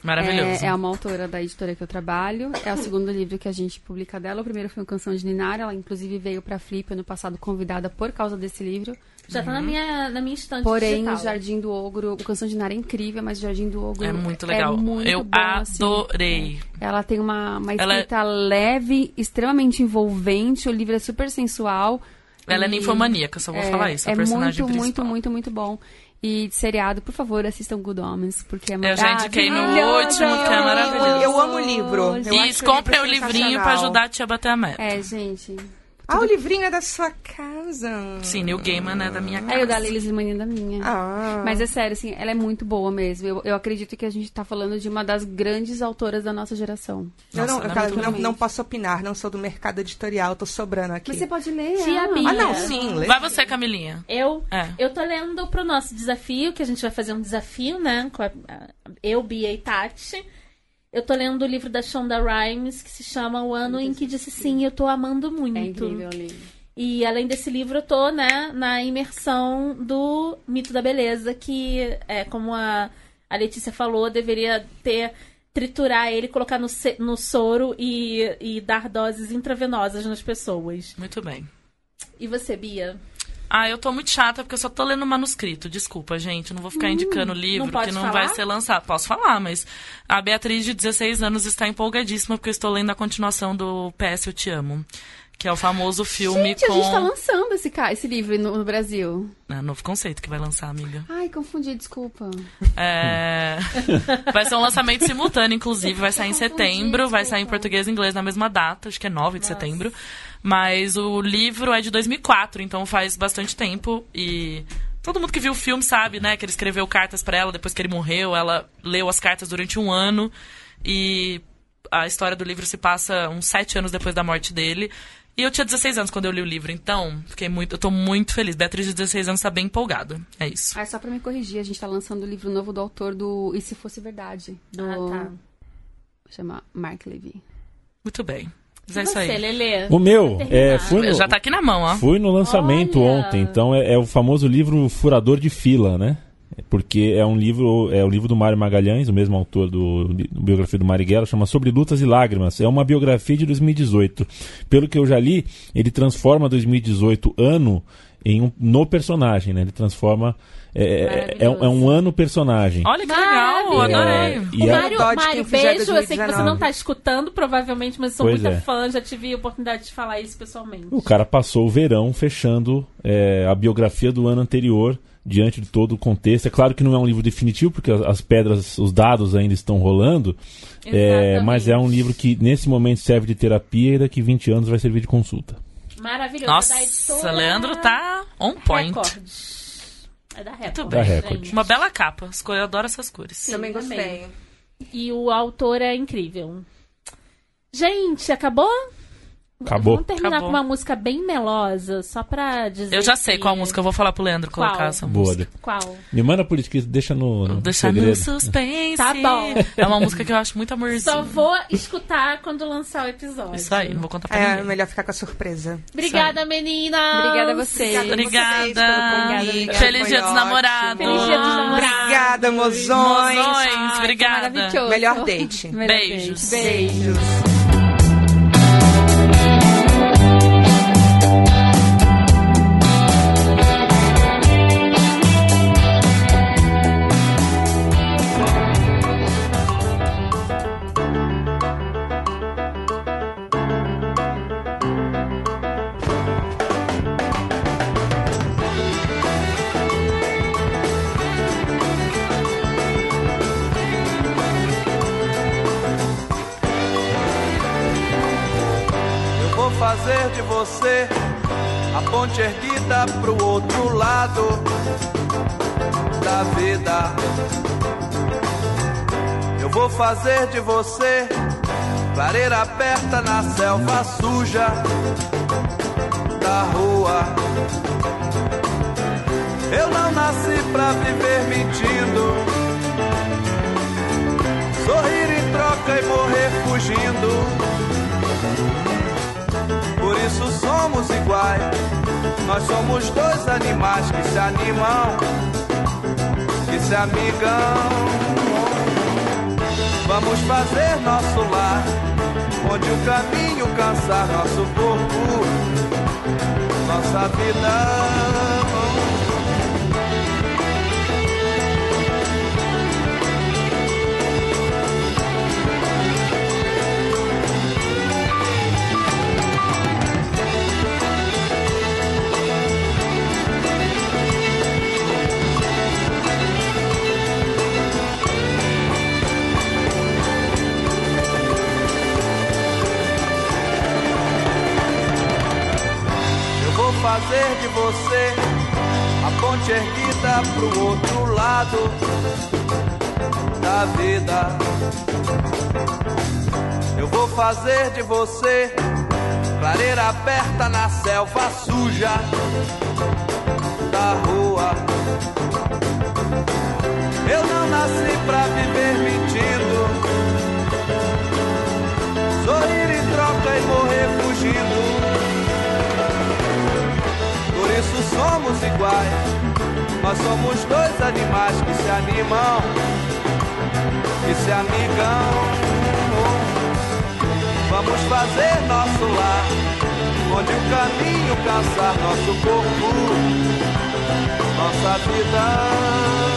Speaker 4: Maravilhoso.
Speaker 1: É, é uma autora da editora que eu trabalho. É o segundo livro que a gente publica dela. O primeiro foi o Canção de Ninar. Ela, inclusive, veio pra Flip ano passado convidada por causa desse livro.
Speaker 3: Já
Speaker 1: Uhum.
Speaker 3: tá na minha, na minha estante
Speaker 1: Porém,
Speaker 3: digital.
Speaker 1: o Jardim do Ogro... O Canção de Ninar é incrível, mas o Jardim do Ogro
Speaker 4: É muito legal.
Speaker 1: um muito
Speaker 4: eu
Speaker 1: bom, assim.
Speaker 4: adorei.
Speaker 1: Ela tem uma, uma
Speaker 4: Ela é-
Speaker 1: escrita leve, extremamente envolvente. O livro é super sensual.
Speaker 4: Ela é
Speaker 1: E-
Speaker 4: ninfomaníaca, só vou falar isso. É,
Speaker 1: é
Speaker 4: a personagem
Speaker 1: muito, muito,
Speaker 4: principal.
Speaker 1: muito, muito bom. E de seriado, por favor, assistam Good Homens, porque é
Speaker 4: Eu já
Speaker 1: maravilhoso.
Speaker 4: indiquei no último, que é maravilhoso.
Speaker 2: Eu amo o livro. Eu acho
Speaker 4: Isso, comprem o
Speaker 2: livro
Speaker 4: livrinho pra
Speaker 2: sensacional.
Speaker 4: ajudar a tia a bater a meta.
Speaker 1: É, gente.
Speaker 2: Ah, o livrinho é da sua casa.
Speaker 4: Sim, New Gaiman é da minha casa.
Speaker 1: É o da Lilis Limani da minha.
Speaker 2: Ah.
Speaker 1: Mas é sério, assim, ela é muito boa mesmo. Eu, eu acredito que a gente tá falando de uma das grandes autoras da nossa geração.
Speaker 2: Eu não,
Speaker 4: Nossa,
Speaker 2: eu
Speaker 4: ela é
Speaker 2: cara,
Speaker 4: muito
Speaker 2: não,
Speaker 1: boa.
Speaker 2: não posso opinar, não sou do mercado editorial, tô sobrando aqui.
Speaker 1: Mas você pode ler
Speaker 3: Tia
Speaker 1: ela.
Speaker 3: Bia.
Speaker 2: Ah, não, sim, lê.
Speaker 4: Vai você, Camilinha.
Speaker 3: Eu,
Speaker 4: É.
Speaker 3: eu tô lendo pro nosso desafio, que a gente vai fazer um desafio, né? Com a- a- eu, Bia e Tati. Eu tô lendo o livro da Shonda Rhimes, que se chama O Ano em que Disse Sim, e eu tô amando muito.
Speaker 1: É incrível, Lili.
Speaker 3: E além desse livro, eu tô, né, na imersão do Mito da Beleza, que é como a, a Letícia falou, deveria ter triturar ele, colocar no, se- no soro e, e dar doses intravenosas nas pessoas.
Speaker 4: Muito bem.
Speaker 3: E você, Bia?
Speaker 4: Ah, eu tô muito chata porque eu só tô lendo manuscrito. Desculpa, gente. Não vou ficar indicando livro
Speaker 3: não pode
Speaker 4: que não
Speaker 3: falar?
Speaker 4: vai ser lançado. Posso falar, mas a Beatriz, de 16 anos, está empolgadíssima porque eu estou lendo a continuação do PS Eu Te Amo. Que é o famoso filme
Speaker 1: Gente,
Speaker 4: com.
Speaker 1: a gente tá lançando esse, ca- esse livro no, no Brasil.
Speaker 4: É, novo conceito que vai lançar, amiga.
Speaker 1: Ai, confundi, desculpa.
Speaker 4: É... vai ser um lançamento simultâneo, inclusive. Vai sair em setembro, vai sair em português e inglês na mesma data, acho que é 9 de setembro. Mas o livro é de 2004, então faz bastante tempo. E todo mundo que viu o filme sabe, né? Que ele escreveu cartas pra ela depois que ele morreu. Ela leu as cartas durante um ano. E a história do livro se passa uns sete anos depois da morte dele. E eu tinha 16 anos quando eu li o livro, então fiquei muito, eu tô muito feliz. Beatriz de 16 anos tá bem empolgada. É isso.
Speaker 1: Ah, só pra me corrigir, a gente tá lançando o livro novo do autor do E Se Fosse Verdade. Do... tá. Chama Mark Levy.
Speaker 4: Muito bem. Mas
Speaker 3: E
Speaker 4: é isso
Speaker 3: você,
Speaker 4: aí.
Speaker 3: Lelê?
Speaker 5: O meu,
Speaker 3: Terminar.
Speaker 5: é, fui no,
Speaker 4: Já tá aqui na mão, ó.
Speaker 5: fui no lançamento
Speaker 3: Olha!
Speaker 5: ontem, então é, é o famoso livro Furador de Fila, né? Porque é um livro, é o livro do Mário Magalhães, o mesmo autor do, do biografia do Marighella, chama Sobre Lutas e Lágrimas. É uma biografia de 2018. Pelo que eu já li, ele transforma 2018 ano em um no personagem, né? Ele transforma é, é, é um- é um ano personagem.
Speaker 4: Olha que legal,
Speaker 3: Maravilha.
Speaker 4: adorei.
Speaker 5: É,
Speaker 3: O
Speaker 5: e é-
Speaker 3: Mário,
Speaker 2: Dodge
Speaker 3: Mário,
Speaker 2: que fizer
Speaker 3: beijo. Eu sei que você
Speaker 2: 2019.
Speaker 3: não tá escutando, provavelmente, mas sou
Speaker 5: Pois
Speaker 3: muita
Speaker 5: é.
Speaker 3: fã. Já tive a oportunidade de falar isso pessoalmente.
Speaker 5: O cara passou o verão fechando é, a biografia do ano anterior diante de todo o contexto. É claro que não é um livro definitivo, porque as- as pedras, os dados ainda estão rolando, é,
Speaker 3: Exatamente.
Speaker 5: mas é um livro que nesse momento serve de terapia e daqui 20 anos vai servir de consulta.
Speaker 3: Maravilhoso. é da
Speaker 4: Nossa,
Speaker 3: editora
Speaker 4: Leandro tá on point.
Speaker 3: Record. É da Record.
Speaker 4: Muito
Speaker 5: Da
Speaker 4: bem.
Speaker 5: Record.
Speaker 3: gente.
Speaker 4: Uma bela capa. As cores- Eu adoro essas cores.
Speaker 2: Também gostei.
Speaker 3: E o autor é incrível. Gente, acabou?
Speaker 5: Acabou.
Speaker 3: Vamos terminar
Speaker 4: Acabou.
Speaker 3: com uma música bem melosa, só pra dizer.
Speaker 4: Eu já sei
Speaker 3: que-
Speaker 4: qual música eu vou falar pro Leandro
Speaker 3: é Qual?
Speaker 4: colocar essa
Speaker 5: Boa.
Speaker 4: música.
Speaker 3: Qual?
Speaker 5: Me manda por escrito, deixa no, no
Speaker 4: Deixar no
Speaker 5: segredo.
Speaker 4: suspense.
Speaker 3: Tá bom.
Speaker 4: É uma música que eu acho muito
Speaker 3: Só
Speaker 4: amorzinho.
Speaker 3: vou escutar quando lançar o episódio.
Speaker 4: Isso aí, não vou contar pra
Speaker 2: É
Speaker 4: ninguém.
Speaker 2: melhor ficar com a surpresa.
Speaker 3: Obrigada, meninas.
Speaker 1: Obrigada a vocês.
Speaker 2: Obrigada a vocês
Speaker 4: Obrigada.
Speaker 2: pelo convite,
Speaker 4: Feliz
Speaker 2: foi
Speaker 4: Dia dos
Speaker 2: ótimo.
Speaker 4: Namorados.
Speaker 3: Feliz Dia dos Namorados.
Speaker 2: Obrigada, mozões.
Speaker 4: Mozões, obrigada.
Speaker 1: Maravilhoso.
Speaker 2: Melhor date.
Speaker 1: Melhor
Speaker 4: Beijos.
Speaker 1: date.
Speaker 2: Beijos.
Speaker 6: Eu vou fazer de você a ponte erguida pro outro lado da vida. Eu vou fazer de você Clareira aberta na selva suja da rua. Eu não nasci pra viver mentindo. Sorrir em troca e morrer fugindo. Por isso somos iguais. Nós somos dois animais que se animam, que se amigam. Vamos fazer nosso lar, onde o caminho cansar nosso corpo, nossa vida. fazer de você a ponte erguida pro outro lado da vida. Eu vou fazer de você clareira aberta na selva suja da rua. Eu não nasci pra viver mentindo. Sorrir em troca e morrer fugindo isso somos iguais. Nós somos dois animais que se animam, que se amigam. Vamos fazer nosso lar, onde o caminho cansar nosso corpo, nossa vida.